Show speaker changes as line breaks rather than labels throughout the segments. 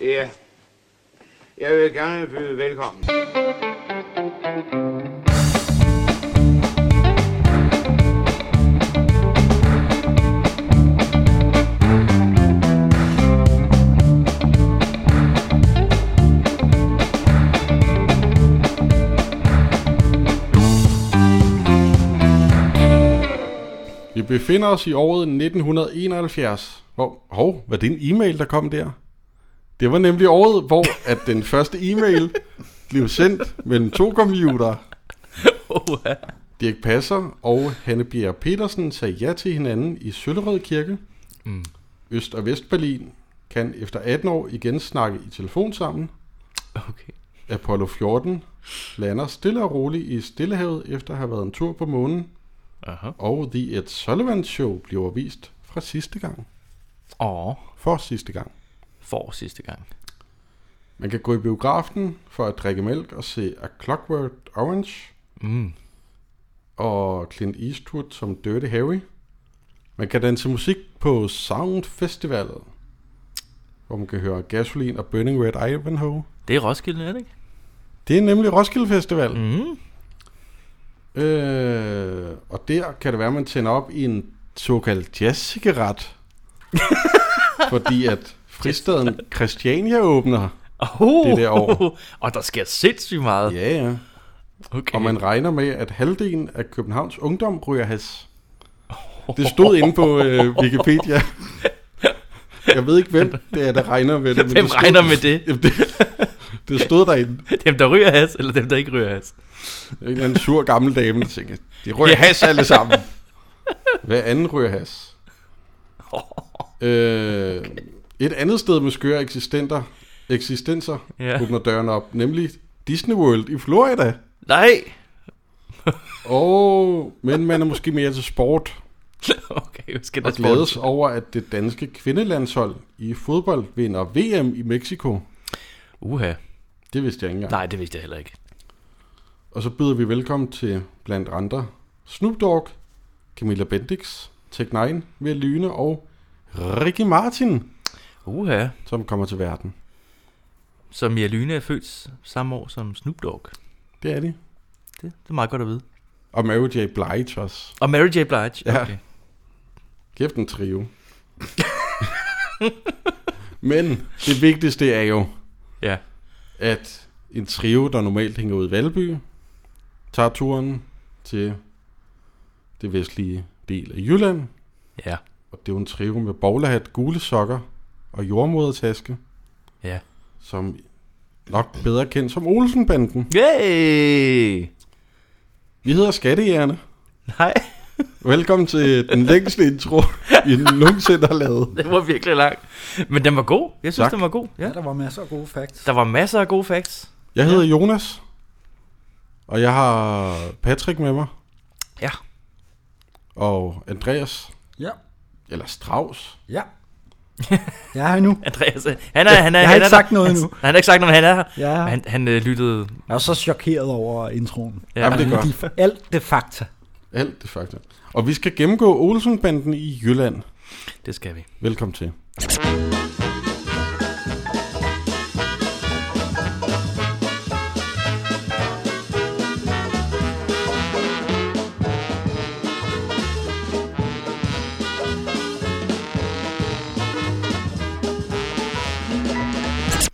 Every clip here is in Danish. Ja. Jeg vil gerne byde velkommen.
Vi befinder os i året 1971. Hvor, hov, var det en e-mail, der kom der? Det var nemlig året, hvor at den første e-mail blev sendt mellem to computere.
Oha.
Dirk Passer og Hanne Bjerre Petersen sagde ja til hinanden i Søllerød Kirke. Mm. Øst- og Vestberlin kan efter 18 år igen snakke i telefon sammen.
Okay.
Apollo 14 lander stille og roligt i Stillehavet efter at have været en tur på månen.
Aha.
Og The Ed Sullivan Show bliver vist fra sidste gang.
Åh,
For sidste gang.
for sidste gang.
Man kan gå i biografen for at drikke mælk og se A Clockwork Orange
Mm.
og Clint Eastwood som Dirty Harry. Man kan danse musik på Sound Festival, hvor man kan høre Gasoline og Burning Red Ivanhoe.
Det er Roskilde, er det ikke?
Det er nemlig Roskilde Festival.
Mm.
Mm. Øh, og der kan det være, at man tænder op i en såkaldt jazz-cigaret. fordi at fristaden Christiania åbner.
Oh,
Det er det år.
Og der sker sindssygt meget.
Ja, ja.
Okay.
Og man regner med, at halvdelen af Københavns ungdom ryger has. Det stod inde på øh, Wikipedia. Jeg ved ikke, hvem det er, der regner med det. men
Hvem
det stod,
regner med det?
Jamen, det? Det stod derinde.
Dem, der ryger has, eller dem, der ikke ryger has?
En eller anden sur gammel dame, der tænkte, de ryger has alle sammen. Hver anden ryger has. Øh, et andet sted med skøre eksistenter, eksistenser
Ja.
åbner døren op, nemlig Disney World i Florida.
Nej.
Og, men man er måske mere til sport.
Okay, nu skal der
og
sport.
glædes over, at det danske kvindelandshold i fodbold vinder VM i Mexico.
Uha.
Det vidste jeg ikke engang.
Nej, det vidste jeg heller ikke.
Og så byder vi velkommen til blandt andre Snoop Dogg, Camilla Bendix, Tech9, Mia Lyne og Ricky Martin,
Uha.
som kommer til verden.
Så Mia Lyne er født samme år som Snoop Dogg.
Det er de.
Det, det er meget godt at vide.
Og Mary J. Blige også.
Og Mary J. Blige.
Ja.
Okay.
Kæft en trio. Men det vigtigste er jo,
Ja.
at en trio, der normalt hænger ud i Valby, tager turen til det vestlige del af Jylland.
Ja.
Og det er jo en trio med bowlerhat, gule sokker og jordmodertaske,
Ja.
som nok bedre kendt som Olsenbanden.
Yay!
Vi hedder Skattejerne.
Nej,
Velkommen til den længste intro, vi nogensinde har lavet.
det var virkelig langt. Men den var god. Jeg synes,
Tak.
den var god. Ja.
Ja, der var masser af gode facts.
Der var masser af gode facts.
Jeg hedder Jonas, og jeg har Patrick med mig,
Ja.
og Andreas,
Ja,
eller Strauss,
ja. Jeg er her nu.
Andreas, øh, han er, han er,
Jeg har
han
ikke
er der.
sagt noget
han,
endnu.
Han har ikke sagt noget, men han er her.
Jeg er,
Han, han øh, lyttede...
jeg er så chokeret over introen.
Ja,
Jamen, det er godt.
De, alt det fakta.
Alt det fakta. Og vi skal gennemgå Olsenbanden i Jylland.
det skal vi.
Velkommen til.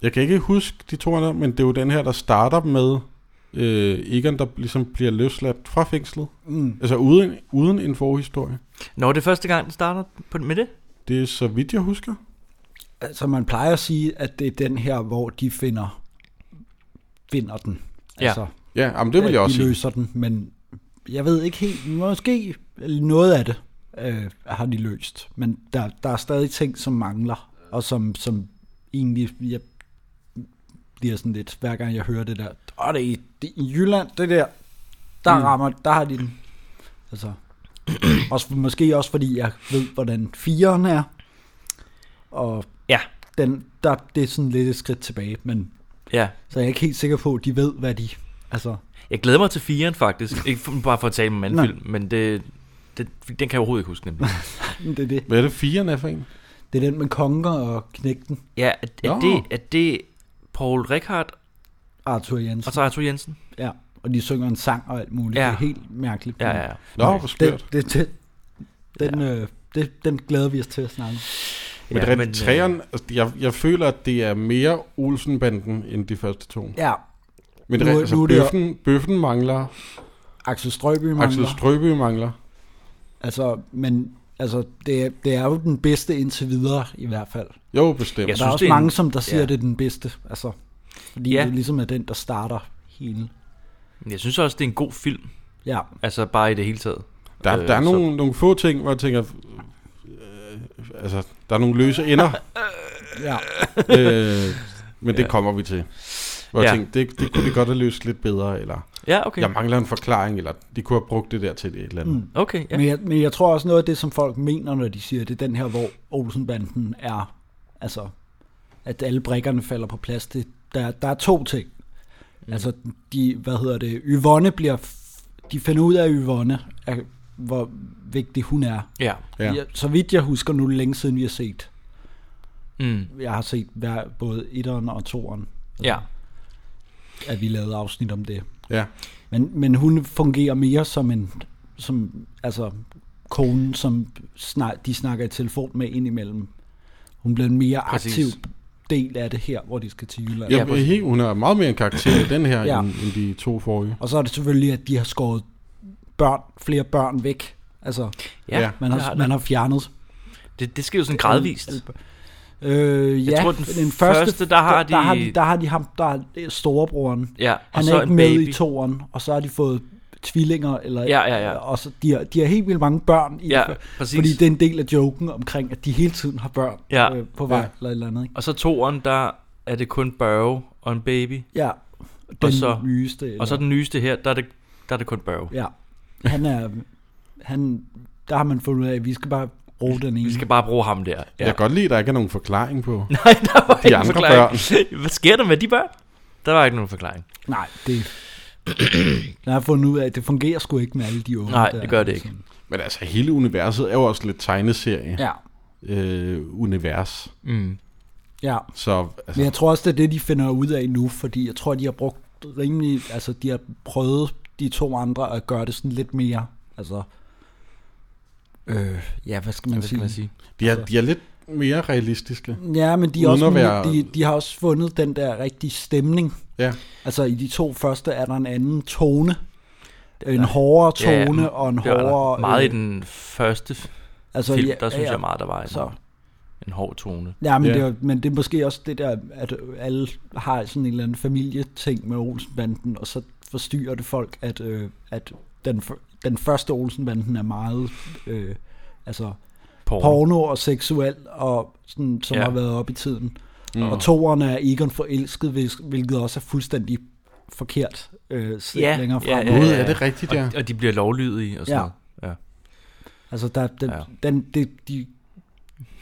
Jeg kan ikke huske de to andre, men det er jo den her, der starter med øh, Egon, der ligesom bliver løsladt fra fængslet.
Mm.
Altså uden, uden en forhistorie.
Når det er første gang, den starter på, med det?
Det er så vidt, jeg husker.
Altså, man plejer at sige, at det er den her, hvor de finder, finder den.
Ja.
Altså,
Ja, jamen, det vil
at
jeg også
de
sige.
løser den, men jeg ved ikke helt, måske noget af det øh, har de løst. Men der, der er stadig ting, som mangler, og som, som egentlig, jeg bliver sådan lidt, hver gang jeg hører det der, og det, er i- det er i Jylland, det der, der mm. rammer, der har de den. Altså, også, måske også fordi jeg ved, hvordan firen er, og
Ja.
den, der, det er sådan lidt et skridt tilbage, men
Ja.
så er jeg ikke helt sikker på, at de ved, hvad de, altså,
Jeg glæder mig til firen, faktisk. Ikke for, bare for at tale om en anden
Nej.
film, men det, det, den kan jeg overhovedet ikke huske, nemlig.
det er det.
Hvad er det, firen er for en?
Det er den med konger og knægten.
Ja, er, er,
Nå.
det, er det Paul Rickard
Arthur Jensen.
og så Arthur Jensen?
Ja, og de synger en sang og alt muligt. Ja.
Ja.
Det er helt mærkeligt.
Ja, ja, ja.
Nå, hvor skørt.
Det, det, det, den, ja. øh, det, den glæder vi os til at snakke om.
Men,
Ja,
ja, men
men, øh,
træerne, altså, jeg, jeg føler, at det er mere Olsenbanden end de første to.
Ja,
Men
Nu-
nu, altså,
nu
nu
er det-
bøffen, bøffen mangler,
Axel Strøby mangler.
Axel Strøby mangler.
Altså, men altså, det, er- det er jo den bedste indtil videre, i hvert fald.
Jo, bestemt.
Jeg
Yes.
der er
synes,
også
det er en-
mange, som der siger,
ja.
ja. det er den bedste. Altså, fordi
Ja.
ja. det ligesom er den, der starter hele.
Men øh, Jeg synes også, det er en god film.
Ja,
Altså bare i det hele taget.
Der,
Øh,
der er
så-
nogle, nogle få ting, hvor jeg tænker, øh, altså, der er nogle løse ender,
ja.
øh, men det kommer vi til. Hvor jeg
Ja.
tænkte, det, det kunne de godt have løst lidt bedre, eller
Ja, okay.
jeg mangler en forklaring, eller de kunne have brugt det der til et eller andet. Mm.
Okay, ja.
Men, jeg, men jeg tror også noget af det, som folk mener, når de siger, det er den her, hvor Olsenbanden er, altså, at alle brækkerne falder på plads. Det, der, der er to ting. Mm. Altså, de, hvad hedder det, Yvonne bliver, f- de finder ud af Yvonne, er, hvor vigtig hun er.
Ja.
Ja.
Ja. Så vidt jeg husker nu, er det længe siden vi har set.
Mm.
Jeg har set hver, både etteren og toeren,
Ja.
at vi lavede afsnit om det.
Ja.
Men, men hun fungerer mere som en, som, altså konen, som snak, de snakker i telefon med indimellem. Hun bliver en mere
Præcis.
aktiv del af det her, hvor de skal til Jylland.
Jeg, ja, hun er meget mere en karakter i den her,
Ja.
ja. end, end de to forrige.
Og så er det selvfølgelig, at de har skåret børn, flere børn væk. Altså,
Ja,
Ja.
man har,
det
man har fjernet.
det, det sker jo sådan gradvist.
Øh, ja,
tror, den første, der har
Der, der,
de-
har, der har de ham, der er storebroren.
Ja, og
Han
så
er ikke
en
med
baby.
i toren, og så har de fået tvillinger, eller,
Ja, ja, ja.
og så de, har, de har helt vildt mange børn, i
Ja,
det,
præcis.
fordi det er en del af joken omkring, at de hele tiden har børn
Ja.
øh, på vej,
Ja.
ja. eller et eller andet. Ikke?
Og så toeren, der er det kun Børge og en baby.
Ja, den
så-
nyeste. Eller,
Og så den nyeste her, der er det, der er det kun Børge.
Ja, han er, han, der har man fundet ud af, at vi skal bare bruge den ene.
Vi skal bare bruge ham der.
Ja. Jeg kan godt lide, at der ikke er nogen forklaring på.
Nej, der var
De
ikke
andre
nogen forklaring. Hvad sker der med de børn? Der var ikke nogen forklaring.
Nej, det jeg har fundet ud af, at det fungerer sgu ikke med alle de unge.
Nej,
der,
det gør det ikke.
Sådan.
Men altså, hele universet er jo også lidt tegneserie.
Ja,
Øh, univers.
Mm.
ja.
Så altså,
Men jeg tror også, det er det, de finder ud af nu, fordi jeg tror, de har brugt rimelig, altså de har prøvet de to andre at gøre det sådan lidt mere, altså, øh, ja, hvad skal man,
Hvad skal
sige?
man sige?
de, er, de er lidt mere realistiske.
Ja, men de, er
Uden
også,
at
være...
være-
de, de har også fundet den der rigtige stemning.
Ja.
Altså i de to første er der en anden tone, en hårdere
Ja,
tone ja, og en
Det var der
hårdere...
meget i
øh,
den første f-
altså,
film, der synes jeg meget, der var
Så,
en, en hård tone.
Ja, men,
Ja.
yeah. det er, men det er måske også det der, at alle har sådan en eller anden familieting med Olsenbanden, og så forstyrrer det folk, at, øh, at den, f- den første Olsenbanden er meget øh, altså
Porno.
porno og seksuel, og sådan, som
Ja.
har været op i tiden.
Mm.
Og toeren er Egon forelsket, hvis- hvilket også er fuldstændig forkert øh, set
Ja,
længere frem.
ja, ja,
Gud, er det rigtigt, ja?
Og, og de bliver lovlydige og sådan
Ja.
noget. Ja.
Altså, der, den,
Ja.
ja. den, det, de,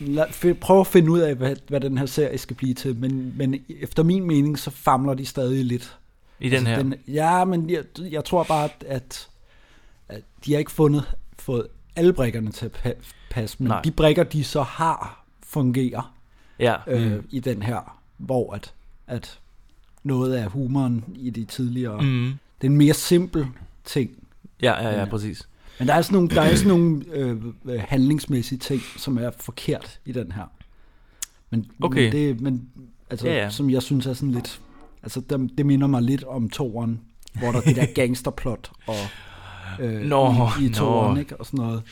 lad, f- prøv at finde ud af, hvad, hvad den her serie skal blive til, men, men efter min mening, så famler de stadig lidt. Altså,
I den her.
Den, ja, men jeg, jeg tror bare, at, at, at de har ikke fundet, fået alle brækkerne til at pa- passe, men
Nej.
Nej. de brækker, de så har, fungerer
Ja.
øh, mm. i den her, hvor at, at noget af humoren i de tidligere, mm.
Mm.
det er en mere simpel ting,
Ja, ja, ja, præcis.
men der er sådan nogle, der er sådan nogle øh, øh, handlingsmæssige ting, som er forkert i den her. Men,
Okay.
men, det, men altså,
Ja,
ja,
ja.
ja. som jeg synes er sådan lidt... Altså, det, det minder mig lidt om toren, hvor der er det der gangsterplot og... Øh,
Nå,
i, i
nå.
toren, ikke? Og sådan noget.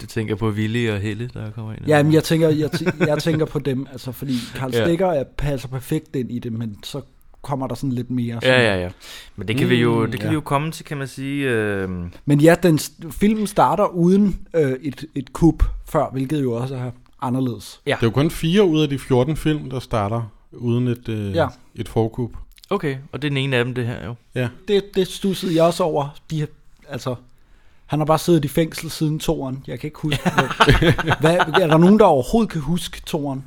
Du tænker på Willy og Helle, der kommer ind.
Ja, men jeg tænker, jeg, tæ- jeg tænker på dem, altså, fordi Karl
Ja.
Stikker er, passer perfekt ind i det, men så kommer der sådan lidt mere.
Ja,
sådan-
ja, ja. Men det kan, vi, jo,
Mm,
det kan
ja.
vi jo komme til, kan man sige. Øh,
Men ja, den, st- filmen starter uden øh, et, et kup før, hvilket jo også er anderledes.
Det er jo kun fire ud af de 14 film, der starter uden et, øh,
Ja.
ja. et forkub.
okay, og det er den ene af dem, det her jo.
det, det stussede jeg også over. De, har- altså, han har bare siddet i fængsel siden toren. Jeg kan ikke huske. hvad- hvad, er der nogen, der overhovedet kan huske toren?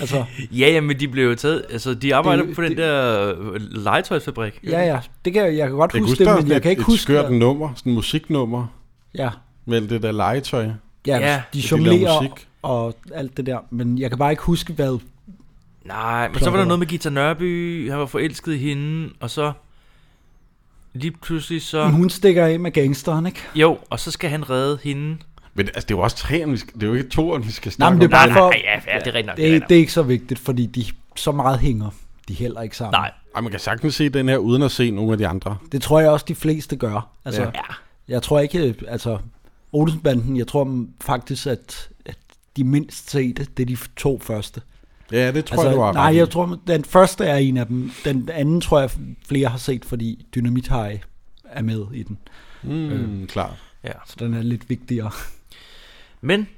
Altså,
Ja, ja, men de blev jo taget, altså de arbejder det,
Det-
på den
det-
der øh, legetøjsfabrik.
ja, ja. Det kan, jeg- jeg kan
Jeg
godt
kan
huske,
huske, der
det,
er
men
sådan
jeg
et,
kan ikke
et
huske...
skørt nummer, sådan et musiknummer,
Ja,
med alt det der legetøj.
ja,
Ja.
ja, de
De laver
jonglerer
musik.
og alt det der, men jeg kan bare ikke huske, hvad...
Nej, men så
Klokken
var der
var-
noget med Gita Nørby, han var forelsket i hende, og så lige pludselig
Ja.
så...
Hun stikker af med gangsteren, ikke?
Jo, og så skal han redde hende.
Men altså, det er jo også træerne, vi skal, det er jo ikke toeren, vi skal
Nej,
snakke
men det er
om.
bare for...
Nej, ja, ja, det er rigtigt nok.
Det,
er
er,
rigtigt
det er ikke så vigtigt, fordi de så meget hænger de heller ikke
nok.
sammen.
Nej,
Ej, man kan sagtens se den her, uden at se nogle af de andre.
Det tror jeg også, de fleste gør. Altså,
Ja.
ja.
ja.
Jeg tror ikke, altså... Olsenbanden, jeg tror faktisk, at, at de mindst sete, det er de to første.
Ja, det tror altså, jeg, du har
nej,
ret i.
jeg tror, den første er en af dem. Den anden tror jeg, flere har set, fordi Dynamit High er med i den.
Mm, klart.
ja.
Så den er lidt vigtigere.
Men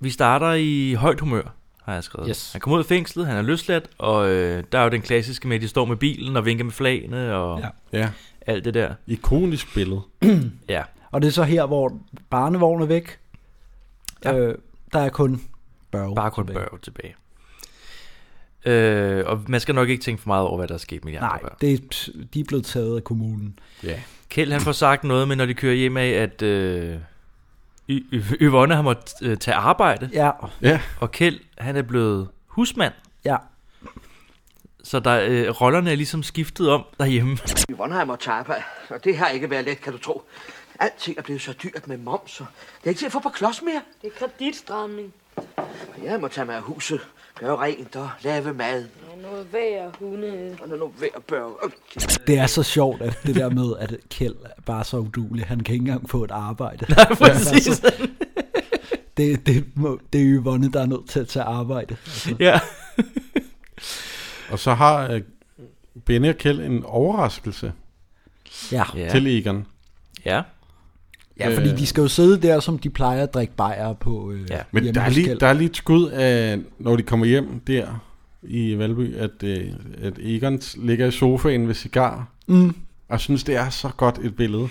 vi starter i højt humør, har jeg skrevet.
Yes.
Han kommer ud af fængslet, han er løsladt, og øh, der er jo den klassiske med, at de står med bilen og vinker med flagene og ja.
Ja.
Ja,
alt det der.
ikonisk billede.
Ja.
Og det er så her, hvor barnevognen er væk.
Ja.
Ja. Øh, der er kun børge.
Bare kun
tilbage.
børge tilbage. Øh, og man skal nok ikke tænke for meget over, hvad der er sket med de andre
Nej,
børn.
det er, de er blevet taget af kommunen.
Ja.
Kjeld han får sagt noget med, når de kører hjem af, at øh, Y- Y- Yvonne har måttet øh, tage arbejde,
Ja,
Ja,
og Kjeld han er blevet husmand.
ja.
Så der, øh, rollerne er ligesom skiftet om derhjemme.
Yvonne har måttet arbejde, og det har ikke været let, kan du tro. Alting er blevet så dyrt med moms, og det er ikke til at få på klods mere.
Det er kreditstramning.
Jeg må tage mig af huset, gøre rent og lave mad,
Ja, noget værre hunde.
og nu ved at børge. Øh,
Det er så sjovt, at det der med, at Kjeld er bare så udulig. Han kan ikke engang få et arbejde.
Præcis.
Det, det, må, det er Yvonne, der er nødt til at tage arbejde.
ja.
og så har øh, Benny og Kjeld en overraskelse
Ja,
ja.
Ja.
til Egon.
ja.
ja fordi de skal jo sidde der, som de plejer at drikke bajer på øh,
Ja.
ja.
Men der er, lige, der er lige et skud af, når de kommer hjem der i Valby, at, øh, at Egon ligger i sofaen ved cigar,
Mm.
og synes, det er så godt et billede.
Det
Ved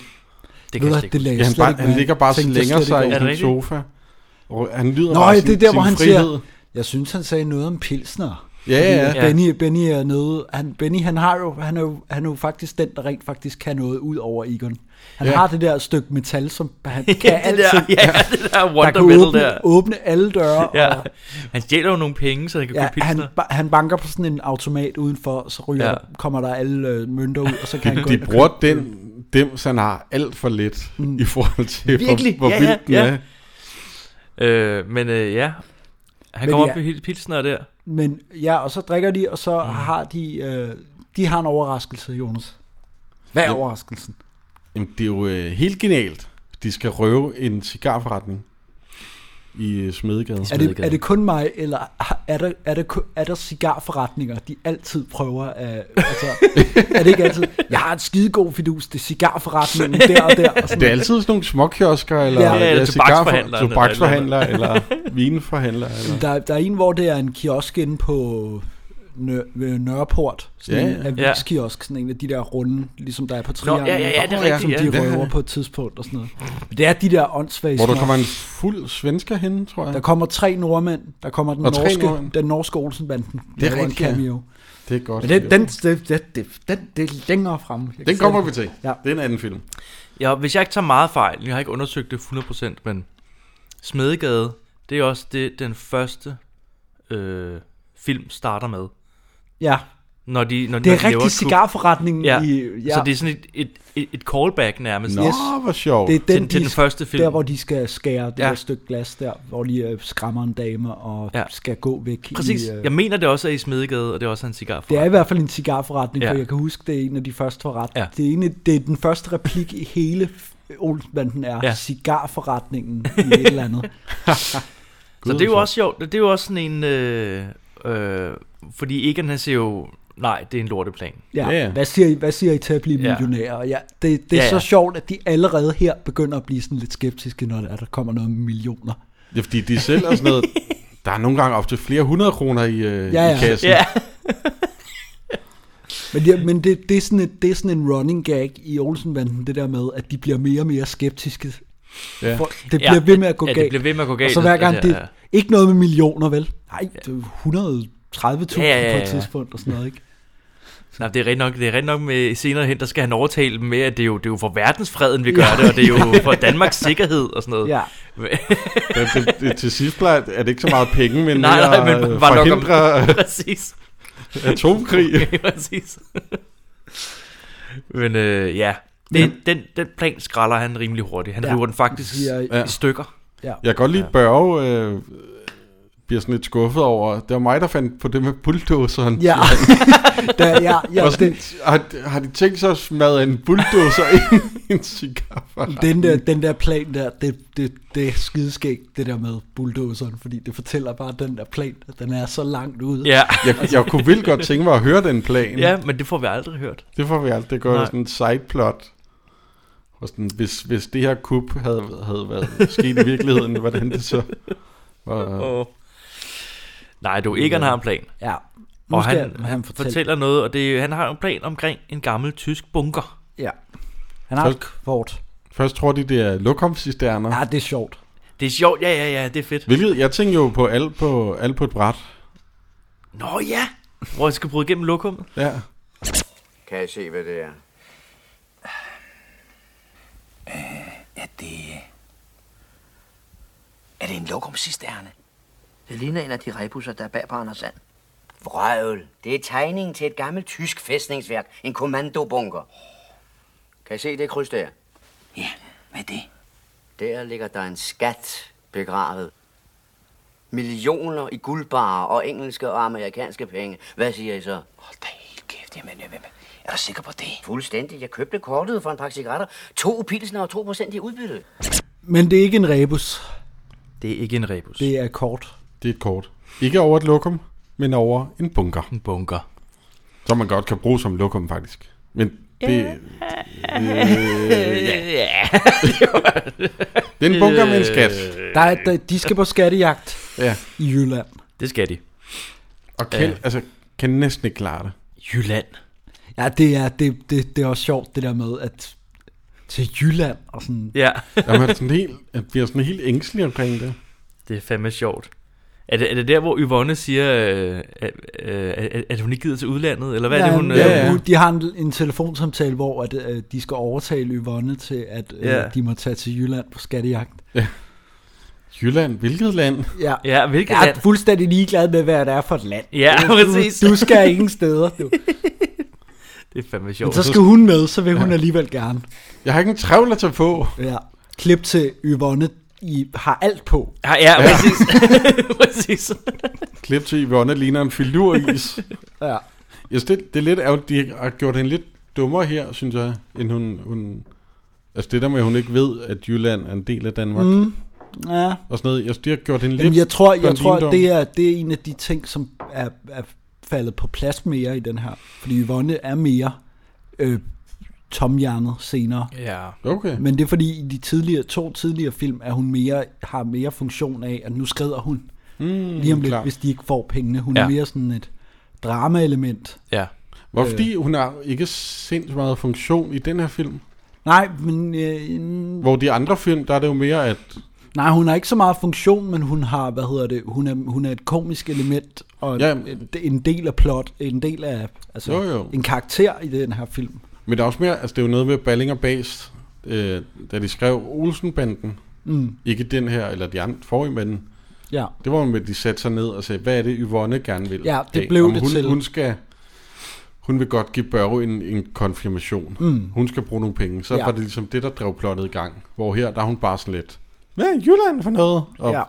kan
du
jeg
hvad,
slet ikke
det lagde
Ja,
jeg
han,
slet
bare,
ikke
han
mærke-
ligger bare og
tænkte jeg
slænger
slet ikke
sig
over.
Er
i
det
sin
rigtigt?
sofa. Og han lyder
Nå,
bare
ja,
sin,
det er der,
sin
hvor han
frihed.
siger, jeg synes, han sagde noget om pilsner.
Ja,
Fordi
ja,
at Benny, Benny er nede. Han, Benny, han, har jo, han, er jo, han er jo faktisk den, der rent faktisk kan noget ud over Egon. Han
Ja.
ja. har det der stykke metal, som han kan
det der,
altid.
ja, det der
Der
Wonder
kan
Metal
åbne,
der.
åbne alle døre.
Ja.
og,
Han stjæler jo nogle penge, så han kan ja,
ja
købe
han,
pilsner.
ba- han banker på sådan en automat udenfor, så ryger,
Ja.
ja. kommer der alle øh, mønter ud, og så kan han gå
De
ind og
bruger
købe-
den dims, han har alt for lidt mm. i forhold til,
Virkelig?
hvor, hvor
Ja,
vild
ja,
den
ja.
er.
Øh, men øh, ja, han
Men
kommer
ja.
op med helt pilsner der.
Men ja, og så drikker de, og så
Mm.
har de... Øh, de har en overraskelse, Jonas. Hvad er
Ja.
overraskelsen?
Jamen, det er jo øh, helt genialt. De skal røve en cigarforretning i øh, Smedegade.
Er
ved
det,
ikke, altså.
er det kun mig, eller er der, er, der, ku- er der cigarforretninger, de altid prøver at... Altså, er det ikke altid, jeg har et skidegod fidus, det er cigarforretningen der og der. Og sådan.
Det er altid sådan nogle småkiosker, eller, øh,
Ja,
eller
cigarfor-
tobaksforhandlere, eller-
tobaksforhandlere, eller vinforhandlere. Eller.
Der, der er en, hvor det er en kiosk inde på Nør, ved Nørreport. Sådan
Ja,
ja, en
ja.
aviskiosk, sådan en af de der runde, ligesom der er på Trianglen.
ja, ja, ja, det er
Åh,
rigtigt,
Som de
ja.
røver
Ja.
på et tidspunkt og sådan noget. Men det er de der åndssvage
Hvor der
små-
kommer en fuld svensker hen, tror jeg.
Der kommer tre nordmænd, der kommer den,
Og tre
norske,
nordmænd.
den norske Olsenbanden.
Det er
laver en
rigtigt, ja.
cameo.
Det er godt.
Men den, den, det, det, det, den, det er længere frem. Jeg kan
den
slet
kommer
ikke-
vi til. Ja.
Ja.
Det er en anden film.
Ja, hvis jeg ikke tager meget fejl, jeg har ikke undersøgt det 100%, men Smedegade, det er også det, den første øh, film starter med.
Ja,
Når de, når,
det
når
er
de laver
rigtig
et
cigarforretningen
Ja.
ja. i...
Ja.
Ja,
Så det er sådan et, et, et, et callback nærmest.
Nå,
Yes.
yes. hvor sjovt.
det er
Det,
den,
til- til
de-
den første film.
Der, hvor de skal skære det
Ja.
ja. der stykke glas der, hvor de øh, skræmmer en dame og
Ja.
ja. skal gå væk.
Præcis.
I, øh,
Jeg mener, det også er i Smedegade, og det er også en cigar
det er i hvert fald en cigarforretning,
Ja.
ja. for jeg kan huske, det er en af de første forret.
Ja.
Ja. Det, er en af, det er den første replik i hele f- Olsenbanden er
Ja.
ja. cigarforretningen i et eller andet.
Så det er jo også sjovt. Det er jo også sådan en... Øh, øh, fordi Egan, han siger jo, nej, det er en lorteplan.
Ja,
Ja, ja.
yeah. hvad, siger I, hvad siger I til at blive
Ja.
millionærer? Ja, det, det
Ja,
er ja,
ja.
ja. så sjovt, at de allerede her begynder at blive sådan lidt skeptiske, når der, er, der kommer noget med millioner.
Ja, fordi de sælger sådan noget... Der er nogle gange op til flere hundrede kroner i, øh, ja,
Ja,
ja.
ja.
i kassen.
Ja,
Men, ja, men det, det, er sådan et, det er sådan en running gag i Olsenbanden, det der med, at de bliver mere og mere skeptiske.
Ja.
For, det bliver ved med at gå
ja,
galt.
det bliver ved med at gå
og
galt.
så hver gang,
altså,
det, ikke noget med millioner, vel? Nej, det er 130.000
Ja, ja, ja,
på
ja.
et tidspunkt og sådan noget, ikke?
Nej, det er rigtig nok, det er rigtig nok med senere hen, der skal han overtale dem med, at det er jo, det er jo for verdensfreden, vi gør det, og det er jo for Danmarks sikkerhed og sådan noget.
Ja.
Det, det, det, til sidst plejer, er det ikke så meget penge, men
Nej, nej, men
øh,
bare nok om-
forhindre
Præcis.
atomkrig.
Okay, præcis. Men øh, ja, den, den, den plan skralder han rimelig hurtigt. Han ja.
Ja.
river den faktisk
Ja.
i stykker.
Jeg kan godt lide, at Børge øh, bliver sådan lidt skuffet over, det var mig, der fandt på det med bulldozeren.
Ja, da, ja, ja
Og sådan,
den,
har, har de tænkt sig at smadre en bulldozer ind i en cigarfart?
den, der, den der plan der, det, det, det er skideskægt, det der med bulldozeren, fordi det fortæller bare den der plan, at den er så langt ude.
Ja.
Jeg, jeg kunne vildt godt tænke mig at høre den plan.
ja, men det får vi aldrig hørt.
Det får vi alt. Det går
Nej.
Nej. sådan en sideplot. Og sådan, hvis, hvis det her kup havde, havde været sket i virkeligheden, hvordan det så var.
Oh. Nej, du, Egon har en plan.
ja. Nu
Og
skal
han,
jeg-
han
fortælle-
fortæller noget, og det, han har en plan omkring en gammel tysk bunker.
Ja. Han har
Folk-
Folk. kvort.
Først tror de, det er lokumscisterner.
Ja, det er sjovt.
Det er sjovt, ja, ja, ja, det er fedt.
Hvilket, jeg tænker jo på alt på, alt på et bræt.
Nå ja, hvor jeg skal bryde igennem lokummet.
Ja.
Kan jeg se, hvad det er?
Øh, Er det... Er det en lokumscisterne? Det ligner en af de rebusser, der er bag på Anders Sand.
Vrøvl. Det er tegningen til et gammelt tysk fæstningsværk. En kommandobunker.
Kan jeg se det kryds der?
Ja, hvad er det? Der ligger der en skat begravet. Millioner i guldbarer og engelske og amerikanske penge. Hvad siger I så?
Hold da helt kæft, jamen, jamen, er du sikker på det?
Fuldstændig. Jeg købte kortet for en pakke cigaretter. To pilsner og 2 procent i udbytte.
Men det er ikke en rebus,
Det er ikke en rebus. Det er
det er kort.
Det er et kort. Ikke over et lokum, men over en bunker.
en bunker.
Som man godt kan bruge som lokum, faktisk. Men det, Øh,
Ja.
det er en bunker med en skat.
Øh.
Der er, der, de skal på skattejagt
Ja.
i Jylland.
Det skal de.
Og kan,
Ja.
altså, kan næsten ikke klare det.
Jylland.
Ja, det er, det, det, det er også sjovt, det der med, at til Jylland og sådan.
Ja,
Jamen, er sådan helt, jeg bliver sådan helt ængstelig omkring det.
det er fandme sjovt. Er det, er det der, hvor Yvonne siger, øh, at, øh, at, at hun ikke gider til udlandet? Eller hvad er det, hun...
ja,
øh,
hun- De har en, en telefonsamtale, hvor at, øh, de skal overtale Yvonne til, at øh,
Ja.
de må tage til Jylland på skattejagt.
Jylland, hvilket land?
Ja.
Ja, hvilket
Jeg
land?
er fuldstændig ligeglad med, hvad det er for et land.
Ja,
Du-
præcis.
Du, du skal ingen steder. Du.
Det er fandme
Men
sjovt.
så skal hun med, så vil hun alligevel gerne.
Jeg har ikke en travl at tage på.
Ja. Klip til Yvonne, I har alt på.
Ja, ja, præcis. præcis.
Klip til Yvonne ligner en filuris.
Ja.
jeg synes, det, det er lidt ærgerligt, de har gjort hende lidt dummere her, synes jeg, end hun... hun altså det der med, at hun ikke ved, at Jylland er en del af Danmark. Mm.
ja.
Og sådan noget. Jeg synes, de har gjort hende
Jamen,
lidt...
jeg tror, jeg
blondindom.
tror at det, er, det er en af de ting, som er, er faldet på plads mere i den her. Fordi Yvonne er mere øh, tomhjernet senere.
Ja.
Okay.
Men det er fordi i de tidligere, to tidligere film, at hun mere, har mere funktion af, at nu skrider hun
Mm,
lige om lidt,
klar.
hvis de ikke får pengene. Hun
Ja.
er mere sådan et drama-element.
Ja.
Hvorfor fordi
Øh.
hun har ikke sindssygt meget funktion i den her film?
Nej, men øh,
Hvor de andre film, der er det jo mere, at...
nej, hun har ikke så meget funktion, men hun har, hvad hedder det, hun er, hun er et komisk element, og
Ja.
ja. en, en del af plot, en del af, altså,
Jo, jo.
en karakter i den her film.
Men der er også mere... Altså, det er jo noget med Balling og Bas, øh, da de skrev Olsenbanden.
Mm,
Ikke den her, eller de andre forrige, men
ja.
Det var med, at de satte sig ned og sagde, hvad er det, Yvonne gerne vil?
Ja, det
have?
blev
Om
det
hun,
til.
Hun, skal, hun vil godt give Børge en, en konfirmation. Mm. Hun skal bruge nogle penge. Så
Ja.
ja. var det ligesom det, der drev plottet i gang. Hvor her, der er hun bare sådan lidt, hvad er Jylland for noget? Og
Ja.
ja.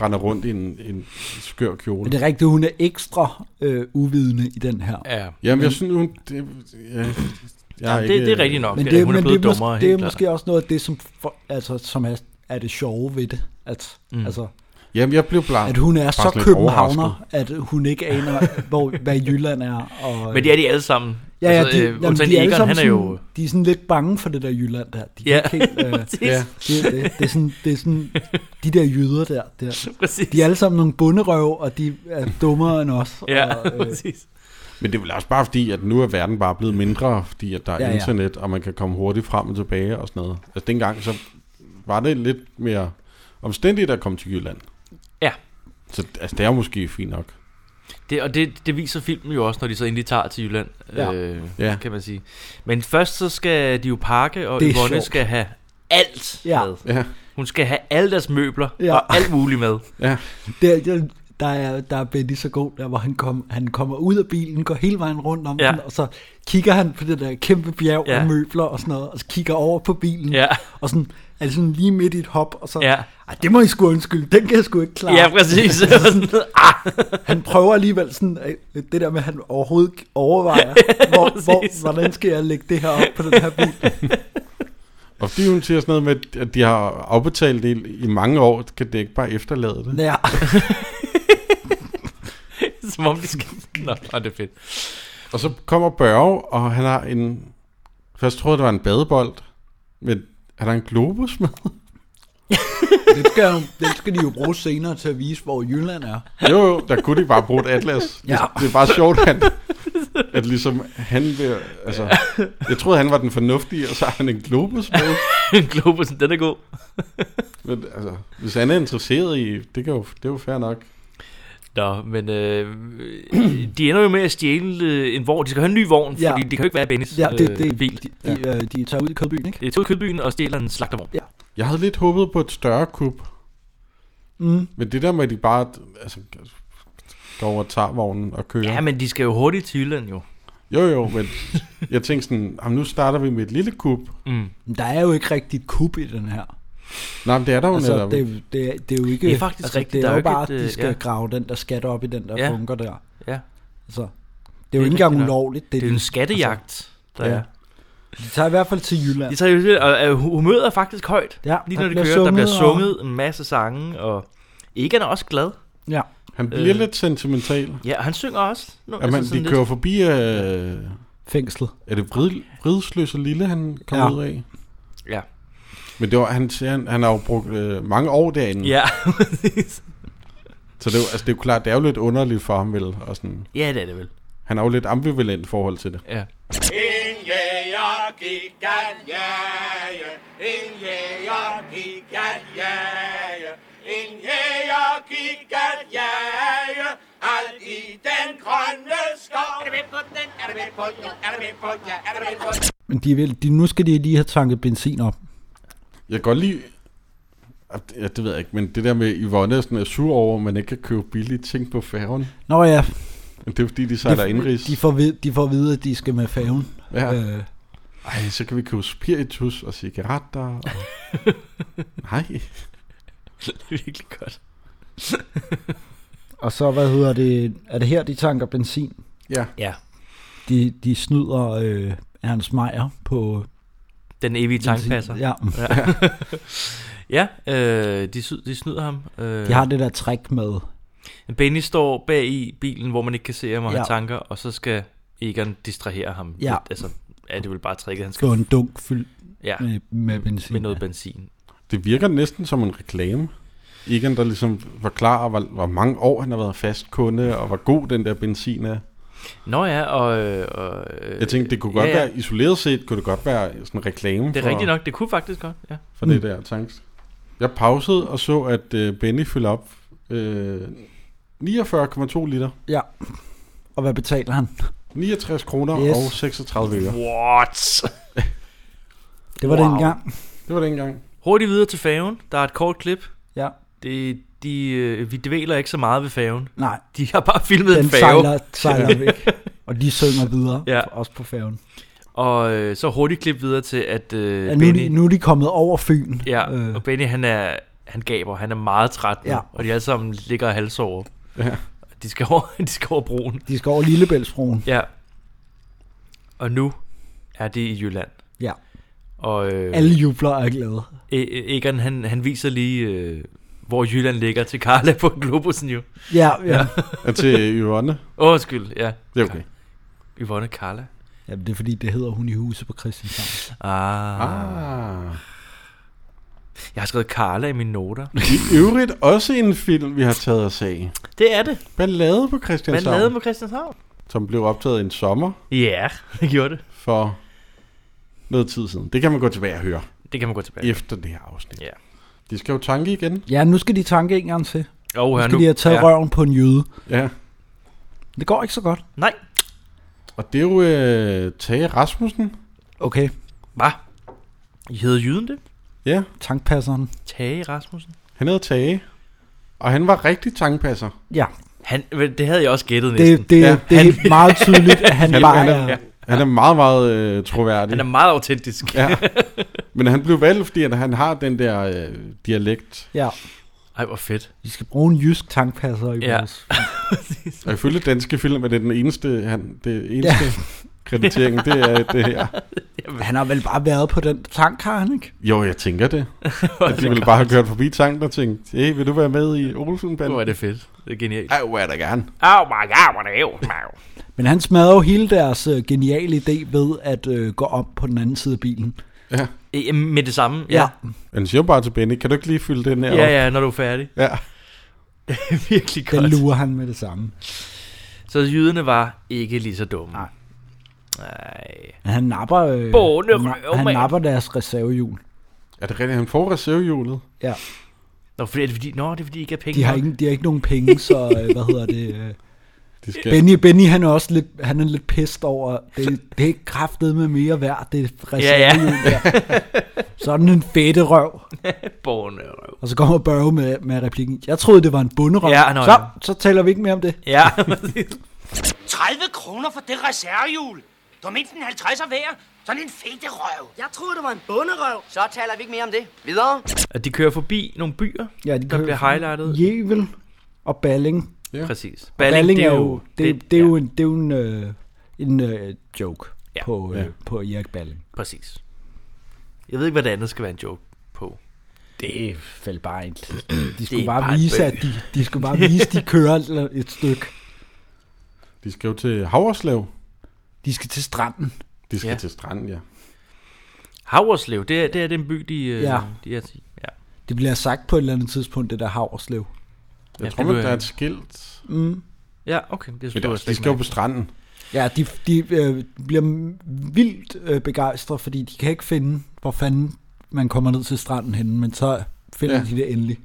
render rundt i en, en skør kjole.
Men det er rigtigt, hun er ekstra øh, uvidende i den her.
ja.
Jamen, jeg synes, hun... Det, jeg, jeg
Ja, det, det er rigtigt nok.
Men
det, er, hun er
men det,
blevet
er,
dummere,
mås- det er
helt klart.
måske også noget af det, som, for, altså, som er, er det sjove ved det. At, mm. altså,
Jamen, jeg blev blank.
at hun er
Ah, Faktisk
så
lidt
københavner, at hun ikke aner, hvor, hvad Jylland er. Og,
Men det er de alle sammen.
ja, ja, de,
øh, undtagen
alle
Egon,
sammen
han er jo...
sådan, de er sådan lidt bange for det der Jylland der. De kan
Ja,
ikke helt, øh, det,
præcis.
Ja.
det, det, er sådan, det er sådan, de der jyder der, der.
præcis.
De er alle sammen nogle bunderøv, og de er dummere end os.
Ja,
og, øh,
præcis.
Men det er vel også bare fordi, at nu er verden bare blevet mindre, fordi at der er
Ja,
ja,
ja.
ja. internet, og man kan komme hurtigt frem og tilbage og sådan noget. Altså dengang, så var det lidt mere omstændigt at komme til Jylland.
Ja.
Så altså, det er jo måske fint nok.
Det, og det, det viser filmen jo også, når de så endelig tager til Jylland, ja.
Ja.
Øh,
Ja.
kan man sige. Men først så skal de jo pakke, og
Det er
Yvonne
sjovt.
skal have alt
Ja.
ja. med.
Ja,
Hun skal have alle deres møbler
Ja.
ja. og alt muligt med.
ja.
Der, der, der, er, der er Benny så god, der hvor han, kom, han kommer ud af bilen, går hele vejen rundt om ja.
Ja.
den, og så kigger han på det der kæmpe bjerg ja.
Ja.
af møbler og sådan noget, og så kigger over på bilen,
Ja.
og sådan, er det sådan lige midt i et hop, og så,
Ja.
Ej, det må I sgu undskylde, den kan jeg sgu ikke klare.
Ja, præcis. Sådan, ah,
Han prøver alligevel sådan, øh, det der med, at han overhovedet ikke overvejer, hvor, hvor,
præcis.
hvordan skal jeg lægge det her op på den her bil.
Og fordi hun siger sådan noget med, at de har afbetalt det i mange år, kan det ikke bare efterlade det?
Ja,
som om de skal... Nå, nå, det er fedt.
Og så kommer Børge, og han har en... Først troede jeg, det var en badebold, men han har en globus med.
det skal, jo- den skal de jo bruge senere til at vise, hvor Jylland er.
Jo, jo, der kunne de bare bruge et atlas.
Ja.
Det, det er bare sjovt, han, at ligesom han vil... Altså, jeg troede, han var den fornuftige, og så har han en globus med.
Globusen, den er god.
Men, altså, hvis han er interesseret i... Det, kan jo, det er jo fair nok.
Nå, men øh, de ender jo med at stjæle øh, en vogn. De skal have en ny vogn,
Ja.
ja. fordi det kan jo ikke være Bennys
Ja, det, det,
øh, bil.
de, de, øh, de tager ud i Kødbyen, ikke?
De tog i kødbyen og stjæler en slagtervogn.
Ja.
Jeg havde lidt håbet på et større kub.
Mm.
Men det der med, at de bare altså, går over og tager vognen og kører.
Ja, men de skal jo hurtigt til Jylland jo.
Jo, jo, men jeg tænkte sådan, jamen, nu starter vi med et lille kub.
Mm.
Men Der er jo ikke rigtigt kub i den her.
Nej, men det er der jo altså,
Altså,
netop.
det,
Det...
er- det, er- det er jo ikke...
Det er faktisk
altså,
rigtigt,
Det
der
er
er jo
jo
ikke
bare, at
et,
de
øh,
skal
ja.
grave den der skat op i den der
Ja.
bunker der.
Ja.
Altså, det er jo
Det er
ikke engang
rigtigt nok.
ulovligt.
Det er jo en
de-
skattejagt, der
ja.
er.
Altså, de tager i hvert fald til Jylland.
De tager jo til, og øh, humøret er faktisk højt.
Ja,
Lige
der
når de
bliver
kører, der bliver
sunget, og-
sunget en masse sange, og Egan er også glad.
Ja.
Han bliver øh...
Øh.
lidt sentimental.
Ja, og han synger også. Nu, altså
Jamen,
sådan
de
lidt.
kører forbi, øh,
Fængslet.
er det vrid, vridsløse lille, han kom
Ja.
ja. ud af?
Ja.
Men det var, han, siger, han, han har jo brugt øh, mange år derinde.
Ja, præcis.
Så det er, jo- altså, det er jo klart, det er jo lidt underligt for ham, vel? Og sådan.
Ja, det er det vel.
Han har jo lidt ambivalent forhold til det.
En
Ja.
jæger gik at jage, en jæger gik at jage, en jæger gik at jage, alt i den grønne skov. Er du med på den? Er du med på den? Er du med på den? Ja, er du med på den?
Men de vil, de, nu skal de lige have tanket benzin op.
Jeg kan godt lide... Ja, det ved jeg ikke, men det der med Yvonne er sådan er sur over, at man ikke kan købe billige ting på færgen.
Nå ja,
Men Det er fordi, de sejler indrigs.
de får, vid, de får at vide, at de skal med færgen.
Ja.
Øh,
Ej, så kan vi købe spiritus og cigaretter. Og... Nej.
Det er virkelig godt.
og så, hvad hedder det, er det her, de tanker benzin?
Ja.
Ja.
De, de snyder øh, Ernst Meier på...
Den evige
benzin.
tankpasser.
Ja,
Ja, øh, de, syd, de snyder ham. Øh,
de har det der trick med,
Benny står bag i bilen, hvor man ikke kan se ham og ja.
Ja.
har tanker, og så skal Egon distrahere ham.
Ja.
Lidt. Altså, er det vel bare tricket, han skal
få en dunk fyldt
ja,
med, med benzin.
med noget benzin.
Det virker næsten som en reklame. Igen, der ligesom forklarer, hvor, hvor mange år han har været fast kunde, og hvor god den der benzin er.
Nå ja, og... øh, og øh,
Jeg tænkte, det kunne
ja,
godt
ja.
være, isoleret set, kunne det godt være sådan en reklame
Det er
for,
rigtigt nok, det kunne faktisk godt, ja.
for det der tanks. Jeg pausede og så, at øh, Benny fylder op øh, 49,2 liter.
Ja, og hvad betaler han?
69 kroner
Yes.
yes. og 36 øre.
What?
Det var wow.
Wow.
den gang.
Det var det engang.
Hurtigt videre til færgen. Der er et kort klip.
Ja,
Det, de, øh, vi dvæler ikke så meget ved færgen.
nej,
De har bare filmet
den
en færge.
sejler, sejler væk. Og de synger videre, ja.
Ja.
også på færgen.
Og øh, så hurtigt klip videre til, at øh,
Ja, nu, er
Benny...
de, nu er de kommet over Fyn.
Ja,
Øh,
øh. og Benny han er, han gaber, han er meget træt nu,
Ja.
ja. og de alle sammen ligger og halsover.
Ja.
De skal over, de skal over broen.
de skal over Lillebæltsbroen.
Ja. Og nu er det i Jylland.
Ja.
Og øh,
Alle jubler og er glade.
E- E- Egon, han, han viser lige, øh, hvor Jylland ligger til Carla på Globusen jo.
Ja, ja.
Er til øh, Yvonne.
Åh, undskyld, ja.
Det er okay.
Yvonne Carla.
Jamen, det er fordi, det hedder hun i huset på Christianshavn.
Ah, ah.
Ah.
Jeg har skrevet Carla i mine noter.
I øvrigt også en film, vi har taget os af.
Det er det.
Ballade på
Man
Christianshavn,
lavede på Christianshavn.
som blev optaget en sommer
Ja, det gjorde det.
for noget tid siden. Det kan man gå tilbage og høre
Det kan man gå tilbage.
ja. efter det her afsnit.
Ja.
De skal jo tanke igen.
Ja, nu skal de tanke en gang til.
Oh,
Nu skal de have taget ja. røven på en jøde.
Ja.
Det går ikke så godt.
Nej,
Og det er jo øh, Tage Rasmussen.
Okay.
hvad? I hedder Jyden det?
Ja,
Tankpasseren.
Tage Rasmussen.
han hed Tage. Og han var rigtig tangpasser.
Ja,
Han, vel, det havde jeg også gættet næsten.
det, det,
Ja,
ja, det er meget tydeligt, at han
Han,
bare
han,
er...
er, han er meget, meget øh, troværdig.
Han er meget autentisk.
Ja. Men han blev valgt, fordi at han har den der øh, dialekt.
Ja,
Ej, hvor fedt.
vi skal bruge en jysk tankpasser i
Ja.
vores...
Og ifølge danske film er det den eneste, han, det eneste kreditering, det er det her.
Han har vel bare været på den tank, har han ikke?
Jo, jeg tænker det.
Altså,
At de ville bare have kørt forbi tanken og tænkt, hey, vil du være med i Olsen
Hvor er det fedt. Det er genialt.
Ej, hvor er der gerne.
Au, my God, hvor er det jo.
Men han smadrer jo hele deres øh, geniale idé ved at øh, gå om på den anden side af bilen.
Ja.
Øh, Med det samme, ja.
Han siger jo bare til Benny, kan du ikke lige fylde den her
Ja,
op?
ja, når du er færdig.
ja.
Virkelig
Den
godt.
lurer han med det samme.
Så jyderne var ikke lige så dumme.
Nej.
Nej.
Men Han napper, øh,
Båne
han,
røv,
han
mand.
napper deres reservehjul.
Er det rigtigt, han får reservehjulet?
Ja.
Nå, fordi, er det fordi, nå, det er fordi, I ikke har penge.
De har
nok.
ikke, de har ikke nogen penge, så øh, hvad hedder det? Øh,
De skal...
Benny, Benny han er også lidt, han er lidt pissed over, det, det er kraftet med mere værd, det er
Ja, ja.
ja. Sådan en fedte røv.
Bornerøv.
Og så kommer Børge med, med replikken, jeg troede, det var en bunderøv.
Ja, nå,
så,
ja.
så taler vi ikke mere om det.
Ja,
30 kroner for det reservehjul. Du har mindst en 50'er værd. Sådan en fede røv.
Jeg troede, det var en bunderøv. Så taler vi ikke mere om det. Videre.
at de kører forbi nogle byer,
Ja, de
der
kører
bliver
forbi.
highlightet.
Jevel og Balling.
Ja.
Præcis.
Balling er jo, det, det er
ja,
jo en, det er jo en, øh, en øh, joke
Ja.
på, øh,
Ja.
på Erik Balling.
Præcis. Jeg ved ikke, hvad det andet skal være en joke på.
Det er vel bare en, de
Det
skulle
er
bare,
bare en
vise,
bøg.
at de, de skulle bare vise, de kører et stykke.
De skal jo til Havreslev.
De skal til stranden.
De skal
Ja.
ja. til stranden, ja.
Havreslev, det er, det er den by, de, øh,
Ja.
de er til. Ja.
Det bliver sagt på et eller andet tidspunkt, det der Havreslev.
Jeg
Ja,
ja,
det
tror, at
vil
der er
jeg-
et skilt.
Mm.
ja, okay. Det er
Men
slet
det, de
ikke
skal jo
med.
på stranden.
Ja, de, de øh, bliver vildt øh, begejstrede, fordi de kan ikke finde, hvor fanden man kommer ned til stranden henne, men så finder ja.
Ja.
de det endelig.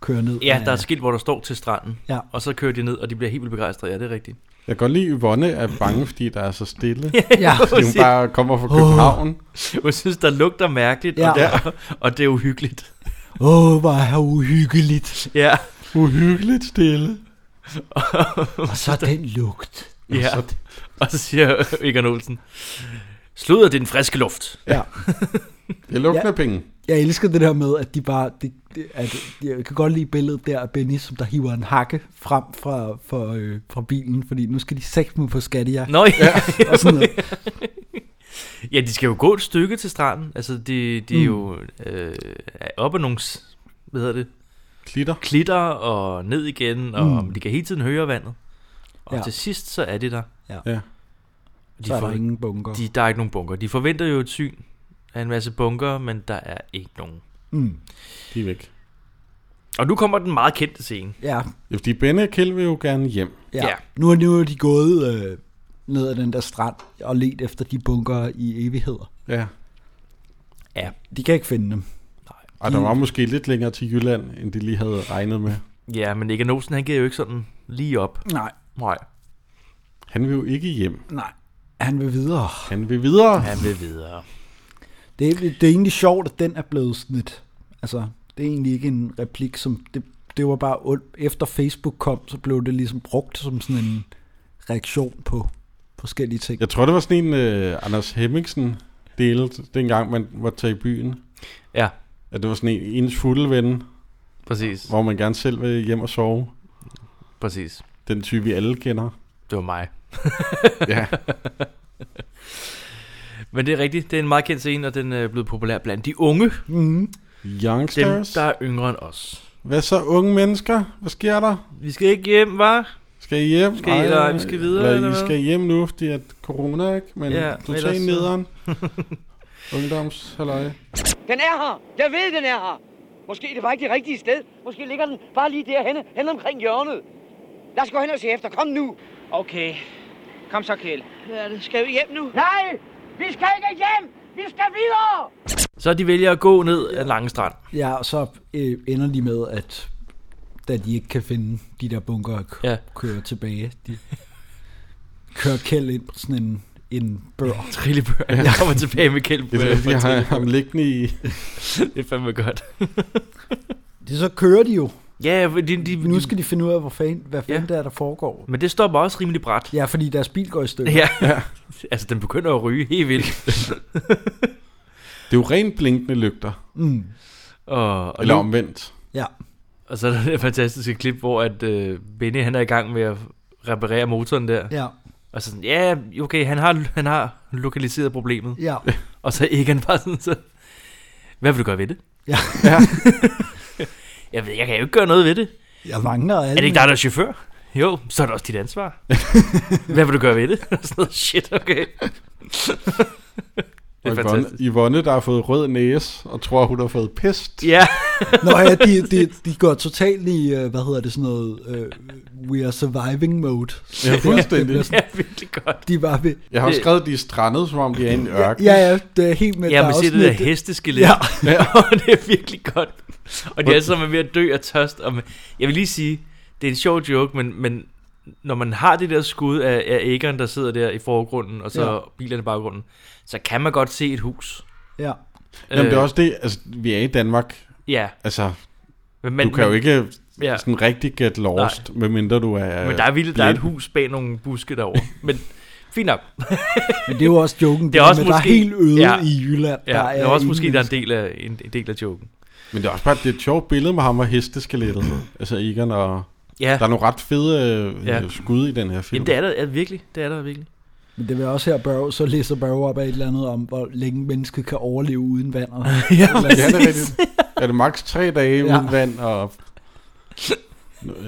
Kører ned.
Ja,
ad-
der er et skilt, hvor der står til stranden.
Ja.
Og så kører de ned, og de bliver helt vildt begejstrede. Ja, det er rigtigt.
Jeg kan godt lide, at Yvonne er bange, fordi der er så stille.
Ja,
Fordi hun bare kommer fra København.
Hun synes, der lugter mærkeligt,
Ja.
og, det, og det er uhyggeligt.
åh, hvor er uhyggeligt.
Ja,
Uhyggeligt stille.
Og så den lugt.
ja. Og så siger Egon Olsen, sludder det er den friske luft.
Ja.
Det lugter ja. penge.
Jeg elsker det der med, at de bare... De, de, at, jeg kan godt lide billedet der af Benny, som der hiver en hakke frem fra, fra, øh, fra bilen, fordi nu skal de sætte mig på skattejagt.
Nå, ja.
Og sådan noget.
ja, de skal jo gå et stykke til stranden. Altså, de, de er
Mm.
jo øh, er oppe af nogle, s- hvad hedder det,
Klitter.
klitter og ned igen, og mm. de kan hele tiden høre vandet. Og
Ja.
ja. til sidst, så er de der.
Ja.
De
Så er
får-
der ingen bunker.
De, der er ikke nogen bunker. De forventer jo et syn af en masse bunker, men der er ikke nogen.
Mm.
De er væk.
Og nu kommer den meget kendte scene.
Ja,
Ja, fordi Benny og Kjeld vil jo gerne hjem.
Ja.
Ja.
Nu, er, nu er de gået øh, ned ad den der strand og let efter de bunker i evigheder.
Ja.
Ja.
De kan ikke finde dem.
Og der var måske lidt længere til Jylland, end de lige havde regnet med.
Ja, men Egan Olsen, han giver jo ikke sådan lige op.
Nej,
Nej.
Han vil jo ikke hjem.
nej. Han vil videre.
Han vil videre.
Han vil videre.
Det, er- det er egentlig sjovt, at den er blevet sådan et, altså, det er egentlig ikke en replik, som, det, det var bare ondt. Efter Facebook kom, så blev det ligesom brugt som sådan en reaktion på forskellige ting.
Jeg tror, det var sådan en uh, Anders Hemmingsen delt, dengang man var taget i byen.
Ja,
At det var sådan en ens fulde ven,
præcis.
hvor man gerne selv vil hjem og sove.
Præcis.
Den type, vi alle kender.
Det var mig.
Ja.
Men det er rigtigt. Det er en meget kendt scene, og den øh, er blevet populær blandt de unge. Dem,
Youngsters.
der er yngre end os.
Hvad så, unge mennesker? Hvad sker der?
Vi skal ikke hjem, var?
Skal I hjem?
Skal I- eller vi skal videre,
eller
eller
I
hvad?
skal hjem nu, fordi at corona, ikke? Men
Ja,
ja, du
men
tager
ellers så-
nederen. Ungdoms, halløj.
Den er her. Jeg ved, den er her. Måske det var ikke det rigtige sted. Måske ligger den bare lige derhenne, hen omkring hjørnet. Lad os gå hen og se efter. Kom nu.
Okay. Kom så, Kjell.
Hvad er det? Skal vi hjem nu?
Nej! Vi skal ikke hjem! Vi skal videre!
Så de vælger at gå ned ad Lange Strand.
Ja, og så øh, ender de med, at da de ikke kan finde de der bunker, og k-
Ja.
kører tilbage. De kører Kjeld ind på sådan en, en bør.
Trillebør. Jeg kommer tilbage med kæld.
Det er derfor, jeg har ham liggende i...
det er fandme godt.
Det så kører de jo.
Ja, de, de, de,
Nu skal de finde ud af, hvor fan, hvad fanden
Ja.
ja. det er, der foregår.
Men det stopper også rimelig bræt.
Ja, fordi deres bil går i stykker.
Ja. ja. altså, den begynder at ryge helt vildt.
Det er jo rent blinkende lygter.
Mm.
Og, og,
Eller
nu,
omvendt.
ja.
og så er der det fantastiske klip, hvor at, øh, Benny han er i gang med at reparere motoren der.
Ja,
Og så sådan, ja, okay, han har, han har lokaliseret problemet.
ja.
Og så Egan bare sådan så, hvad vil du gøre ved det?
Ja.
jeg ved, jeg kan jo ikke gøre noget ved det.
Jeg mangler alle.
Er det ikke dig, der er chauffør? Jo, så er det også dit ansvar. Hvad vil du gøre ved det? Og sådan noget, shit, okay. det
Og
er
Yvonne,
fantastisk.
Yvonne, der har fået rød næse og tror, hun har fået pest.
Ja,
Nå ja, de, de, de går totalt i, øh, hvad hedder det, sådan noget, øh, we are surviving mode. Så
Ja,
det- det
fuldstændig.
bliver sådan-
ja, virkelig godt.
De var ved,
Jeg har jo
Det-
skrevet, de er strandet, som om de er i en ørken.
ja, ja, det er helt med,
Ja,
der
men
er
se
også
det der
lidt-
hesteskelet.
Ja.
Ja. det er virkelig godt. Og de er alle sammen ved at dø af tørst. Og man- jeg vil lige sige, det er en sjov joke, men, men når man har det der skud af, af æggeren, der sidder der i forgrunden, og så
Ja.
bilerne i baggrunden, så kan man godt se et hus.
ja.
Jamen, det er
Øh,
også det, altså, vi er i Danmark.
Ja,
Altså,
men,
men, du kan jo ikke
Ja.
ja. sådan øh, rigtig get lost, Nej. medmindre du er...
Men der er vildt, der er et
blind.
hus bag nogle buske derovre. Men fint nok.
Men det er jo også joken, det er også med, måske, der er helt øde ja, i Jylland.
Ja, der er også
ingen
måske der er en
mennesker.
del af, en, en del af joken.
Men det er også bare det er et sjovt billede med ham og hesteskelettet. altså Egon og...
Ja,
Der er nogle ret fede øh,
Ja.
ja. skud i den her film.
Jamen, det er der er, virkelig. Det er der virkelig.
Men det vil også her Børge, så læser Børge op af et eller andet om, hvor længe mennesket kan overleve uden vand. Og,
Ja,
Ja, det er rigtigt. Er det maks tre dage
Ja.
ja. uden vand, og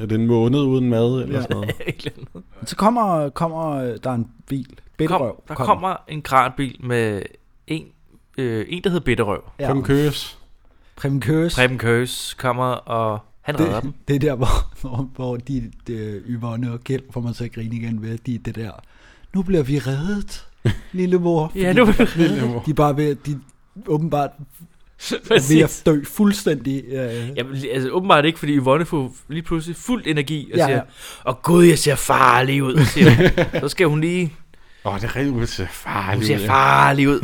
er det en måned uden mad, eller
Ja.
ja. sådan noget?
så kommer, kommer der en bil.
Kom,
Bitterøv.
der kommer en kranbil med en, øh, en der hedder Bitterøv.
Ja. Kom køs.
Preben Køs.
Preben Køs kommer, og han redder dem.
det, det er der, hvor, hvor, hvor de, øh, de Yvonne og Kjeld får man så at grine igen ved, de er det der, nu bliver vi reddet, lille mor.
Ja, nu
Lillemor.
De er bare ved, de åbenbart er ved
præcis.
at dø fuldstændig. Øh,
Jamen, altså, åbenbart ikke, fordi Yvonne får lige pludselig fuld energi og
Ja,
ja,
ja.
siger, og gud, jeg ser farlig ud, siger hun. Så skal hun lige
Åh, oh, det er rigtig hun ser
Hun
farligt. ud,
ser
ja.
farlig ud.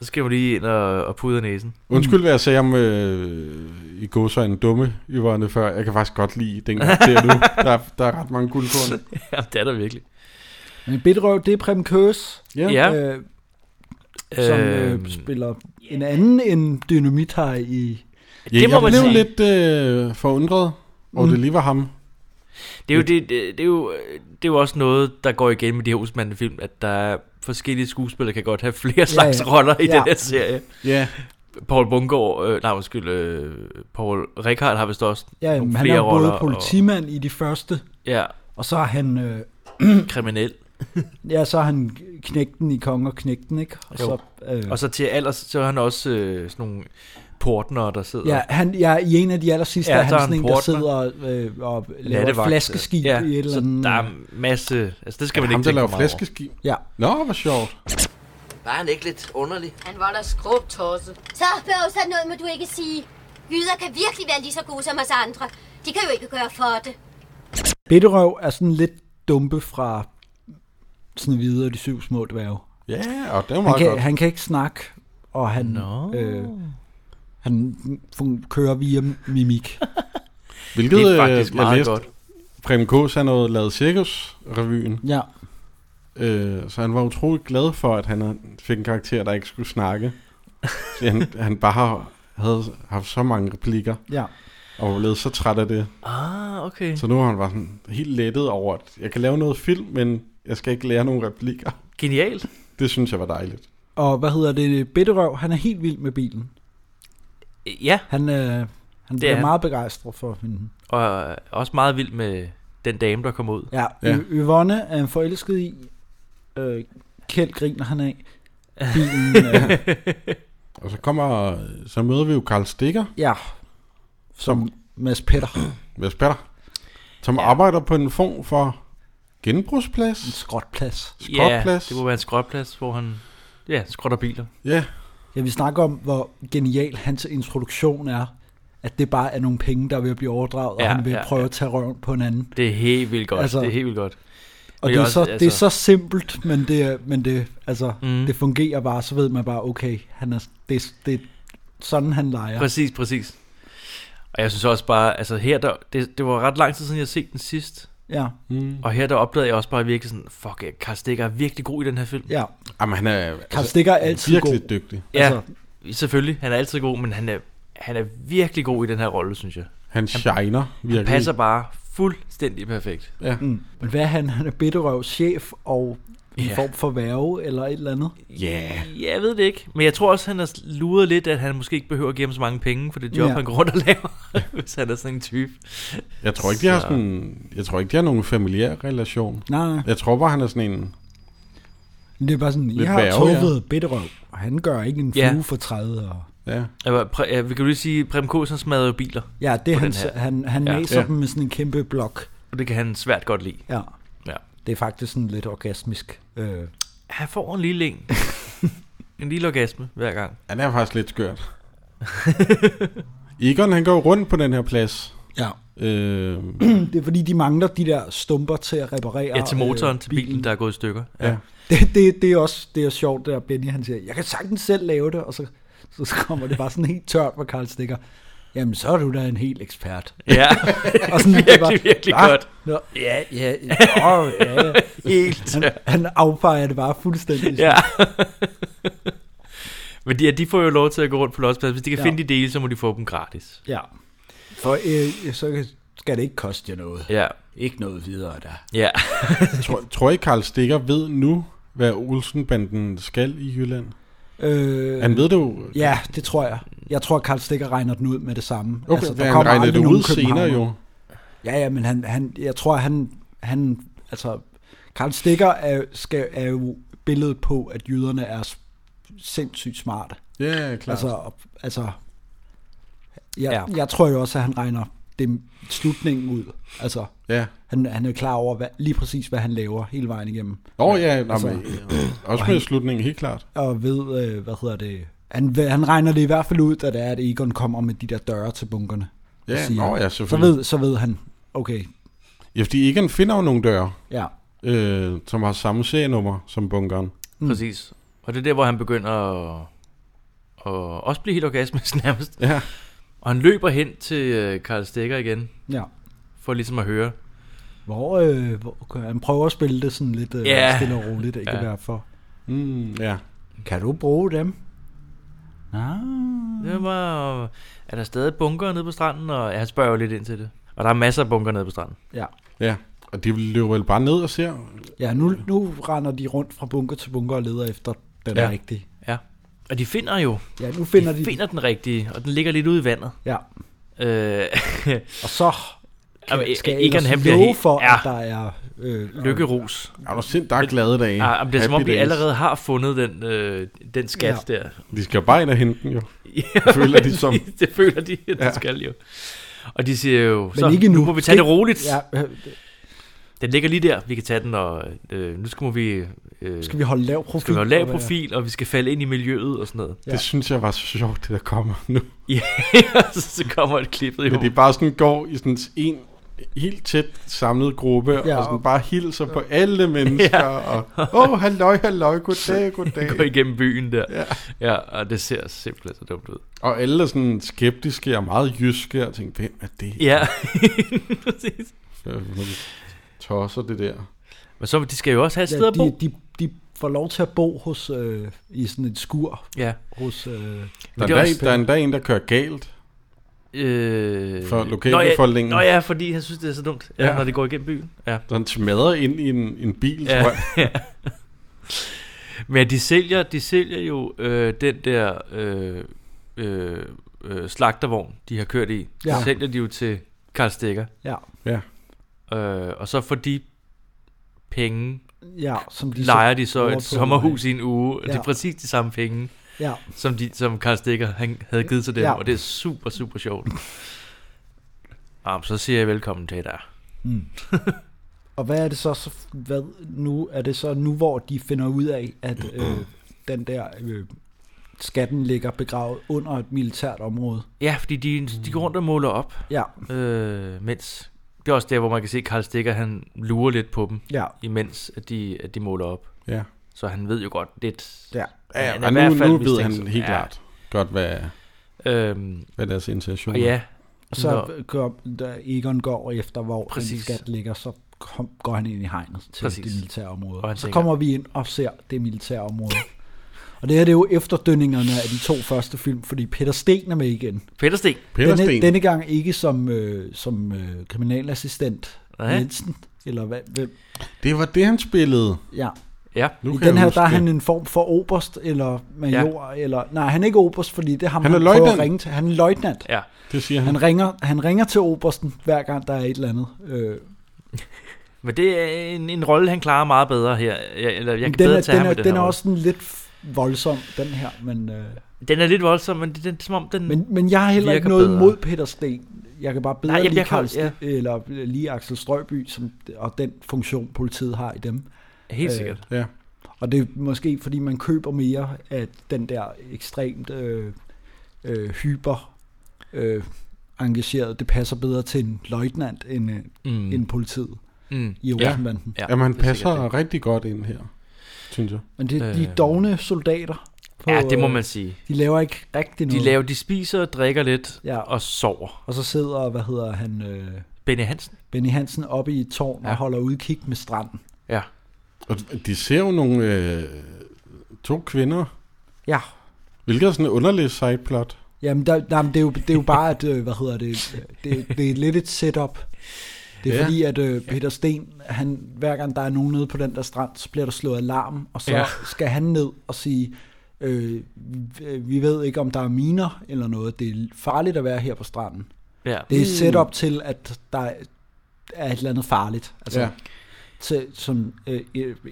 Så skal hun lige ind og, og pudre næsen.
Undskyld, hvad jeg sagde om øh, i går så en dumme Yvonne før. Jeg kan faktisk godt lide den karakter nu. Der, er- der er ret mange guldkorn.
Ja, det er der virkelig.
Men Bitterøv, det er Preben Køs,
Ja.
Ja.
øh,
Øhm,
som øh, spiller en anden end Dynamit har i...
Ja,
det må
jeg
man
blev
sige.
lidt øh, forundret, og mm. det lige var ham.
Det er, jo, det, det, det, er jo, det er jo også noget, der går igen med de her Osmanden-film, at der er forskellige skuespillere, der kan godt have flere slags
ja.
roller i
Ja.
den her serie.
Ja,
Paul Bungård, øh, nej undskyld, øh, Paul Rickard har vist også
Ja,
nogle
han
flere
er jo
roller.
både politimand i de første,
Og, ja,
og så er han, øh,
kriminel.
ja, så er han knægten i Kong og Knægten, ikke? Og
Jo.
så, øh,
Og så til alders, så er han også øh, sådan nogle portner, der sidder.
Ja, han, ja, i en af de aller sidste
Ja,
ja, er
så er
han
han
sådan en,
portner.
der sidder øh, og laver et
Nattevagt.
flaskeskib ja, i et eller andet.
Så der er masse, altså det skal man
ham
ikke
der
tænke
laver
for meget over.
flæskeskib.
Ja,
Nå, hvor sjovt.
Var han ikke lidt underlig?
Han var da skrubtosse.
Så, Børge, sådan noget må du ikke sige. Jyder kan virkelig være lige så gode som os andre. De kan jo ikke gøre for det.
Bitterøv er sådan lidt dumpe fra sådan videre de syv små dværge.
Ja, og det var
Han
meget
kan,
godt.
han kan ikke snakke, og han, no. øh, han fun- kører via mimik.
Hvilket
Det er
øh,
faktisk
jeg
meget
læste,
godt.
Prem K. han havde lavet Cirkus-revyen,
Ja,
øh, så han var utrolig glad for, at han havde- fik en karakter, der ikke skulle snakke. Fordi han, han bare har, havde haft så mange replikker,
ja.
og var blevet så træt af det.
Ah, okay.
Så nu har han bare sådan helt lettet over, at jeg kan lave noget film, men jeg skal ikke lære nogen replikker.
Genialt.
Det synes jeg var dejligt.
Og hvad hedder det? Bitterøv, han er helt vild med bilen.
Ja,
Han, øh, han bliver
han.
meget begejstret for hende.
og øh, også meget vild med den dame, der kom ud.
Ja,
Ja.
ja. Yvonne er han forelsket i. Øh, Kjeld griner han af. Bilen, øh,
Og så kommer, så møder vi jo Karl Stikker,
ja, som Mads Petter.
Mads Petter, som ja. arbejder på en form for
En
genbrugsplads,
skråtplads.
skrotplads.
Ja, det må være en skrotplads, hvor han ja, skrotter biler.
ja.
Ja, vi snakker om, hvor genial hans introduktion er. At det bare er nogle penge, der vil blive overdraget, ja,
Ja,
og han vil
ja,
ja, prøve
ja.
at tage røven på en anden.
Det er helt vildt godt.
Altså-
Altså, det er helt vildt godt.
Og det er, så, det er så simpelt, men det, er- men det, altså,
Mm.
mm. det fungerer bare, så ved man bare, okay, han er, det, det er sådan, han leger.
altså, Præcis, præcis. Og jeg synes også bare, altså her, der, det, det var ret lang tid siden, jeg har set den sidst.
Ja.
Mm.
Og her, der opdagede jeg også bare virkelig sådan, fuck, eh, Carl Stikker er virkelig god i den her film.
Ja.
Jamen, Altså, han er... altså
Carl Stikker er altid
virkelig
god.
dygtig.
Ja, altså. selvfølgelig. Han er altid god, men han er, han er virkelig god i den her rolle, synes jeg.
Han shiner
Han
virkelig.
passer bare fuldstændig perfekt.
Ja.
Mm. Men hvad er han? Han er bitterøv chef og en
Ja.
form for værve eller et eller andet.
Ja.
Ja, jeg ved det ikke. Men jeg tror også, han har luret lidt, at han måske ikke behøver at give ham så mange penge for det job, ja.
Ja.
han går rundt og laver, hvis han er sådan en type.
Jeg tror ikke, de har
Så-
sådan... Jeg tror ikke, de har nogen familiær relation.
Nej, nej.
Jeg tror bare, han er sådan en...
Men Det er bare sådan,
Lidt
jeg har
værge, ja.
tuffet ja. bitterøv, og han gør ikke en flue
Ja.
for 30 år.
Ja.
Altså, præ- ja, vi kan jo lige sige, at Prem Kåsen smadrer jo biler.
Ja, det er
på
han,
den her.
han, han
Ja.
næser
Ja.
dem med sådan en kæmpe blok.
Og det kan han svært godt lide.
Ja.
Ja.
Det er faktisk sådan lidt orgasmisk. Øh,
Han får en lille en. en lille orgasme hver gang.
Han er faktisk lidt skørt. Egon, han går rundt på den her plads.
ja.
Øh,
Det er fordi, de mangler de der stumper til at reparere
Ja, til motoren,
øh,
til bilen, der er gået i stykker. Ja.
Ja.
ja.
Det, det, det er også det er sjovt, der Benny han siger, jeg kan sagtens selv lave det, og så, så kommer det bare sådan helt tørt, hvor Karl stikker. Jamen, så er du da en helt ekspert.
ja.
Og sådan, det er
virkelig, virkelig
"Hva?
godt.
Nå, ja, ja, ja, ja, ja.
Helt.
Han, han affejer det bare fuldstændig.
Ja. Men de, ja, de får jo lov til at gå rundt på lodspladsen. Hvis de kan ja.
Ja.
finde de dele, så må de få dem gratis.
ja. For øh, så skal det ikke koste jer noget.
Ja.
Ikke noget videre, der.
Ja.
tror, tror I, Karl Stikker ved nu, hvad Olsenbanden skal i Jylland?
Øh,
Han ved det jo.
Ja, det tror jeg. Jeg tror, Karl Stikker regner den ud med det samme.
Okay, altså, han
kommer
regner
aldrig
det
nogen
ud senere
københavner.
jo.
Ja, ja, men han, han, jeg tror, han, han altså, Karl Stikker er, skal, er jo billedet på, at jyderne er s- sindssygt smarte.
Ja, ja, klart.
Altså,
Altså,
op- altså jeg,
Ja.
ja. jeg tror jo også, at han regner det slutningen ud. Altså,
ja.
han, han er klar over hvad, lige præcis, hvad han laver hele vejen igennem.
Nå ja, nej,
Altså-
men, også med slutningen, helt klart.
Og ved, øh, hvad hedder det, han, ved- han regner det i hvert fald ud, da det er, at Egon kommer med de der døre til bunkerne. og
Ja,
siger-
nå ja,
så
selvfølgelig.
ved, så ved han, okay,
Ja, fordi Egon finder jo nogle døre,
ja,
øh, som har samme serienummer som bunkeren.
Mm.
Præcis. Og det er der, hvor han begynder at, at også blive helt orgasmisk nærmest.
Ja.
Og han løber hen til øh, Karl Stikker igen,
ja.
for ligesom at høre.
Mm. Hvor, øh, hvor okay, han prøver at spille det sådan lidt øh,
Ja.
yeah. stille og roligt, ikke
Ja.
yeah. være for.
Mm, ja.
Kan du bruge dem? Nej.
Det var, er der stadig bunker nede på stranden? Og ja, han spørger jo lidt ind til det. Og der er masser af bunker nede på stranden.
Ja.
Ja, og de løber vel bare ned og ser.
Ja, nu, nu render de rundt fra bunker til bunker og leder efter den
Ja.
ja. rigtige.
Ja. Og de finder jo,
Ja, nu finder de,
de finder den rigtige, og den ligger lidt ude i vandet.
Ja,
Øh,
og så kan,
Jamen, E-
skal jeg
Egon,
ellers
han bliver
love
helt-
for,
ja.
at der er... Øh,
lykkerus.
Ja, der er sind, der er glade dage.
Ja, Ah, det er som om,
Happy
de
days.
allerede har fundet den, øh, den skat ja. der.
De skal bare ind og hente den jo.
Ja,
Føler de som.
det føler de, at de
Ja.
ja. skal jo. Og de siger jo,
Men ikke nu.
nu må vi tage det
Ikke-
roligt. Ja.
Ja, øh,
Den ligger lige der, vi kan tage den, og øh, nu skal må vi... Øh,
skal vi holde lav profil?
skal vi have lav
og være-
profil, og vi skal falde ind i miljøet og sådan noget.
Det synes jeg var så sjovt, det der kommer nu.
Ja, så, så kommer et klippet jo.
Men de bare sådan går i sådan en helt tæt samlet gruppe, ja,
Ja,
og sådan
og-
bare hilser på alle mennesker, ja. og åh, oh, halløj, halløj, goddag,
går
goddag.
igennem byen der. Ja. ja, og det ser simpelthen så dumt ud.
og alle er sådan skeptiske og meget jyske, og tænker, hvem er det?
Ja, præcis.
Øh, Tosser det der.
Men så, de skal jo også have et sted
Ja,
at bo.
de, de, de får lov til at bo hos, øh, i sådan et skur
Ja.
hos... Øh,
Der er,
det er
der,
også-
en- der, er endda en, der kører galt.
Øh,
For
lokalbefolkningen.
lokalbefolkningen.
Nå ja, nå ja, fordi han synes, det er så dumt, ja,
Ja.
ja. når det går igennem byen. Ja.
Der er en smadrer ind i en, en bil,
Ja.
tror jeg.
Men de sælger, de sælger jo øh, den der øh, øh, øh, slagtervogn, de har kørt i. Ja.
Ja.
Den sælger de jo til Karl Stikker.
ja,
Ja.
Øh, og så får de penge,
ja, som de
de leger de så
bruger på-
et sommerhus i en uge. Ja. Det
Ja.
er præcis de samme penge,
Ja,
som, de, som Karl Stikker han havde givet til dem. Ja.
Ja.
Og det er super, super sjovt. Jamen, så siger jeg velkommen til dig.
og hvad er det så, så hvad nu, er det så nu, hvor de finder ud af, at øh, den der øh, skatten ligger begravet under et militært område?
Ja, fordi de, de går rundt og måler op.
Ja,
øh, mens Det er også der, hvor man kan se, at Karl Stikker, han lurer lidt på dem,
Ja.
imens at de, at de måler op.
Ja.
Så han ved jo godt lidt.
Ja.
Ja,
han er
og
i
nu,
hvert fald
nu ved han
mistænksom.
helt klart godt, hvad,
øhm,
hvad deres intention
Og ja.
Og så
Nå.
går, da Egon går efter, hvor Præcis.
Præcis.
skat ligger, så kom, går han ind i hegnet til Præcis.
Præcis.
det militære område.
Og han
så
tænker-
kommer vi ind og ser det militære område. og det her det er jo efterdønningerne af de to første film, fordi Peter Sten er med igen.
Peter Sten.
Peter
Denne,
Sten.
denne gang ikke som, øh, som øh, kriminalassistent
Nej.
Jensen, eller hvad, hvem?
Det var det, han spillede.
Ja.
Ja.
Nu
I
kan
den
jeg
her,
huske
der er han
det.
en form for oberst, eller major, ja. eller... Nej, han er ikke oberst, fordi det er ham,
Han er
prøver at
løjtnant.
ringe til. Han er løjtnant.
Ja.
Det siger han.
Han ringer, han ringer til obersten, hver gang der er et eller andet. Øh,
Men det er en, en rolle, han klarer meget bedre her. Jeg, eller jeg kan
den,
bedre
er,
tage
den,
ham i
er,
den,
den er
her rolle.
også sådan lidt f- voldsom, den her. Men, øh,
Den er lidt voldsom, men det, den, som om den...
men, men jeg har heller ikke
virker
noget
bedre.
mod Peter Sten. Jeg kan bare bedre
Nej,
Nej,
jamen,
lide,
jeg kan-
Karl, ja. eller lige Axel Strøby, som, og den funktion, politiet har i dem.
Helt
Øh,
sikkert.
Ja.
Og det er måske, fordi man køber mere af den der ekstremt øh, øh, hyper øh, engageret. Det passer bedre til en løjtnant end, øh, mm.
Mm.
end politiet
Mm.
i Olsenbanden.
Ja.
Jamen, han
det er sikkert
passer rigtig godt ind her, synes jeg.
Men det, de er
Øh.
dogne soldater.
Ja, det må
øh,
man sige.
De laver ikke rigtig noget.
De, laver, de spiser og drikker lidt
Ja.
ja. og sover.
Og så sidder, hvad hedder han, øh,
Benny Hansen?
Benny Hansen oppe i et tårn ja. og holder udkig med stranden.
Ja.
Og de ser jo nogle øh, to kvinder,
Ja.
hvilket er sådan en underlig sideplot.
Jamen, der, nej, men det, er jo, det er jo bare, at, øh, hvad hedder det, det, det er lidt et setup. Det er ja.
Ja.
fordi, at øh, Peter Sten, han, hver gang der er nogen nede på den der strand, så bliver der slået alarm, og så ja.
Ja.
skal han ned og sige, øh, vi- vi ved ikke, om der er miner eller noget. Det er farligt at være her på stranden.
Ja.
Det er et setup til, at der er et eller andet farligt. Altså, ja.
Ja.
til, som øh,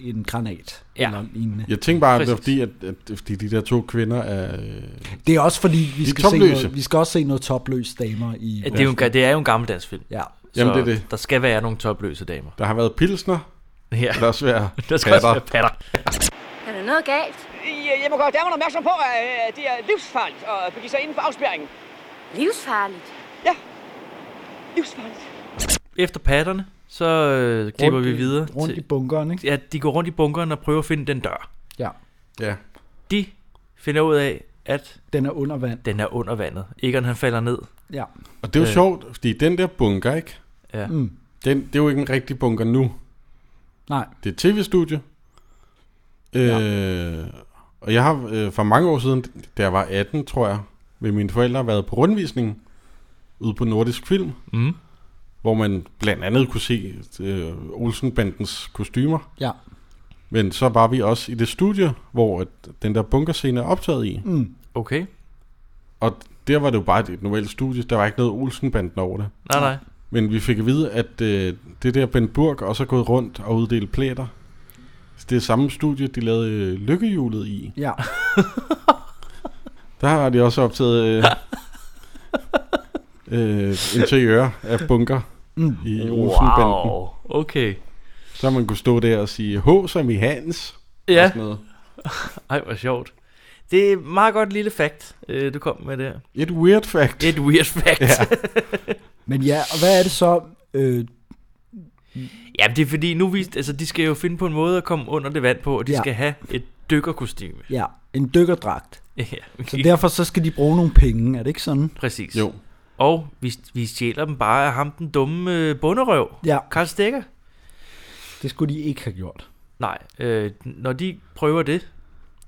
en granat ja.
Ja.
eller lignende.
Jeg tænkte bare, at det var
Præcis.
fordi, at, at, at de, de der to kvinder er... Øh,
Det er også fordi, vi
er
skal, se
topløse.
noget, vi skal også se noget topløs damer i...
Ja, det, er jo en, ga- det er jo en gammeldansk film.
Ja.
Jamen,
så
det er det.
der skal være nogle topløse damer.
der har været pilsner,
Ja.
og der er svære
Der skal også være
patter.
patter.
Er der noget galt?
Jeg, jeg må gøre damerne opmærksom på, at øh, det er livsfarligt at begive sig inden for afspærringen.
Livsfarligt.
Ja, livsfarligt.
Efter patterne, så øh, klipper
rundt
vi
i-
videre.
Rundt i
til,
bunkeren, ikke?
ja, de går rundt i bunkeren og prøver at finde den dør.
Ja.
Ja.
De finder ud af, at
Den er under vand.
den er under vandet. Egon han falder ned.
Ja.
Og det er jo
Øh.
sjovt, fordi den der bunker, ikke?
Ja.
Mm.
Den, det er jo ikke en rigtig bunker nu.
Nej.
Det er et tv-studie. Øh, Og jeg har øh, for mange år siden, da jeg var 18, tror jeg, med mine forældre, været på rundvisning ude på Nordisk Film,
Mm.
hvor man blandt andet kunne se øh, Olsenbandens kostymer.
Ja.
Men så var vi også i det studie, hvor at den der bunkerscene er optaget i. Mm.
Okay.
Og der var det jo bare et normalt studie. Der var ikke noget Olsenbanden over det.
Nej, nej.
Men vi fik at vide, at øh, det der Ben Burg også er gået rundt og uddelt plæter. Så Det er samme studie, de lavede øh, lykkehjulet i.
Ja.
Der har de også optaget øh, øh, interiør af bunker mm. i Olsenbanden. Wow.
Wow. Okay.
Så man kunne stå der og sige, H som i Hans.
Ja.
Og sådan noget.
Ej, hvor sjovt. Det er et meget godt lille fact, øh, du kom med der.
Et weird fact.
Et weird fact. Ja.
Men ja, og hvad er det så? Øh,
Jamen, det er fordi, nu vist, altså, de skal jo finde på en måde at komme under det vand på, og de
Ja.
ja. skal have et dykkerkostyme.
ja, en dykkerdragt.
Ja.
Så derfor så skal de bruge nogle penge, er det ikke sådan?
Præcis.
Jo.
Og vi, vi stjæler dem bare af ham, den dumme øh, bunderøv.
Ja.
Karl Stikker.
Det skulle de ikke have gjort.
Nej, øh, når de prøver det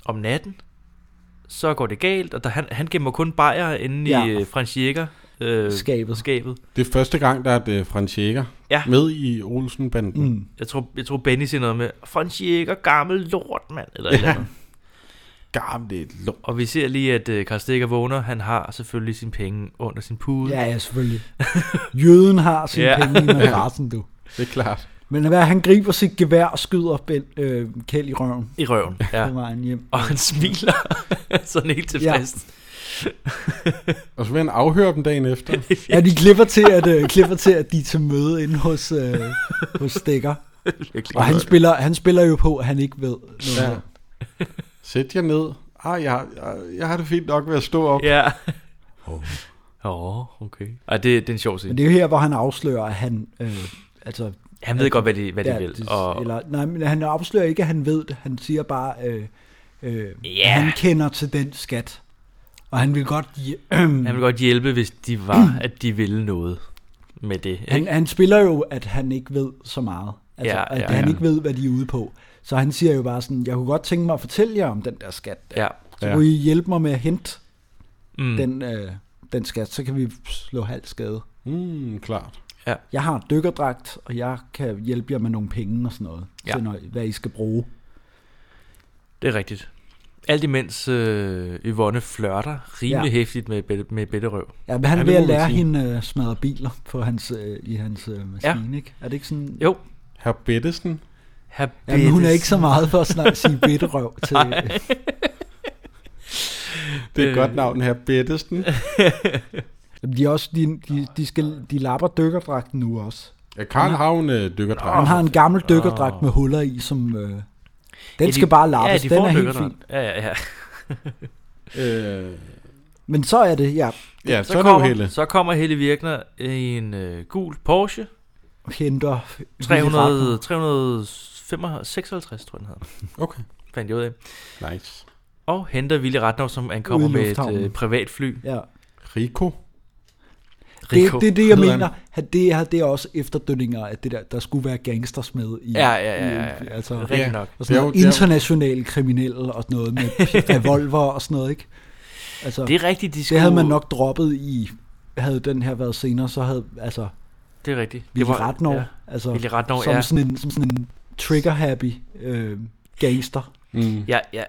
om natten, så går det galt, og der, han, han gemmer kun bajer inde
Ja.
ja. i øh, Franz Jäger, øh,
Skabet.
skabet.
Det er første gang, der er et øh, franchækker
Ja.
med i Olsenbanden. Mm.
Jeg tror, jeg tror Benny siger noget med, Franz Jäger, gammel lort, mand, eller ja. eller andet.
Gamle lort.
Og vi ser lige, at øh, Karl Stikker vågner. Han har selvfølgelig sine penge under sin pude.
Ja, ja, selvfølgelig. Jøden har sine
Ja.
penge i madrassen, du.
Det er klart.
Men hvad, han griber sit gevær og skyder ben, øh, Kjeld i røven
I røven,
ja.
ja.
på vejen hjem.
Og han smiler sådan helt tilfreds.
Og så vil han afhøre dem dagen efter.
Ja, de klipper til, at, øh, klipper til, at de er til møde inde hos, øh, hos Stikker.
Virkelig
Og han
godt.
spiller, han spiller jo på, at han ikke ved noget. Ja.
Sæt jer ned. Ah, jeg, har- jeg, jeg har det fint nok ved at stå op.
Ja. Åh, oh, okay. Ej, det, det er en sjov scene.
Men det er jo her, hvor han afslører, at han... Øh, altså,
Han ved
at-
godt, hvad de- hvad de vil,
det-
og-
Eller, nej, men han afslører ikke, at han ved det. Han siger bare, øh, øh,
Ja.
han kender til den skat. Og han vil godt... hj-
Han vil godt hjælpe, hvis de var, at de ville noget med det. ikke?
Han, han spiller jo, at han ikke ved så meget. Altså,
Ja,
at
ja,
han
ja.
ikke ved, hvad de er ude på. Så han siger jo bare sådan, jeg kunne godt tænke mig at fortælle jer om den der skat.
Ja.
Så
Ja.
kunne I hjælpe mig med at hente
Mm.
mm. den, øh, den skat, så kan vi slå halv skade.
Mm, klart.
Ja.
Jeg har dykkerdragt, og jeg kan hjælpe jer med nogle penge og sådan noget,
Ja.
ja. til når, hvad I skal bruge.
Det er rigtigt. Alt imens øh, Yvonne flørter rimelig ja.
Ja.
hæftigt med, Bette- med Betterøv.
Ja, men han er
det
ved
må
at
man
lære
sige.
hende øh, smadre biler på hans, øh, i hans øh, maskine, ja. ikke? Er det ikke sådan?
Jo.
Herr Bettesen.
Herr
Jamen, hun er
Bettesen.
ikke så meget for at snakke, sige bitterøv til...
Nej.
Det er et
Øh.
godt navn, Herr Bettesen.
Jamen, de, er også, de, de, de, skal, de lapper dykkerdragten nu også.
Ja, Karl har jo en øh, dykkerdragt.
Han har en gammel dykkerdragt med huller i, som... Øh, den ja, de, skal bare lappes,
ja,
ja,
de
den
får
er helt
dykkerdragt.
fin.
Ja, ja, ja.
øh,
Men så er det, ja,
ja, så, så er det jo
kommer,
Helle.
så kommer Helle Virkner i en øh, gul Porsche.
henter...
300, 356, tror jeg den hedder.
Okay.
Fandt jeg ud af.
Nice.
Og henter Ville Ratnov, som ankommer
Ude i
med et
lufthavnen.
øh, privatfly.
Ja.
Rico.
Rico.
Det, det er det, jeg
hedder han.
mener. At det, her, det er også efterdønninger af det der, der skulle være gangsters med i.
Ja, ja, ja,
i-
ja, ja.
altså,
Rigtig Ja, nok.
Og sådan
det er
noget,
jo- det er jo-
internationale kriminelle og sådan noget med revolver og sådan noget, ikke? Altså,
Det er rigtigt, de
Det havde man
skulle-
nok droppet i, havde den her været senere, så havde, altså...
Det er rigtigt. Det
Ville
var-
Ratnov,
ja.
altså,
Ville Ratnov,
som,
ja.
sådan en, som sådan en trigger-happy øh, gangster.
Mm.
Ja, ja.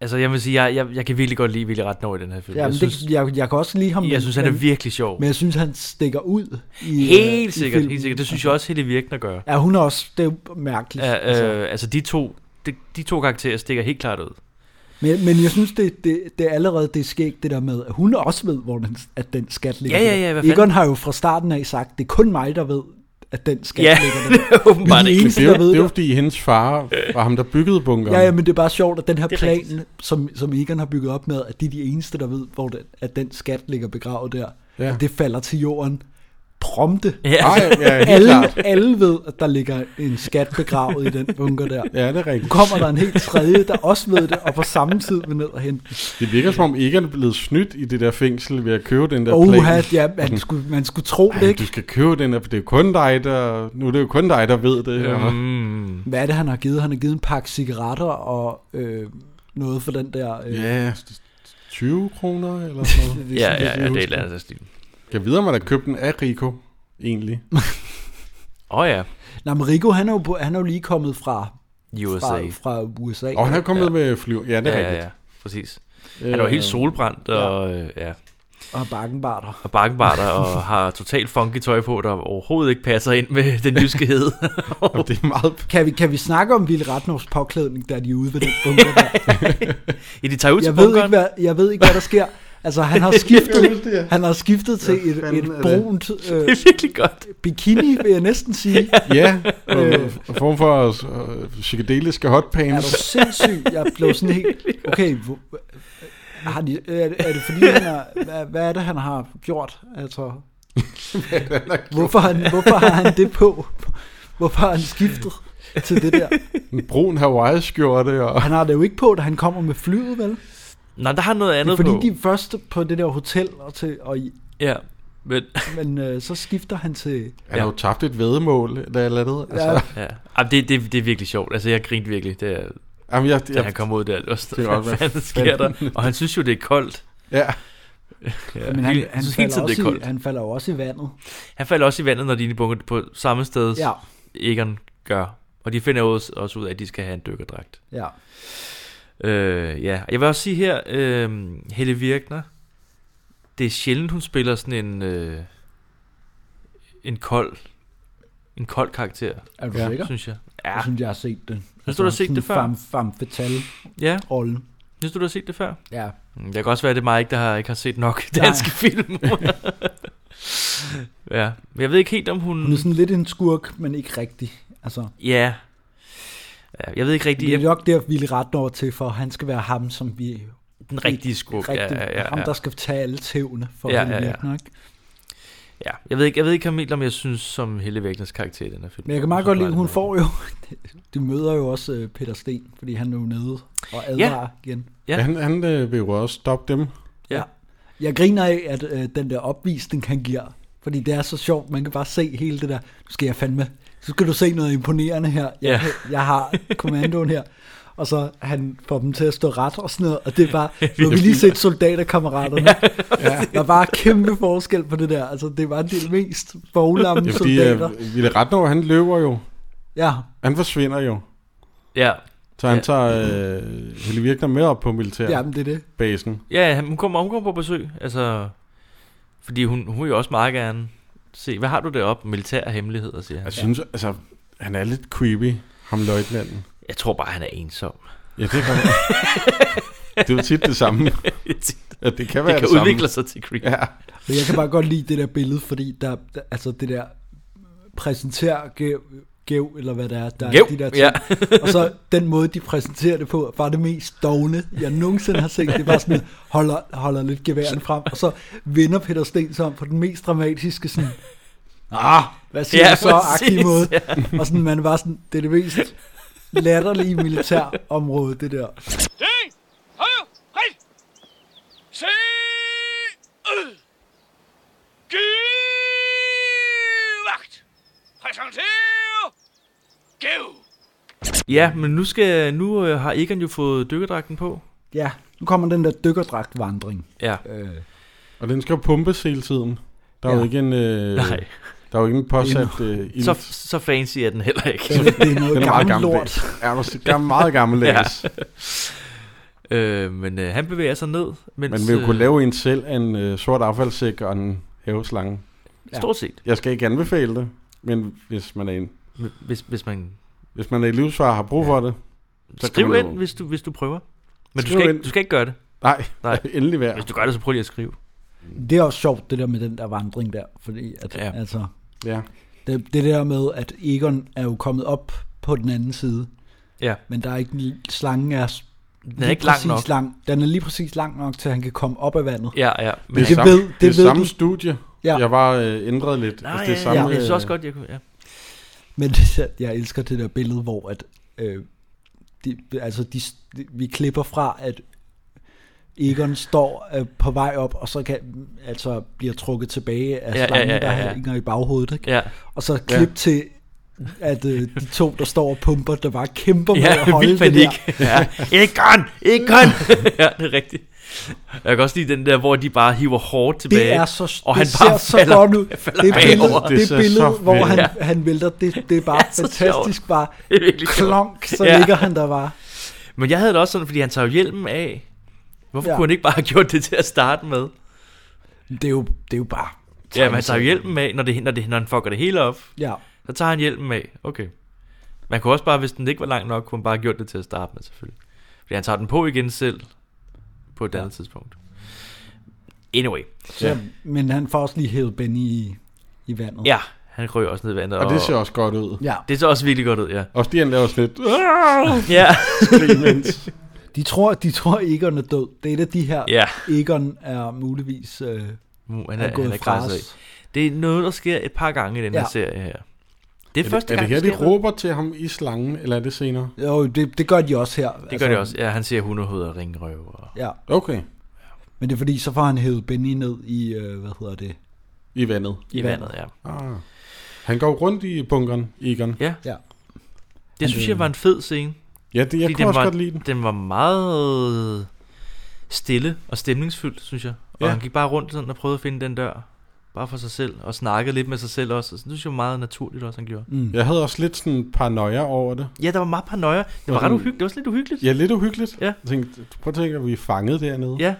Altså, jeg vil sige, jeg, jeg, jeg kan virkelig godt lide Ville Ratnov i den her film.
Ja,
jeg
men synes, det, jeg, jeg kan også lide ham.
jeg
men-
synes, han er
men-
virkelig sjov.
Men jeg synes, han stikker ud. I, øh, i
helt sikkert,
filmen.
helt sikkert. Det synes jeg også, Helle Virkner gør.
Ja, hun er også, det er jo mærkeligt.
Ja,
altså.
øh, altså, de to, de, de to karakterer stikker helt klart ud.
Men, men jeg synes, det, det, det er allerede det er skægt, det der med, at hun også ved, hvor den, at den skat ligger.
Ja, ja, ja, hvad fanden?
Egon har jo fra starten af sagt, det er kun mig, der ved, at den skat
Ja,
ligger.
det er åbenbart
Vi
ikke.
er de
Men
eneste,
det er,
der
jo, det er jo,
ved det. Øh.
fordi hendes far var ham, der byggede bunkeren.
Ja, ja, men det er bare sjovt, at den her
Det er
plan, som, som Egon har bygget op med, at de er de eneste, der ved, hvor den, at den skat ligger begravet der,
Ja.
ja. at det falder til jorden prompte.
Ja.
Ej, Ah, ja, helt klart.
alle, alle ved, at der ligger en skat begravet i den bunker der.
Ja, det er
Nu
rigtigt.
kommer der en helt tredje, der også ved det, og på samme tid vil ned og hente. den.
Det virker som om ikke er blevet snydt i det der fængsel ved at købe den der plan.
Oha, ja, man
Sådan,
skulle, man skulle tro det,
"Ej, du
ikke?
skal købe den der, for det er jo kun dig, der... Nu er det jo kun dig, der ved det her.
Mm.
Hvad er det, han har givet? Han har givet en pakke cigaretter og øh, noget for den der... Øh,
Ja, 20 kroner eller sådan noget.
det er
Ja,
sådan,
ja,
jeg
ja, det er et
husker.
eller andet stil.
Jeg videre, om man har købt den af Rico, egentlig.
Åh oh, ja,
Nej, men Rico, han er jo, på, han er jo lige kommet fra
USA.
Fra, fra USA.
Og han er kommet med fly. Ja, det er
Ja, ja,
rigtigt.
ja, præcis. Han er jo
Øh,
helt solbrændt og, øh, ja.
Og bakkenbarter.
og bakkenbarter og har totalt funky tøj på, der overhovedet ikke passer ind med den jyske hed.
Og det er meget...
Kan vi, kan vi snakke om Ville Ratnovs påklædning, da de er ude ved den bunker der?
ja, de tager ud til
jeg, ved ikke,
bunkeren.
hvad, jeg ved ikke, hvad der sker. Altså, han har
det, ja.
skiftet, han har skiftet til et,
fanden
et
er det?
brunt
Det
øh,
er virkelig godt.
bikini, vil jeg næsten sige.
Ja, øh, form for øh, psykedeliske
Er
hotpants.
du sindssyg? Jeg blev sådan helt... Okay, hvor, har de, er, det, er det fordi, han er, hvad, hvad er det, han har gjort? Altså, hvorfor, han, hvorfor har han det på? Hvorfor har han skiftet til det der?
En brun Hawaii-skjorte og...
Han har det jo ikke på, da han kommer med flyet, vel?
Nej, der har noget
Det er
andet på.
fordi, de er først på det der hotel, og, til, og i-
Ja, men...
men øh, så skifter han til...
Han har jo tabt et vedmål, da jeg landede. Altså, ja.
Ja.
Ja. Jamen, det, det, det er virkelig sjovt. Altså, jeg grinte virkelig, da, jeg-
Jamen, jeg,
da han
jeg,
kom ud der. Det var sådan,
Det er godt,
hvad
hvad
fanden sker der?
fanden.
Og han synes jo, det er koldt.
ja.
Ja,
Men han,
hele-
han,
synes
falder
det er
også i,
koldt.
han falder jo også i vandet.
Han falder også i vandet, når de er inde i bunker på samme sted,
Ja.
Egon gør. Og de finder også, også ud af, at de skal have en dykkerdragt.
Ja.
Øh, ja, jeg vil også sige her, øh, Helle Virkner, det er sjældent, hun spiller sådan en, øh, en kold, en kold karakter,
Er du
Ja.
ja. sikker?
synes jeg. Ja,
Jeg synes, jeg har set det. Altså, Synes
du, du har set det før?
Femme, femme fatale
ja.
rolle.
Synes du, du har set det før?
Ja.
Mm, Det kan også være, at det er mig, ikke, der har, ikke har set nok
Nej.
danske film. ja, men jeg ved ikke helt, om hun...
Hun er sådan lidt en skurk, men ikke rigtig. Altså,
Ja. ja. Jeg ved ikke
det er
rigtig... Jeg...
nok der, vi er ret over til, for han skal være ham, som vi
Den rigtige skurk.
Rigtig,
ja, ja, ja,
ham,
ja.
der skal tage alle tævne for
Ja,
ja, Helle
ja, ja.
Virkner, ikke?
Ja, jeg ved ikke, jeg ved ikke helt, om jeg synes, som Helle Vægners karakter i den her film.
Men jeg kan meget godt lide, at hun får jo... Du møder jo også øh, Peter Sten, fordi han er jo nede og advarer igen.
Ja. Han, han øh, vil jo også stoppe dem.
Ja.
Jeg griner af, at øh, den der opvisning, han giver, fordi det er så sjovt. Man kan bare se hele det der, nu skal jeg fandme, så skal du se noget imponerende her. Jeg,
Ja.
jeg har kommandoen her. Og så han får dem til at stå ret og sådan noget, og det er bare, nu har vi lige set soldaterkammeraterne. ja. Der er bare kæmpe forskel på det der. Altså, det var det mest boglamme
Ja, fordi
soldater.
øh, Ville Ratnov, han løber jo.
Ja.
Han forsvinder jo.
Ja.
Så han
Ja.
ja. tager øh, Helle Virkner med op på militær.
Jamen, det er det.
Basen.
Ja, han- hun kommer, hun kommer på besøg, altså, fordi hun, hun vil jo også meget gerne se, hvad har du deroppe? Militære hemmeligheder, siger han.
Jeg synes, ja. altså, han er lidt creepy, ham løjtnanten.
Jeg tror bare, han er ensom.
Ja, det kan Det er jo tit det samme. Ja, det kan være
det kan
det samme.
udvikle sig til creep.
Ja.
Men jeg kan bare godt lide det der billede, fordi der, der altså det der præsenterer gæv, gæv eller hvad det er, der
Gæv,
er de der
ja.
og så den måde, de præsenterer det på, var det mest dogne, jeg nogensinde har set. Det var sådan, holder, holder lidt geværen frem, og så vender Peter Sten sig om på den mest dramatiske sådan, ah, hvad siger
Ja,
ja, du så,
præcis,
agtige måde.
ja.
Og sådan, man var sådan, det er det mest latterlige militærområde, det der.
Det! Højre! Ret! Se! Ud! Giv! Vagt! Præsentere! Giv!
Ja, men nu, skal, nu øh, har Egon jo fået dykkerdragten på.
Ja, nu kommer den der dykkerdragtvandring.
Ja.
Øh.
Og den skal jo pumpes hele tiden. Der er
Ja.
jo ikke en... Øh,
Nej.
Der er jo ikke en påsat
Endnu.
øh, ilt.
Så, så fancy er den heller ikke.
Det er- det er noget
Den er meget gammel
lort.
Ja, du er gammel- meget gammeldags.
ja. øh, men øh, han bevæger sig ned, mens...
Man vil jo
øh,
kunne lave en selv af en øh, sort affaldssæk og en haveslange.
Ja. Stort set.
Jeg skal ikke anbefale det, men hvis man er en...
Hvis, hvis man...
Hvis man er i livsfar og har brug for det, så kan
Skriv
man jo-
ind, hvis du, hvis du prøver. Men du
Skriv
skal, ikke,
ind.
du skal ikke gøre det.
Nej, endelig værd.
Hvis du gør det, så prøv lige at skrive.
Det er også sjovt, det der med den der vandring der, fordi at,
Ja.
ja. altså,
Ja.
det, det der med, at Egon er jo kommet op på den anden side,
Ja.
men der er ikke, slangen er, s-
Den er
lige
ikke lang
præcis
nok.
Lang, den er lige præcis lang nok, til at han kan komme op af vandet.
Ja, ja.
Men det, det,
samme,
ved, det,
det er
ved
samme
du.
studie.
Ja.
Ja. Jeg var øh, ændret lidt.
Nej,
Altså,
det
det
er
er samme,
ja. Jeg synes
øh,
også godt, jeg kunne... Ja.
Men det, jeg elsker det der billede, hvor at, øh, de, altså de, de, vi klipper fra, at Egon står øh, på vej op, og så kan, altså, bliver trukket tilbage af
Ja, ja,
slangen, ja, ja,
ja,
ja,
ja.
der hænger i baghovedet. Ikke?
Ja.
Og så klip ja. til, at øh, de to, der står og pumper, der bare kæmper med at
Ja,
holde
vild
det
panik.
der.
Ja. Egon! Egon! ja, det er rigtigt. Jeg kan også lide den der, hvor de bare hiver hårdt tilbage.
Det er så,
og
og
han
det
bare
ser så
falder,
godt ud.
Falder
Det billede,
bagover.
det
ser
billede
så
hvor
fedt.
han,
Ja.
han vælter, det, det er bare
så
fantastisk.
sjovt.
Bare
Det er virkelig sjovt.
klonk, så
Ja.
ligger han der bare.
Men jeg havde det også sådan, fordi han tager jo hjelmen af. Hvorfor ja.
Ja.
kunne han ikke bare have gjort det til at starte med?
Det er jo, det er jo bare...
Ja, men han tager jo hjelmen af, når, det, når, det, når han fucker det hele op.
Ja.
Så tager han hjelmen af. Okay. Man kunne også bare, hvis den ikke var lang nok, kunne man bare have gjort det til at starte med, selvfølgelig. Fordi han tager den på igen selv på et andet tidspunkt. Anyway.
Så, ja. Men han får også lige hævet Benny i, i vandet.
Ja, han rører også ned i vandet.
Og det ser også godt ud.
ja.
Det ser også virkelig godt ud, ja.
Også de han laver sådan lidt...
Ja. Uh,
Clemens.
De tror, de tror Egon er død. Det er et af de her.
Ja.
Egon er muligvis øh, han
Uh, han
er,
er,
gået
han er
fra
græsset
os.
af. Det er noget, der sker et par gange i den her
Ja.
serie her. Det er,
Er det,
første
er det
gang,
her, de
sker noget.
råber til ham i slangen, eller er det senere?
Jo, det, det gør de også her. altså.
Det gør det også. Ja, han ser hundehoveder og ringrøv. Og...
Ja.
Okay,
Men det er fordi, så får han hævet Benny ned i, øh, hvad hedder det?
i vandet.
I vandet, ja.
Ah. Han går rundt i bunkeren, Egon.
Ja.
Ja.
Det synes jeg var en fed scene.
Ja, det, jeg
fordi
kunne
den
også
var,
godt lide den.
den var meget stille og stemningsfyldt, synes jeg. Og ja.
Ja.
han gik bare rundt sådan og prøvede at finde den dør. Bare for sig selv. Og snakkede lidt med sig selv også. Og så synes jeg var meget naturligt også, han gjorde.
Mm.
Jeg havde også lidt sådan paranoia over det.
Ja, der var meget paranoia. Det var ret uhyggeligt. Det var også lidt uhyggeligt.
Ja, lidt uhyggeligt.
Ja.
Jeg tænkte, prøv at tænke, at vi er fanget dernede.
Ja.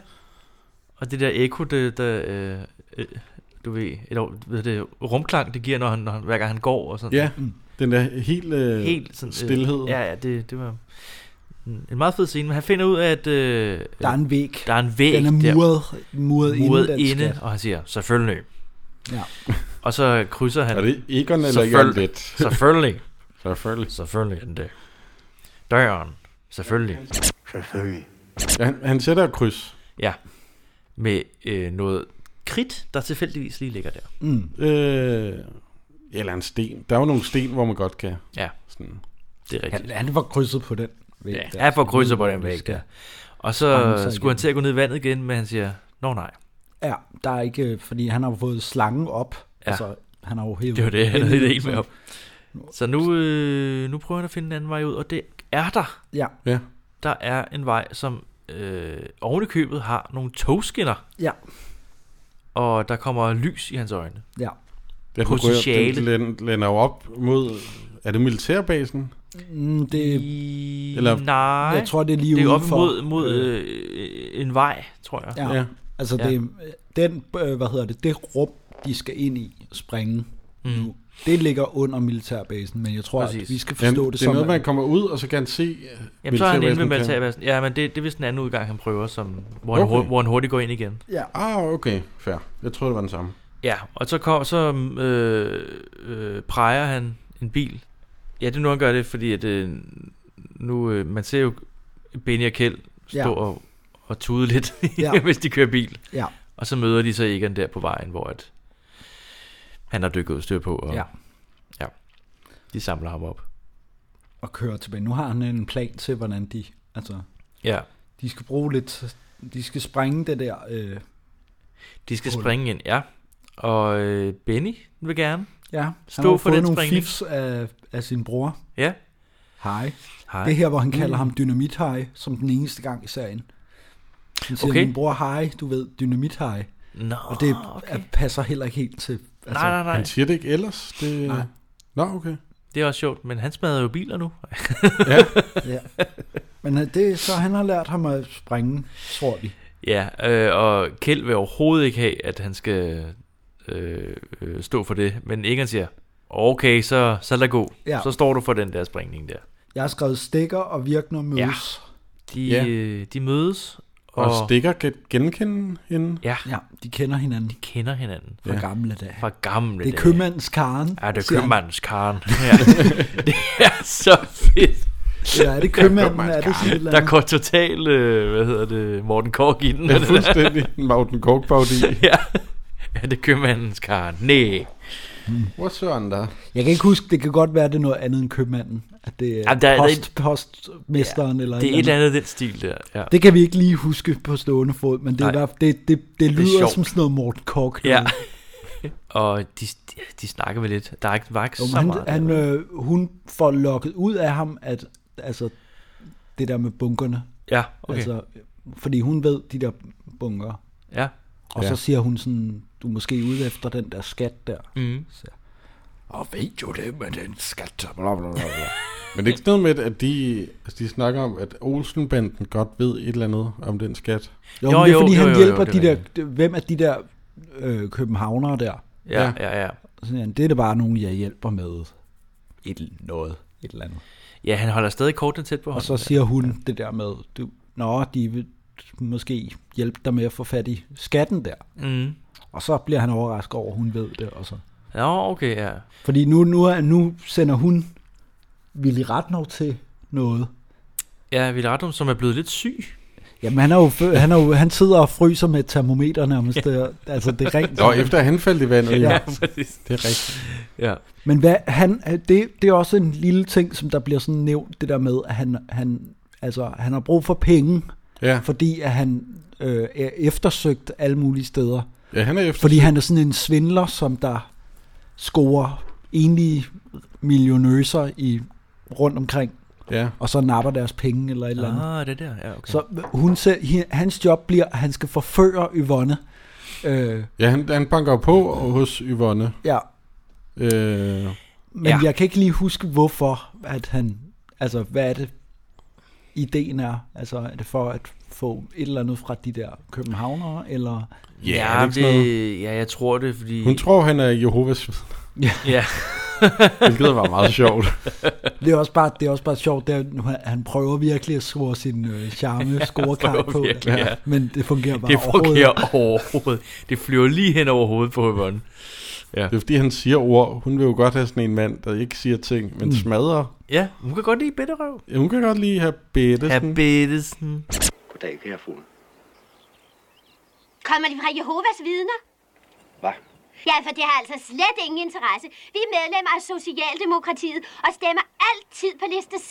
Og det der ekko, det, der, øh, øh, du ved, eller, ved det, rumklang, det giver, når han, når han, hver gang han går og sådan.
Ja, den der helt, øh, helt sådan,
øh,
stillhed.
Ja, ja, det, det var en en meget fed scene. Men han finder ud af, at øh,
Der er en væg.
der er en væg
Den er
der,
muret, muret,
muret
den
inde,
skat.
og han siger, selvfølgelig.
Ja.
Og så krydser han.
Er det Egon eller Jørgen
selvfølgelig,
Let?
selvfølgelig,
Selvfølgelig.
selvfølgelig er den det. Døren, selvfølgelig.
Selvfølgelig.
Ja, han, han sætter et kryds.
Ja. Med øh, noget kridt, der tilfældigvis lige ligger der.
Mm. Øh, eller en sten. Der er jo nogle sten, hvor man godt kan.
Ja.
Sådan.
Det er rigtigt.
Han, han var krydset på den. væg
Ja,
der,
han får
så
krydset på
nu
den væg
skal-
der. Og
Stramme
så
sig
skulle han
igen.
til at gå ned i vandet igen, men han siger, nå nej.
Ja, der er ikke, øh, fordi han har jo fået slangen op.
Ja.
Ja. Altså, han har jo hævet.
Det var det, han havde det helt
så-
med op. Så nu, øh, nu prøver han at finde en anden vej ud, og det er der.
Ja.
Ja.
Der er en vej, som øh, oven i købet har nogle togskinner.
Ja.
Og der kommer lys i hans øjne.
Ja.
Den
Potentiale.
Potentiale. Den lænder jo op mod... Er det militærbasen?
Mm, det,
Eller-
Nej,
Jeg tror, det er lige
det er op
udenfor.
mod, mod øh, en vej, tror jeg.
Ja. ja. Altså, ja. Det, den, øh, hvad hedder det, det rum, de skal ind i og springe
Mm.
mm. nu, det ligger under militærbasen, men jeg tror,
Præcis.
at vi skal forstå
Jamen,
det,
det er
som...
noget, man kommer ud, og så kan han se...
Jamen, så er han inde ved
militærbasen, kan-
militærbasen. Ja, men det, det er vist den anden udgang, han prøver, som, hvor, okay. han,
Okay.
hurtigt, hvor han hurtigt går ind igen.
Ja.
Ah, okay. Fair. Jeg troede, det var den samme.
Ja, og så, kom, så øh, øh, prejer han en bil. Ja, det er nu, han gør det, fordi at, øh, nu, øh, man ser jo Benny og Kjeld stå
Ja.
ja. og, og tude lidt, ja.
Ja.
hvis de kører bil.
Ja.
Og så møder de så Egon der på vejen, hvor at han har dykket udstyr på. Og,
Ja.
ja. De samler ham op.
Og køre tilbage. Nu har han en plan til, hvordan de... Altså,
Ja.
de skal bruge lidt... De skal sprænge det der... Øh,
De skal
Hul.
springe ind, ja. Og øh, Benny vil gerne
ja, han har
stå
jo
for
fået
den
nogle
springning.
fifs af, af sin bror.
Ja.
Hej.
Hej.
Det er her, hvor han kalder ham dynamithaj, som den eneste gang i serien. Han siger,
Okay.
okay. min bror hej, du ved, dynamithaj.
Nå,
Og det
okay.
er- altså, passer heller ikke helt til...
Nej, nej, nej.
Han siger det ikke ellers. Det...
Nej.
Nå, okay.
Det er også sjovt, men han smadrer jo biler nu.
Ja. Men øh, det, så han har lært ham at springe, tror vi.
Ja, øh, og Kjeld vil overhovedet ikke have, at han skal øh, øh, stå for det. Men Egon siger, okay, så, så lad gå. Ja.
Ja.
Så står du for den der springning der.
Jeg har skrevet stikker og virkner mødes.
De,
Ja.
ja. de mødes
Og,
og,
og stikker kan genkende hende.
ja,
Ja. ja, de kender hinanden
kender hinanden
fra ja. gamle dage.
fra gamle
Det er
dage.
købmandens karen.
Ja, det er
siger han.
købmandens karen. Ja. det er så fedt.
Eller er det købmanden? er det sådan et eller
Der
andet?
går totalt, øh, hvad hedder det, Morten Kork i den.
Ja, fuldstændig. En Morten kork i.
ja. ja, det er købmandens karen. Nej.
Hvor søren der?
Jeg kan ikke huske, det kan godt være, det er noget andet end købmanden. At det er
Jamen, der er-
post, postmesteren eller
Det er et
et
eller andet i den stil der. Ja.
Det kan vi ikke lige huske på stående fod, men det, er, i
Nej.
hvert fald- det, det, det lyder det
sjovt.
som sådan noget Morten Kork.
Ja.
noget.
og de, de, de snakker vel lidt. Der er ikke, var ikke
Jo,
så
men
meget.
han, han, øh, hun får lokket ud af ham, at altså, det der med bunkerne.
ja, okay. Altså,
Altså, fordi hun ved de der bunker.
ja.
Og
Ja.
ja. så siger hun sådan, du er måske ude efter den der skat der.
Mm.
Og ved jo det med den skat.
Bla, bla, bla, bla. Men det er ikke sådan noget med, at de, altså de snakker om, at Olsenbanden godt ved et eller andet om den skat.
Jo,
Jo,
jo, det er,
jo,
fordi
jo,
han
jo, jo,
hjælper
det er
de der, hvem er de der øh, københavnere der?
Ja,
Ja.
ja, ja.
Og Sådan, det er det bare nogen, jeg hjælper med et noget, et eller andet.
Ja, han holder stadig kortene tæt på
Og
hånden.
så siger hun det der med, du, nå, de vil måske hjælpe dig med at få fat i skatten der.
Mm.
Og så bliver han overrasket over, at hun ved det. Og så.
Nå, okay, ja.
Fordi nu, nu, er, nu sender hun Willy Ratnov til noget.
Ja, Vildradum, som er blevet lidt syg.
Jamen, han, er jo, fø- han, er jo, han sidder og fryser med termometer nærmest. Det, er- altså, det er rent.
Nå, efter at han faldt i vandet. Ja.
Ja.
præcis.
Det er rigtigt.
Ja.
Men hvad, han, det, det er også en lille ting, som der bliver sådan nævnt, det der med, at han, han, altså, han har brug for penge,
Ja,
fordi at han øh, er eftersøgt alle mulige steder.
ja han er efter.
Fordi han er sådan en svindler, som der scorer enlige millionøser i rundt omkring,
Ja.
og så napper deres penge eller et eller andet.
Ah, det der, ja, okay. Så,
Så hun selv, hi- hans job bliver, at han skal forføre Yvonne. Øh,
ja han, han banker på hos Yvonne.
ja,
Øh,
men
Ja.
ja. jeg kan ikke lige huske, hvorfor at han, altså hvad er det, ideen er? Altså er det for at få et eller andet fra de der københavnere, eller?
ja, er
ja,
det
det,
ikke sådan
ja, jeg tror det, fordi...
hun tror, han er Jehovas vidne,
Ja,
hvilket var meget sjovt.
Det er også bare, det er også bare sjovt, det er, nu han- han prøver virkelig at score sin øh, charme, scorekart
prøver
på,
virkelig, ja.
men det fungerer bare
det
overhovedet.
fungerer overhovedet. Det flyver lige hen over hovedet på Yvonne.
Det er fordi, han siger ord. Hun vil jo godt have sådan en mand, der ikke siger ting,
Mm.
men smadrer.
Ja, hun kan godt lide bitterøv.
Ja, hun kan godt lide have bedte.
Herr Bettesen.
dag, kære frue.
Kommer de fra Jehovas vidner?
Hvad?
Ja, for det har altså slet ingen interesse. Vi er medlemmer af Socialdemokratiet og stemmer altid på liste C.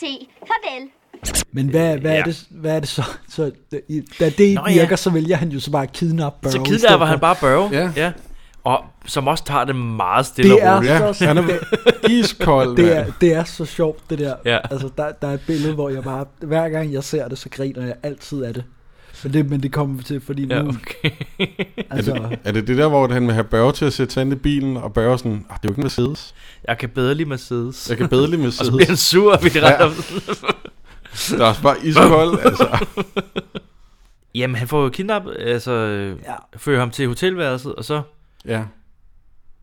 Farvel.
Men hvad, hvad, ja. er, det, hvad er det så? så i- da det ikke
Nå,
Nå,
ja.
virker, ja. så vælger han jo så bare at kidnappe Børge.
Så
i
kidnapper
stedet
var
for.
han bare børge. Ja. ja. Og som også tager det meget stille
Det er
og roligt.
så
Han er iskold,
det er,
mand.
det er så sjovt, det der.
Ja.
Altså, der, der er et billede, hvor jeg bare... Hver gang jeg ser det, så griner jeg altid af det. Men det, men det kommer vi til, fordi
Ja,
Mm.
nu...
okay.
er,
altså,
det, er det det der, hvor han vil have Børge til at sætte sig ind i bilen, og Børge er sådan, ah, det er jo ikke en Mercedes.
Jeg kan bedre lige Mercedes.
Jeg kan bedre lige Mercedes.
og så bliver han sur, og vi
Ja.
retter
Der er også bare iskold, altså.
Jamen, han får jo kidnappet, altså... Ja. Fører ham til hotelværelset, og så...
Ja.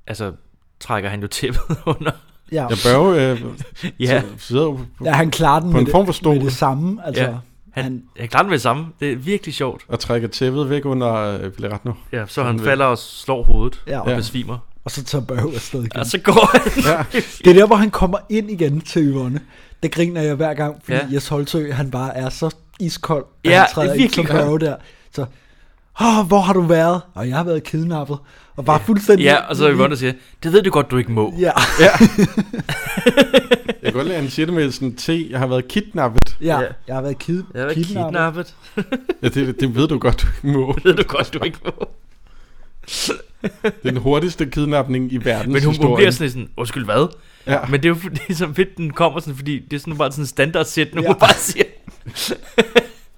Altså, trækker han jo tæppet under.
Ja.
Ja, Børge øh,
ja.
sidder jo på,
ja, han klarer den
på
med,
en form for
det, med det samme. Altså,
ja. Han, han, han klarer den med det samme. Det er virkelig sjovt.
og trækker tæppet væk under øh, billet nu. øh,
Ja, så han falder og slår hovedet ja. Altså, og
Ja.
besvimer.
Og så tager Børge afsted igen.
Og så går han.
Ja. Det er der, hvor han kommer ind igen til Yvonne. Det griner jeg hver gang, fordi
Ja.
ja. Jes Holtø, han bare er så iskold, at
Ja,
han træder
det er
ind som
virkelig godt.
Børge der. Så, Åh, hvor har du været? Og jeg har været kidnappet. Og bare fuldstændig...
Ja, og så er Yvonne, der siger, det ved du godt, du ikke må.
Ja.
Ja. jeg kan godt lide, at han siger det med sådan T, jeg har været kidnappet.
Ja, jeg har været kid-
Jeg har været kidnappet.
Ja, det, det ved du godt, du ikke må.
Det ved du godt, du ikke må.
Den hurtigste kidnapning i verdens
Men hun, hun
historie.
bliver sådan, lidt sådan, undskyld hvad?
Ja.
Men det er jo fordi, det er så fedt, den kommer sådan, fordi det er sådan bare sådan en standardsætning, ja. hun bare siger.
Jamen,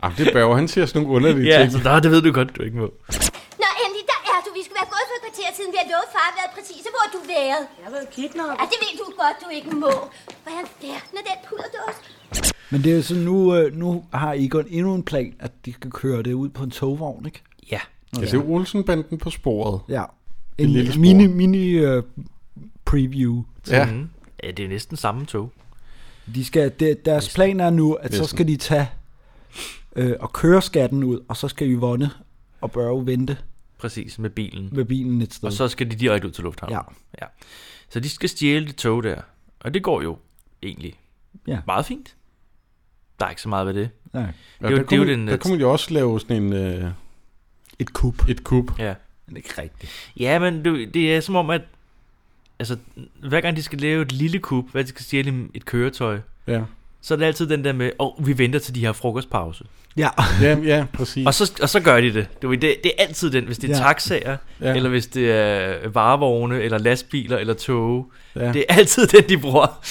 Ah, det bærer han siger sådan nogle underlige
ja,
ting.
så der, det ved du godt, du ikke må.
Nå, endelig, der er du. Vi skulle være gået for et kvarter siden. Vi har lovet far at være præcise. Hvor har du været? Jeg har været kidnappet. Ja, det ved du godt, du ikke må. Hvordan færden er den puderdås?
Men det er jo sådan, nu, øh, nu har Egon endnu en plan, at de skal køre det ud på en togvogn, ikke?
Ja.
Ja, det er Olsenbanden på sporet.
Ja.
Det
En
lille spor.
mini, mini øh, preview. til-
Ja.
Mhm. ja, det er næsten samme tog.
De skal, de, deres plan er nu, at så
Næsten.
skal de tage øh, og køre skatten ud, og så skal Yvonne og Børge vente.
Præcis, med bilen.
Med bilen et sted.
Og så skal de direkte ud til lufthavnen. Ja. ja. Så de skal stjæle det tog der. Og det går jo egentlig
Ja.
meget fint. Der er ikke så meget ved det.
Nej.
Det er jo,
der,
det er jo
kunne,
den...
der kunne man jo også lave sådan en... Øh,
et kub.
Et kub.
Ja.
Men ikke rigtigt.
Ja, men det, det er som om, at altså, hver gang de skal lave et lille kub, hver de skal stjæle et køretøj,
Ja.
så er det altid den der med, åh, oh, vi venter til de har frokostpause.
Ja.
ja, ja, præcis.
Og så, og så gør de det. Det, er- det. det er altid den, hvis det er
Ja.
ja. taxaer,
Ja.
ja. eller hvis det er varevogne, eller lastbiler, eller tog.
Ja.
Ja. Det er altid den, de bruger.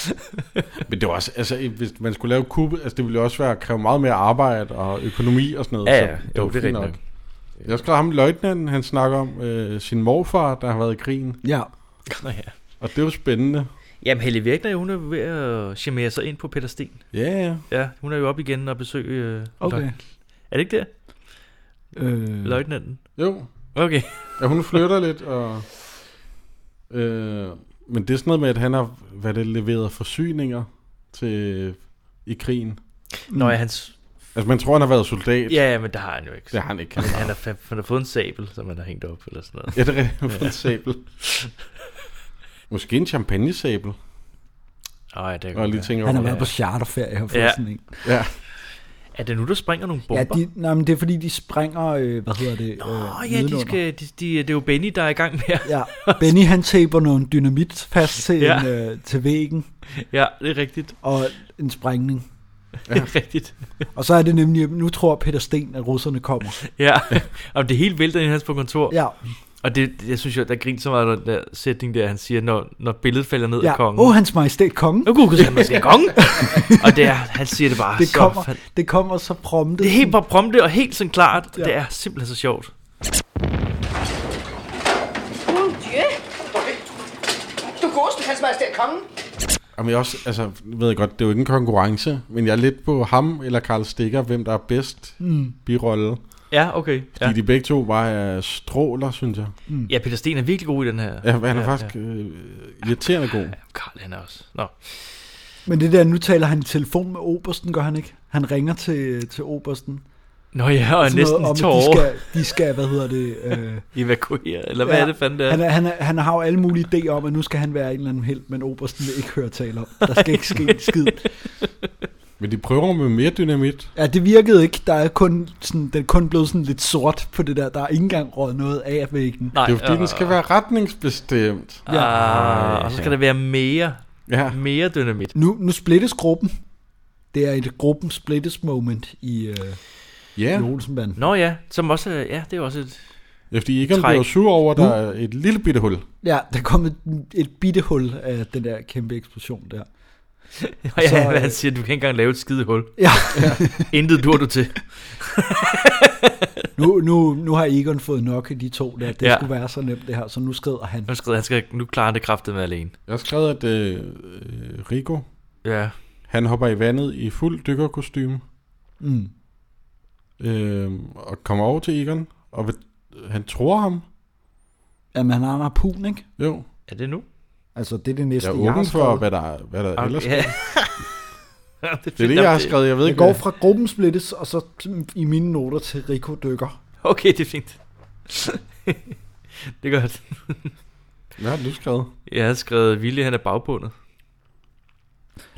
Men det var også, altså, hvis man skulle lave kub, altså det ville jo også være, kræve meget mere arbejde og økonomi og sådan noget.
Ja, ja.
så
Jo,
var
det er
fint
rigtigt
Jeg skrev ham løjtnanten, han snakker om øh, sin morfar, der har været i krigen.
Ja.
Nå ja.
Og det er jo spændende.
Jamen, Helle Virkner, hun er ved at chamere sig ind på Peter Sten.
Ja, ja.
Ja, hun er jo op igen og besøge... Øh,
Okay.
løg- Er det ikke der?
Øh...
Løjtnanten?
Jo.
Mm. Okay.
Ja, hun flytter lidt, og... Øh, men det er sådan noget med, at han har hvad er det, leveret forsyninger til, i krigen.
Nå, ja, hans...
Altså, man tror, han har været soldat.
Ja, ja, men det har han jo ikke.
Det har han ikke.
Han, han, har, fa- han har fået en sabel, som han har hængt op eller sådan noget.
Ja, det er rigtigt. Han har fået en sabel. Måske en champagnesabel.
Åh, ja, det kan
Og
godt
lige
være.
tænker
Han har
over,
været
ja.
på charterferie og fået
Ja.
sådan en.
Ja.
Er det nu, der springer nogle
Ja,
bomber?
de, nej, men det er fordi, de springer, øh, hvad hedder det? Nå,
Åh, ja, de skal, de, de, det er jo Benny, der er i gang med at-
Ja, Benny han taber nogle dynamit fast til, ja. en, øh, til væggen.
Ja, det er rigtigt.
Og en sprængning.
Ja. Det er rigtigt.
Og så er det nemlig, nu tror Peter Sten, at russerne kommer.
Ja, og det hele vælter ind i hans på kontor.
Ja.
Og det, jeg synes jo, der griner så meget, når den der sætning der, han siger, når, når billedet falder ned af
Ja.
kongen.
Åh, oh, hans majestæt kongen.
Åh, oh, gud, han måske kongen. og det er, han siger det bare
Det
så
kommer,
fand-
det kommer så prompte.
Det er helt bare prompte og helt sådan klart.
Ja.
Ja. Det er simpelthen så sjovt.
Mon Dieu! Du godeste, hans majestæt kongen.
Jamen jeg er også, altså, nu ved jeg godt, det er jo ikke en konkurrence, men jeg er lidt på ham eller Karl Stikker, hvem der er bedst
Mm.
mm. birolle.
Ja, okay.
Fordi
Ja.
de begge to bare er stråler, synes jeg.
Mm. ja, Peter Sten er virkelig god i den her.
Ja, han er faktisk Øh, irriterende god.
Karl, han er også. Nå.
Men det der, nu taler han i telefon med Obersten, gør han ikke? Han ringer til, til Obersten.
Nå ja, og er
Sådan
næsten i
noget om, at
tårer.
De skal, de skal, hvad hedder det... Øh,
Evakuere, eller hvad ja. er det fanden det er?
Han, er, han, er, han har jo alle mulige idéer om, at nu skal han være en eller anden held, men Obersten vil ikke høre tale om. Der skal ikke ske en skid.
Men de prøver med mere dynamit.
Ja, det virkede ikke. Der er kun sådan, den er kun blevet sådan lidt sort på det der. Der er ikke engang røget noget af væggen.
det er jo fordi,
øh.
den skal være retningsbestemt.
Ja. Ah, og så skal der være mere,
ja.
mere dynamit.
Nu, nu splittes gruppen. Det er et gruppen splittes moment i, øh,
Ja.
i Olsenbanden.
Nå ja, som også, er- ja, det er også et...
Ja, fordi Egon
Træk.
bliver jo sur over, at
Nu-
der er et lille bitte hul.
Ja, der kom et, et bitte hul af den der kæmpe eksplosion der.
Og ja,
øh,
hvad han siger, du kan ikke engang lave et skide hul.
Ja.
Intet dur du til.
nu, nu, nu har Egon fået nok af de to der. Det
Ja.
ja. skulle være så nemt det her, så nu skrider han.
Nu, skrev, han skal, nu klarer han det kraftet med alene.
Jeg har skrevet, at øh, Rico,
Ja.
han hopper i vandet i fuld dykkerkostyme.
Mm.
Øh, og kommer over til Egon, og vil, han tror ham.
Jamen, han har en harpun, ikke?
Jo.
Er det nu?
Altså, det er det næste,
Jeg er
jeg har
åben for,
skrevet.
hvad der, hvad der
Okay.
ellers
Ja.
er.
det,
det er det, jeg har skrevet. Jeg ved
Jeg
ikke,
går
hvad-
fra gruppen splittes, og så i mine noter til Rico dykker.
Okay, det er fint. det er godt.
hvad har du skrevet?
Jeg har skrevet, Ville han er bagbundet.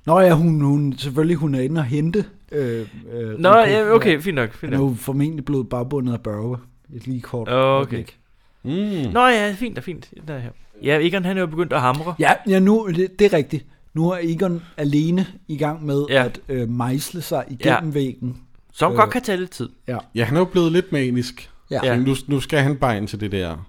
Nå ja, hun, hun, selvfølgelig hun er inde og hente. Øh, øh,
Nå,
Rico.
ja, okay, fint nok, fint
Han er
nok.
jo formentlig blevet bagbundet af Børge. Et lige kort.
Okay.
øjeblik.
Mm.
Nå ja, fint og fint. Der her. Ja, Egon han er jo begyndt at hamre.
Ja, ja nu, det, det er rigtigt. Nu er Egon alene i gang med
Ja.
ja. at øh, mejsle sig igennem ja. væggen.
Som godt kan tage lidt tid.
Ja,
Ja, han er jo blevet lidt manisk.
Ja.
Ja. Nu, nu skal han bare ind til det der.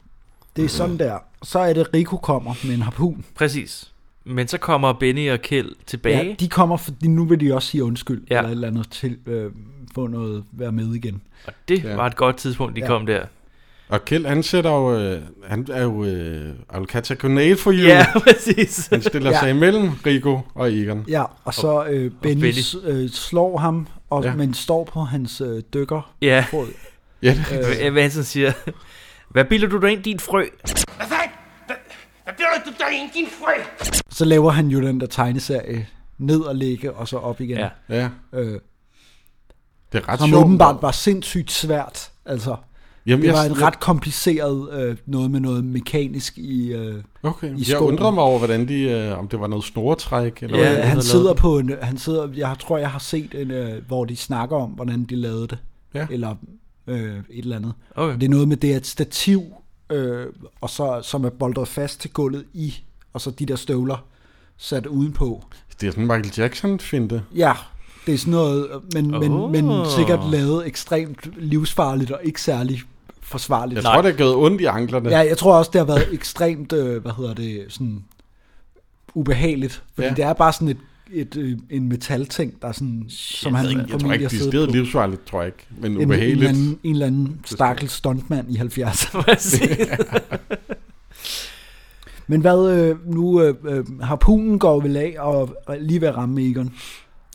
det er sådan der. Så er det, Rico kommer med en harpun.
Præcis. Men så kommer Benny og Kjeld tilbage.
Ja, de kommer, fordi nu vil de også sige undskyld,
Ja.
ja. eller et eller andet til, øh, få noget, være med igen.
Og det
Ja.
ja. var et godt tidspunkt, de
Ja.
ja. kom der.
Og Kjeld, han sætter jo... Øh, han er jo... Øh, I'll catch a grenade for you.
Ja, præcis.
Han stiller
Ja.
sig imellem Rico og Egon.
Ja, og så øh, Benny,
Benny.
s- Øh, slår ham, og,
Ja.
ja. men står på hans øh, dykker.
Ja.
Fod.
Ja,
Øh. Hvad han sådan siger. Hvad bilder du dig ind, din frø?
Hvad fanden? Hvad, hvad bliver du der ind, din frø?
Så laver han jo den der tegneserie ned og ligge, og så op igen.
Ja.
Ja.
Øh,
Det er ret
som
sjovt.
åbenbart var sindssygt svært. Altså,
Jamen,
Jamen, det
jeg-
var et ret kompliceret øh, noget med noget mekanisk i, øh,
Okay,
i
jeg
skoen.
undrer mig over, hvordan de, øh, om det var noget snoretræk. Eller hvad,
Ja,
der
han
lavede
sidder
det.
på en, han sidder, jeg tror jeg har set en, øh, hvor de snakker om, hvordan de lavede det,
Ja.
eller øh, et eller andet.
Okay.
Og Det er noget med, det er et stativ, øh, og så, som er boldet fast til gulvet i, og så de der støvler sat udenpå.
Det er sådan en Michael Jackson-finte.
Ja, det er sådan noget, øh, men, oh. men, men
Åh.
sikkert lavet ekstremt livsfarligt og ikke særlig forsvarligt.
Jeg tror, det har gået ondt i anklerne.
Ja, jeg tror også, det har været ekstremt, øh, hvad hedder det, sådan ubehageligt. Fordi
Ja.
ja. det er bare sådan et, et, øh, en metalting, der er sådan, Shit, som han
jeg tror
formentlig
ikke,
har
de
siddet
stedet
på.
livsfarligt, tror jeg ikke. Men
En, en, eller
ubehageligt.
anden, en eller anden stakkel stuntmand i 70'erne.
Præcis.
Men hvad, øh, nu øh, øh, harpunen går vel af og er lige ved at ramme Egon.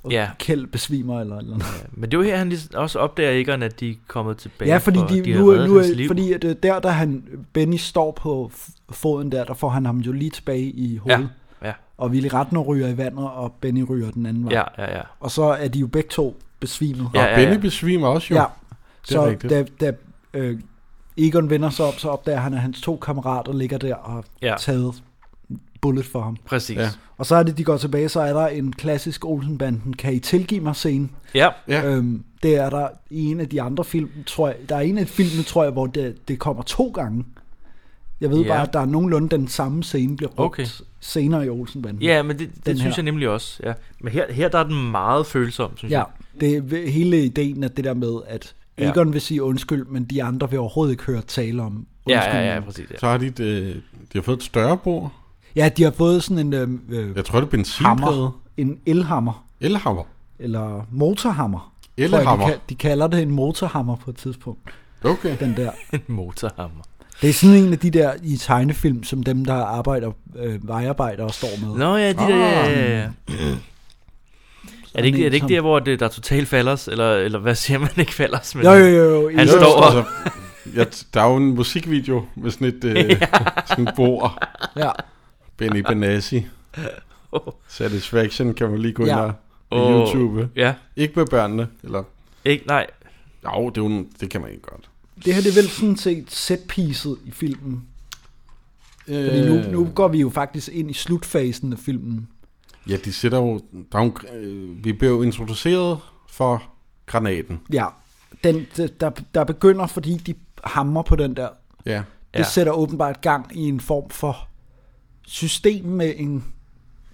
Og
Ja.
Kjeld besvimer eller et eller andet.
Men det var her, han lige også opdager Egon, at de er kommet tilbage.
Ja, fordi,
og
de,
de har
nu,
reddet
nu,
hans liv.
fordi at, øh, der, da han, Benny står på f- foden der, der får han ham jo lige tilbage i hovedet.
Ja, ja.
Og Willy Ratner ryger i vandet, og Benny ryger den anden vej.
Ja, ja, ja.
Og så er de jo begge to besvimet.
Ja, Og ja, Benny ja. besvimer også jo.
Ja.
Det er
Så
rigtigt.
da, da øh, Egon vender sig op, så opdager han, at hans to kammerater ligger der og
Ja.
ja. taget bullet for ham.
Præcis. Ja.
Og så er det, de går tilbage, så er der en klassisk Olsenbanden, kan I tilgive mig scene?
Ja.
ja.
Øhm, det er der i en af de andre film, tror jeg, der er en af filmene, tror jeg, hvor det, det kommer to gange. Jeg ved
Ja.
ja. bare, at der er nogenlunde den samme scene, bliver brugt
Okay.
okay. senere i Olsenbanden.
Ja, men det,
Den
det synes
her.
jeg nemlig også. Ja. Men her, her der er den meget følsom, synes
Ja,
jeg.
det er v- hele ideen af det der med, at
Ja.
Egon vil sige undskyld, men de andre vil overhovedet ikke høre tale om
Ja, ja,
undskyld.
ja, præcis, ja.
Så har de, et, øh, de har fået et større bord.
Ja, de har fået sådan en øh,
Jeg tror, det er benzinplade.
hammer, en elhammer,
Elhammer.
eller motorhammer. tror jeg,
Elhammer.
De, kal- de kalder det en motorhammer på et tidspunkt.
Okay.
Den der.
En motorhammer.
Det er sådan en af de der i tegnefilm, som dem, der arbejder, øh, vejarbejdere står med.
Nå ja, de der... Ja, ja, ja. Er det ikke, er det, ikke
som-
der, hvor det, der totalt falders? Eller, eller hvad siger man ikke falders? Men
Jo, jo, jo, jo.
Han
Jo, jo,
står og...
Altså, jeg, der er jo en musikvideo med sådan et, øh, sådan et bord.
Ja.
Benny Benassi. Satisfaction kan man lige gå ind
Ja.
og
Åh,
oh. YouTube.
ja.
Ikke med børnene, eller?
Ikke, nej.
Jo, det, er jo, en- det kan man ikke godt.
Det her det er vel sådan set setpieces i
Øh.
filmen. Fordi nu, nu går vi jo faktisk ind i slutfasen af filmen.
Ja, de sætter jo... Der er jo en gr- øh, vi bliver jo introduceret for granaten.
Ja, den, d- der, der begynder, fordi de hammer på den der.
Ja.
Det
Ja.
sætter åbenbart gang i en form for system med en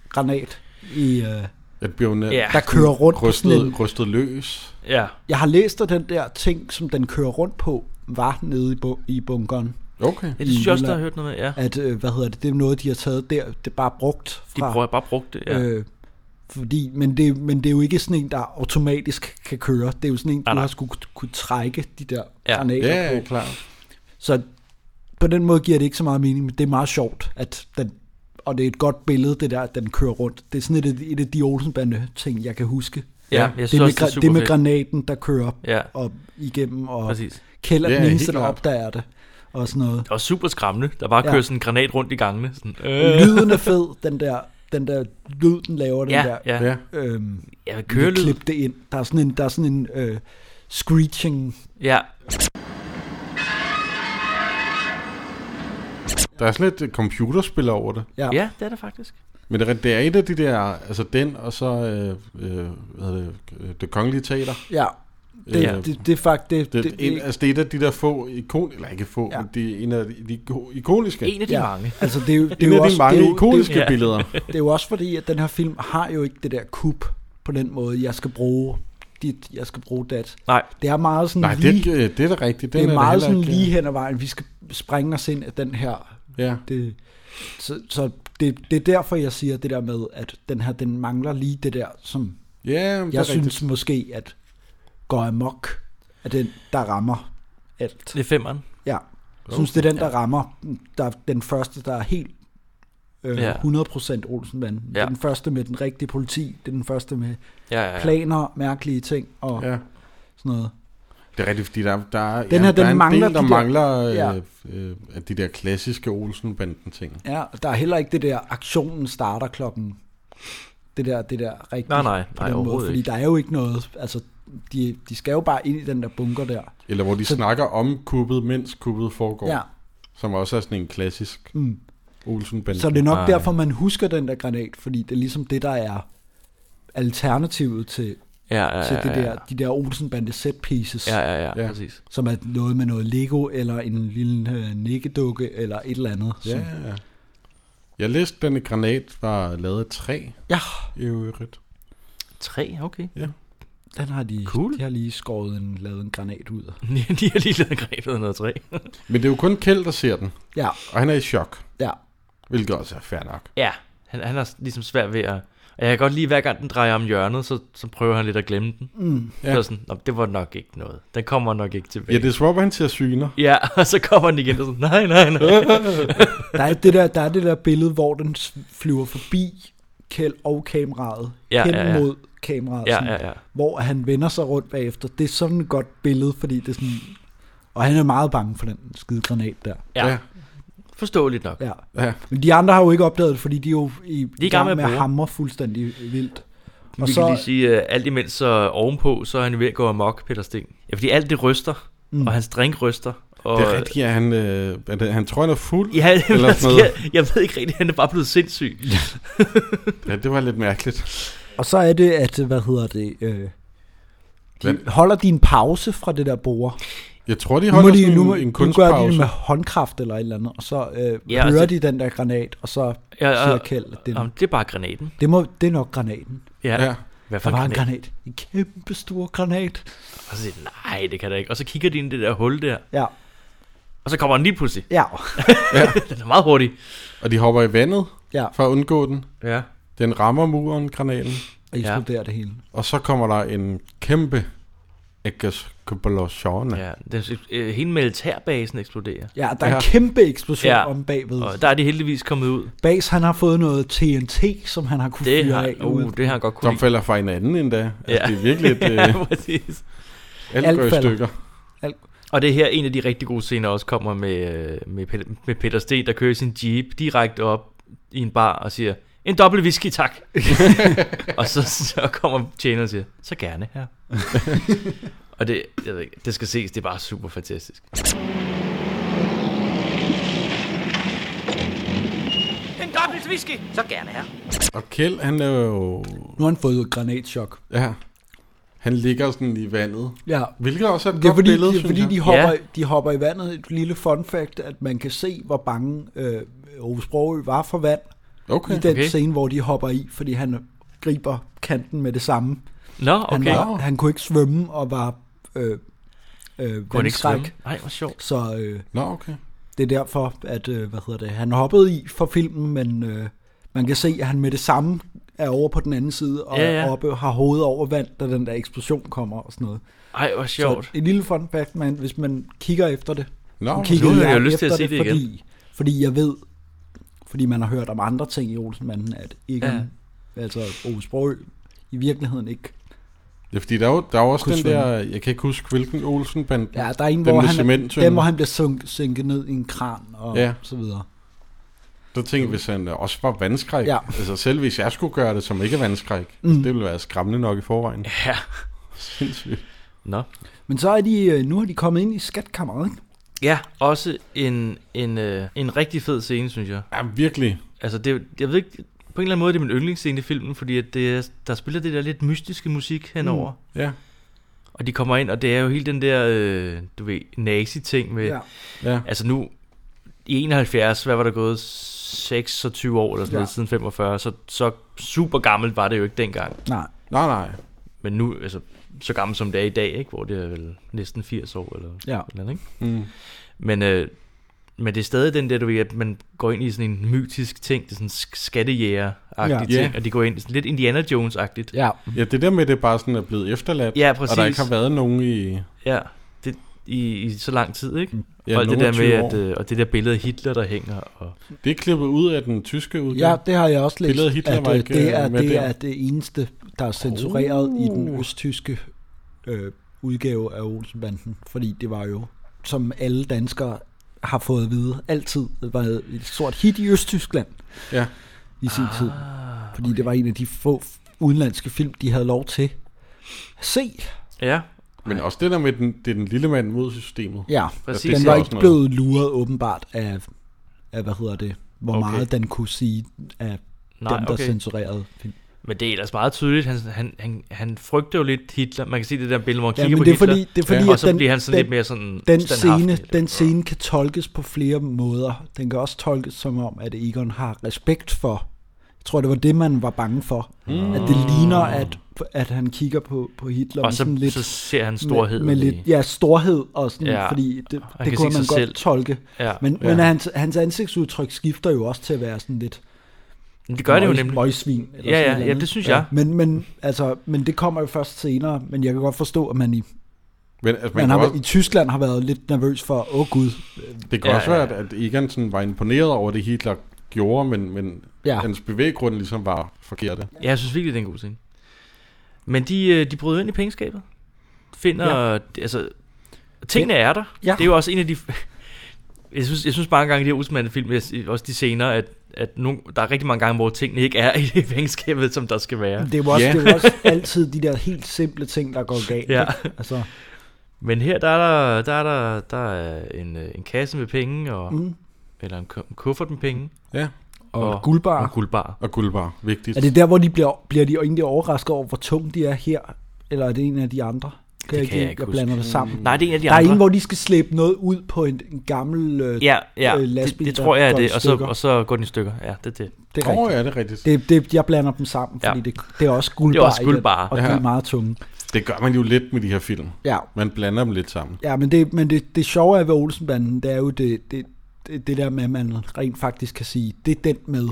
granat i... Øh,
At det bliver jo
Ja. Der kører rundt på
rystet,
sådan en-
rystet løs.
Ja.
Jeg har læst, at den der ting, som den kører rundt på, var nede i, bu- i bunkeren.
Okay.
Ja, det synes jeg også,
I
der har
Jylland.
hørt noget med, ja.
At, øh, hvad hedder det, det er noget, de har taget der, det er bare brugt
De
fra...
prøver bare brugt det, ja.
Øh, fordi, men, det, men det er jo ikke sådan en, der automatisk kan køre. Det er jo sådan en,
Nej,
du
nej.
har skulle kunne trække de der
Ja.
granater
Ja, ja,
på.
klart.
Så på den måde giver det ikke så meget mening, men det er meget sjovt, at den, og det er et godt billede, det der, at den kører rundt. Det er sådan et, et af de Olsenbande-ting, jeg kan huske.
Ja, jeg synes
det, med,
også, det er
gra-
super
det med
fedt.
granaten, der kører
Ja.
op igennem, og
Præcis.
Kjeld er
Ja,
den
helt
eneste, der
klart.
opdager det, og sådan noget.
Det var super skræmmende. Der bare
Ja. Øh,
kører sådan en granat rundt i gangene. Sådan, øh,
Lyden er fed, den der, den der lyd, den laver, den
Ja,
der.
ja. Ja.
Øhm,
Ja,
vi
kørelyd.
kan klippe det ind. Der er sådan en, der er sådan en øh, screeching.
Ja.
Der er sådan lidt øh, computerspil over det.
Ja.
ja, det er der faktisk.
Men det er- det er et af de der, altså den og så, øh, øh, hvad hedder det, øh, det kongelige teater.
Ja. Det- det- det er fakt- det-
det,
det-
en, altså det er et af de der få, ikon, eller ikke få, ja. men det er en af de, de iko- ikoniske.
Altså, det er jo, det er
en
jo
af
også,
de mange
det er jo,
ikoniske
det er jo-
billeder.
Det er jo også fordi, at den her film har jo ikke det der kup på den måde, jeg skal bruge dit, jeg skal bruge dat.
Nej.
Det er meget sådan
Nej, det er
lige,
ikke- øh, det er da rigtigt. Den
det
er
er
da
meget
heller
sådan
ikke-
lige hen ad vejen. Vi skal sprænge os ind af den her.
Ja.
Det, så så det, det er derfor, jeg siger det der med, at den her, den mangler lige det der, som
Ja, men det er
jeg synes
rigtigt.
måske, at går amok, er den, der rammer alt.
Det er femmeren.
Ja. Jeg synes, det er den, der rammer. Der er den første, der er helt øh,
Ja.
100% Olsenbanden. Ja. Det er
Ja.
den første med den rigtige politi. Det er den første med
Ja, ja, ja.
planer, mærkelige ting og ja. sådan noget.
Det er rigtigt, fordi der, der, er-
Den her,
der er
den
en
mangler
del, der
de der-
mangler øh,
Ja.
øh, af de der klassiske Olsen-banden-ting.
Ja, og der er heller ikke det der, aktionen starter klokken. Det der, det der rigtige.
Nej, nej,
på
nej,
den
overhovedet
Fordi
ikke.
der er jo ikke noget, altså de, de skal jo bare ind i den der bunker der.
Eller hvor de så... snakker om kuppet, mens kuppet foregår.
Ja.
Som også er sådan en klassisk
Mm.
Olsen-banden.
Så det er nok derfor, man husker den der granat, fordi det er ligesom det, der er alternativet til,
Ja, ja,
til
ja,
det
ja.
der, de der Olsenbande set pieces.
Ja, ja, ja, Ja. præcis.
Som er noget med noget Lego, eller en lille øh, nikkedukke, eller et eller andet.
Ja,
som-
ja. Jeg læste, at denne granat var lavet af træ.
Ja.
I øvrigt.
Tre, okay.
Ja.
Den har de, cool. de har lige skåret en, lavet en granat ud.
de har lige lavet en granat ud af noget træ.
Men det er jo kun Kjeld, der ser den.
Ja.
Og han er i chok.
Ja.
Hvilket også er fair nok.
Ja, han, han er ligesom svær ved at... Og jeg kan godt lide, hver gang den drejer om hjørnet, så, så prøver han lidt at glemme den.
Mm.
Ja. Så er sådan, Nå, det var nok ikke noget. Den kommer nok ikke tilbage.
Ja, det er som om, han ser syner.
Ja, og så kommer den igen og sådan, nej, nej, nej.
der, er det der, der er det der billede, hvor den s- flyver forbi Kjeld og kameraet,
Ja,
hen
ja, ja.
mod kameraet,
Ja,
sådan,
ja, ja.
hvor han vender sig rundt bagefter. Det er sådan et godt billede, fordi det er sådan... Og han er meget bange for den skide granat der.
Ja. ja. Forståeligt nok.
Ja.
Ja.
Men de andre har jo ikke opdaget det, fordi de er jo i, de
i gang med at bore.
hamre fuldstændig vildt.
Og vi så... kan lige sige, at alt imens så ovenpå, så er han ved at gå amok, Peter Sten. Ja, fordi alt det ryster,
Mm.
mm. og hans drink ryster. Og,
Og... Det er rigtigt, at han, øh, er det- han tror, han er fuld.
Ja,
eller sådan noget.
jeg, jeg ved ikke rigtigt, han er bare blevet sindssyg.
Ja, det var lidt mærkeligt.
Og så er det, at, hvad hedder det, øh, de holder de en pause fra det der bord.
Jeg tror, de holder sådan en- en
Nu gør de
kunstpause.
det med håndkraft eller et eller andet, og så øh,
Ja,
ja, hører
altså-
de den der granat, og så ja,
Ja,
siger
og-
Kjeld, at det,
Jamen, det er bare granaten.
det, må, det er nok granaten.
Ja. Ja. Hvad for
der
en
var en
granat?
granat. En kæmpe stor granat.
Og så siger de, nej, det kan der ikke. Og så kigger de ind i det der hul der.
Ja.
Og så kommer den lige pludselig.
Ja.
Ja.
den er meget hurtig.
Og de hopper i vandet
ja.
for at undgå den.
Ja.
Den rammer muren, granaten.
Og eksploderer det hele.
Og så kommer der en kæmpe eksplosion.
Ja, den, øh, hele militærbasen eksploderer.
Ja, der er en kæmpe eksplosion
Ja.
om bagved.
Og der er de heldigvis kommet ud.
Bas, han har fået noget TNT, som han har kunne
Det
fyre
har-
af.
uh,
ude.
det har han godt kunne
Som
lide.
falder fra hinanden endda. Altså,
Ja.
det er virkelig et... Øh,
Ja, præcis.
Alt,
Alt
går i
falder.
stykker.
Alt.
Og det er her, en af de rigtig gode scener også kommer med, øh, med, Peter, med Peter Sten, der kører sin Jeep direkte op i en bar og siger, en dobbelt whisky, tak. og så, så kommer tjeneren og siger, så gerne her. og det, jeg ved ikke, det skal ses, det er bare super fantastisk.
En dobbelt gammelt whisky? Så gerne her.
Og Kjeld, han er jo...
Nu har han fået granatschok.
Ja. Han ligger sådan i vandet.
Ja.
Hvilket også er et
det er
godt
fordi,
billede,
det er,
synes
fordi
jeg.
de, hopper,
Ja.
ja. de hopper i vandet. Et lille fun fact, at man kan se, hvor bange øh, Ove Sprogø var for vand.
Okay.
I den
Okay.
scene, hvor de hopper i, fordi han griber kanten med det samme.
Nå, okay.
Han, var,
Nå.
han kunne ikke svømme og var øh, øh,
Kunne han ikke
vandskræk.
svømme? Nej, hvor sjovt.
Så, øh,
Nå, okay.
Det er derfor, at øh, hvad hedder det, han hoppede i for filmen, men øh, man kan se, at han med det samme er over på den anden side, og
Ja,
ja,
ja.
ja. er oppe, har hovedet over vand, da den der eksplosion kommer og sådan noget.
Ej, hvor sjovt.
Så et lille fun fact, man, hvis man kigger efter det.
Nå,
Man
nu har jeg
langt
lyst til at
efter
se det igen.
fordi, Fordi jeg ved, fordi man har hørt om andre ting i Olsenmanden, at ikke,
Ja.
ja. altså Ove Sprogø i virkeligheden ikke
Ja, fordi der er jo, der er jo også
Kunne
den der... Jeg kan ikke huske, hvilken Olsen-band.
Ja, der er en,
den
hvor
med
han, er,
cementtønden.
den, hvor han bliver sunk, sænket ned i en kran og
Ja.
ja. så videre.
Der tænkte jeg, hvis han øh, også var vandskræk.
Ja.
Altså selv hvis jeg skulle gøre det, som ikke er vandskræk, mm.
Mm.
det ville være skræmmende nok i forvejen.
Ja.
Sindssygt.
Nå.
Men så er de, øh, nu har de kommet ind i skatkammeret, ikke?
Ja, også en, en, øh, en rigtig fed scene, synes jeg.
Ja, virkelig.
Altså, det, er jo- jeg ved ikke, på en eller anden måde er det min yndlingsscene i filmen, fordi at det, er- der spiller det der lidt mystiske musik henover.
Mm, ja.
Og de kommer ind, og det er jo hele den der, øh, du ved, nazi-ting med...
Ja. Ja.
Altså nu, i 71, hvad var der gået? 26 år eller sådan
Ja.
noget, siden 45, så, så super gammelt var det jo ikke dengang.
Nej.
Nej, nej.
Men nu, altså, så gammelt som det er i dag, ikke? hvor det er vel næsten 80 år eller
Ja.
eller andet, ikke?
Mm.
Men, øh, men det er stadig den der, du ved, at man går ind i sådan en mytisk ting, det er sådan sk- skattejæger-agtig
Ja. Ja.
ting, og de går ind i sådan lidt Indiana Jones-agtigt.
Ja.
Ja, det der med, at det bare sådan er blevet efterladt.
Ja, præcis.
Og der ikke har været nogen i...
Ja, det, i, i så lang tid,
Mm.
ikke?
Ja,
og alt det
nogle
der med,
20 år.
at, øh, og det der billede af Hitler, der hænger. Og...
Det er klippet ud af den tyske udgave.
Ja, det har jeg også læst.
Billedet af Hitler
at,
var
øh,
ikke
det er,
med
det
der.
er det eneste, der er censureret oh. i den østtyske øh, udgave af Olsenbanden. Fordi det var jo, som alle danskere har fået at vide, altid var et stort hit i Østtyskland
Ja.
i sin ah, tid. Fordi okay. det var en af de få udenlandske film, de havde lov til at se.
Ja.
Men også det der med, den, det er den lille mand mod systemet.
Ja,
Og
Præcis.
det
den
siger
var
også
ikke
noget.
blevet luret åbenbart af, af hvad hedder det, hvor
Okay.
okay. meget den kunne sige af
Nej,
Nej, dem, der
okay.
okay. censurerede film.
Men det er ellers meget tydeligt, han, han, han, han frygter jo lidt Hitler. Man kan se det der billede, hvor han
Ja,
kigger
men
på
det er
Hitler,
fordi, det er fordi,
og
at
så
den,
bliver han sådan
den,
lidt mere sådan
den
standhaftig.
scene, den scene kan tolkes på flere måder. Den kan også tolkes som om, at Egon har respekt for, jeg tror, det var det, man var bange for,
Mm.
mm. at det ligner, at, at han kigger på, på Hitler
Og
med
så-
sådan lidt,
så ser han storhed
med, med
i-
lidt, ja, storhed og sådan,
Ja.
ja. fordi det,
Han kan
det kunne
se
man godt
sig selv.
selv. tolke.
Ja.
Men,
Ja.
men hans, hans ansigtsudtryk skifter jo også til at være sådan lidt
Men det gør det jo
møg-
nemlig.
møgsvin. Eller
Ja,
sådan
ja,
noget
ja,
andet.
det synes
Ja.
jeg.
Men, men, altså, men det kommer jo først senere, men jeg kan godt forstå, at man i
Men altså, man
man
kan
har,
også-
i Tyskland har været lidt nervøs for, åh oh, gud.
Det kan ja,
Ja,
også
ja,
være, at, at Egan sådan var imponeret over det, Hitler gjorde, men, men ja.
Ja.
hans bevæggrunde ligesom var forkerte.
Ja, jeg synes virkelig, det er en god scene. Men de, øh, de bryder ind i pengeskabet. Finder, ja. altså, tingene er der.
Ja.
Det er jo også en af de... Jeg synes, jeg synes mange gange i de her Usman-film, også de senere, at, at nogle, der er rigtig mange gange, hvor tingene ikke er i det pengeskabet, som der skal være.
Det er jo også, yeah. det er jo også altid de der helt simple ting, der går galt.
Ja.
ikke? Altså,
Men her, der er der, der, er der, der er en, øh, en kasse med penge, og, mm.
Mm.
eller en, ku- en kuffert med penge.
Ja.
Og en guldbar.
Og en guldbar.
Og guldbar, vigtigt.
er det der, hvor de bliver, bliver de egentlig overrasket over, hvor tung de er her? Eller er det en af de andre? Kan
Det
jeg,
kan
ikke,
jeg ikke
jeg blander
huske. Mm,
det sammen.
Nej, det er en af de
der
andre.
er en, hvor de skal slæbe noget ud på en, en gammel øh,
Ja, ja,
øh,
det,
lastbil.
det
der
tror jeg er
går i
det, og så,
stykker.
og så går den i stykker. Ja, det er det.
Det er
Åh,
rigtigt.
ja, det er rigtigt.
Det, det, jeg blander dem sammen, fordi
Ja.
ja. det, det er også guldbar.
Det er også
i den,
guldbar.
Og de
Ja.
er meget tunge.
Det gør man jo lidt med de her film.
Ja.
Man blander dem lidt sammen.
Ja, men det, men det, det sjove er ved Olsenbanden, det er jo det, det, det, det der med, at man rent faktisk kan sige, det er den med,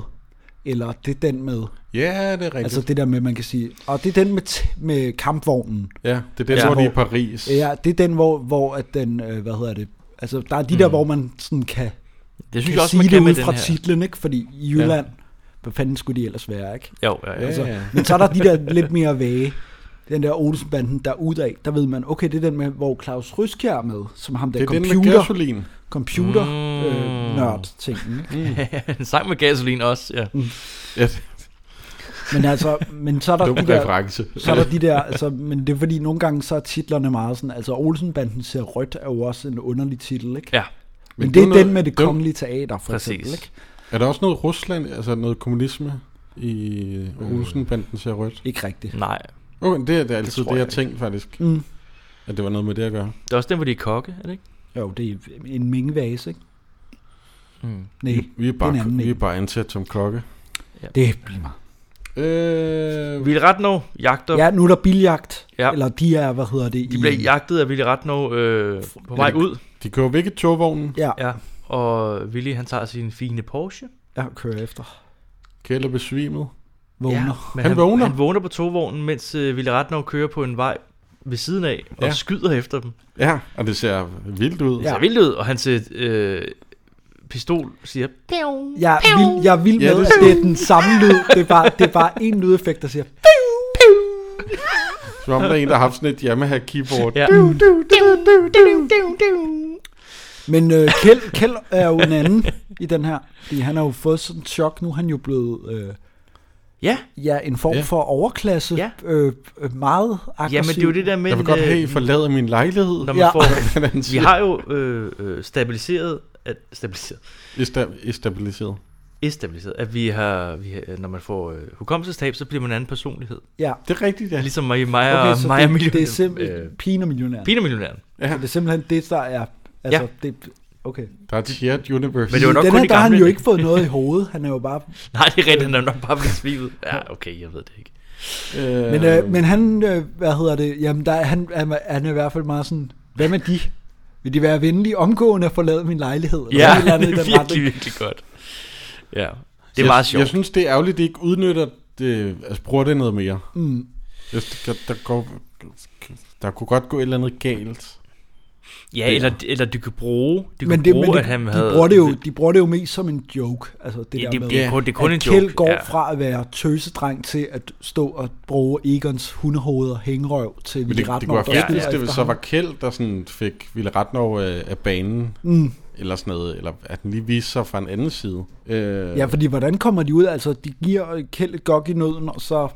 eller det er den med.
Ja, det er rigtigt.
Altså det der med, man kan sige, og det er den med, t- med kampvognen.
Ja, det er den, hvor de er i Paris.
Ja, det er den, hvor, hvor at den, øh, hvad hedder det, altså der er de der, hvor man sådan kan,
Mm. Det synes
kan
jeg også,
sige
man
det
kan med
ud
den
fra
her.
titlen, ikke? Fordi i
Ja.
Jylland, ja. hvad fanden skulle de ellers være, ikke? Altså,
Jo, ja, ja. Ja, ja.
Men så er der de der lidt mere vage, den der Olsenbanden, der er ud af, der ved man, okay, det er den med, hvor Claus Ryskjær er med, som ham der
Det er den med
computer,
gasolin.
computer
Mm.
øh, nørd tingen
en sang med gasolin også, ja.
Mm.
ja.
Men altså, men så er der
Dum
de der,
reference.
så er der de der, altså, men det er fordi nogle gange så er titlerne meget sådan, altså Olsenbanden ser rødt er jo også en underlig titel, ikke?
Ja.
Men,
Men
det
det
er
er
den
noget-
med det
det-
kongelige teater, for
Præcis.
eksempel, ikke?
Er der også noget Rusland, altså noget kommunisme i
Øh.
Olsenbanden ser rødt?
Ikke rigtigt.
Nej.
Okay, det er det er
Det
altid det,
tror
det jeg
jeg
tænkte faktisk.
Mm.
At det var noget med det at gøre.
Det er også den, hvor de er kokke, er det ikke?
Jo, det er en mingvase, ikke?
Mm.
Nej,
Vi er
det er en
bare,
anden
vi er
en.
bare ansat som kokke.
Det er lige meget.
Øh,
Ville Ratnov jagter...
Ja, nu er der biljagt.
Ja.
Eller de er, hvad hedder det?
De blev jagtet af Willy Ratnov øh, på vej
de-
ud.
De kører væk i togvognen.
Ja.
ja. Og Willy, han tager sin fine Porsche.
Ja, kører efter.
Kjeld er besvimet.
Vågner.
Ja, men han, han vågner. Han vågner på togvognen, mens øh, Willy Ratnov kører på en vej ved siden af og
Ja.
skyder efter dem.
Ja, og det ser vildt ud.
Det ser vildt ud, og hans øh, pistol siger...
Jeg er vild, jeg er vild med,
Ja,
ja,
det er
det at det er den samme lyd. Det er bare, det er bare én lydeffekt, der siger...
Som om der er en, der har haft sådan et Yamaha keyboard.
Ja.
Men øh, Kjeld, Kjeld er jo en anden i den her. Fordi han har jo fået sådan en chok. Nu er han jo blevet... Øh,
Ja.
Ja, en form
Ja.
ja. for overklasse.
Ja.
Øh, øh, meget aggressiv.
Ja, men det er jo det der med...
jeg vil godt
øh,
have, I forlader min lejlighed.
Når man
Ja.
ja. får,
Hvordan siger
vi har jo øh, øh, stabiliseret, at, stabiliseret,
Esta- Estabiliseret.
stabiliseret, at vi har, vi har, når man får øh, hukommelsestab, så bliver man en anden personlighed.
Ja.
Det er rigtigt, ja.
Ligesom mig, mig, okay, og, mig og
det, det er
millionæren.
simpelthen... Øh, Pinermillionæren.
Pinermillionæren.
Ja. Så det er simpelthen det, der er... Altså,
Ja.
det, okay.
Der er et shared universe.
Men det var nok
den
kun
her,
i
der har han
gamle
jo
dage.
ikke fået noget i hovedet. Han er jo bare...
Nej, det er rigtigt, han er nok bare blevet svivet. Ja, okay, jeg ved det ikke.
Øh,
Men, øh, men han, øh, hvad hedder det, jamen der, er- han, han, er- han er i hvert fald meget sådan, hvad med de? Vil de være venlige omgående at forlade min lejlighed? Eller
Ja,
sådan et eller andet i
det
den
er virkelig,
retning.
virkelig godt. Ja, det er
jeg,
meget sjovt.
Jeg synes, det er ærgerligt, at det ikke udnytter det. Altså, bruger det noget mere.
Mm.
Jeg, synes, der, der, går, der kunne godt gå et eller andet galt.
Ja, eller, eller du kan bruge, du
Men
kan
det,
bruge
men det,
at han
de,
havde...
bruger det jo, de bruger det jo mest som en joke. Altså det,
Ja,
der
det-
med,
det er kun- det er kun
at
en joke,
Kjeld går
ja.
fra at være tøsedreng til at stå og bruge Egons hundehoved og hængerøv til
Men
Ville
det, det kunne
Ratnov,
være
der
fedt, hvis
skyder
det
efter
så
ham.
var Kjeld, der sådan fik Ville Ratnov øh, af banen.
Mm.
Eller sådan noget. Eller at den lige viste sig fra en anden side. Øh,
Ja, fordi hvordan kommer de ud? Altså, de giver Kjeld et gok i nøden, og så...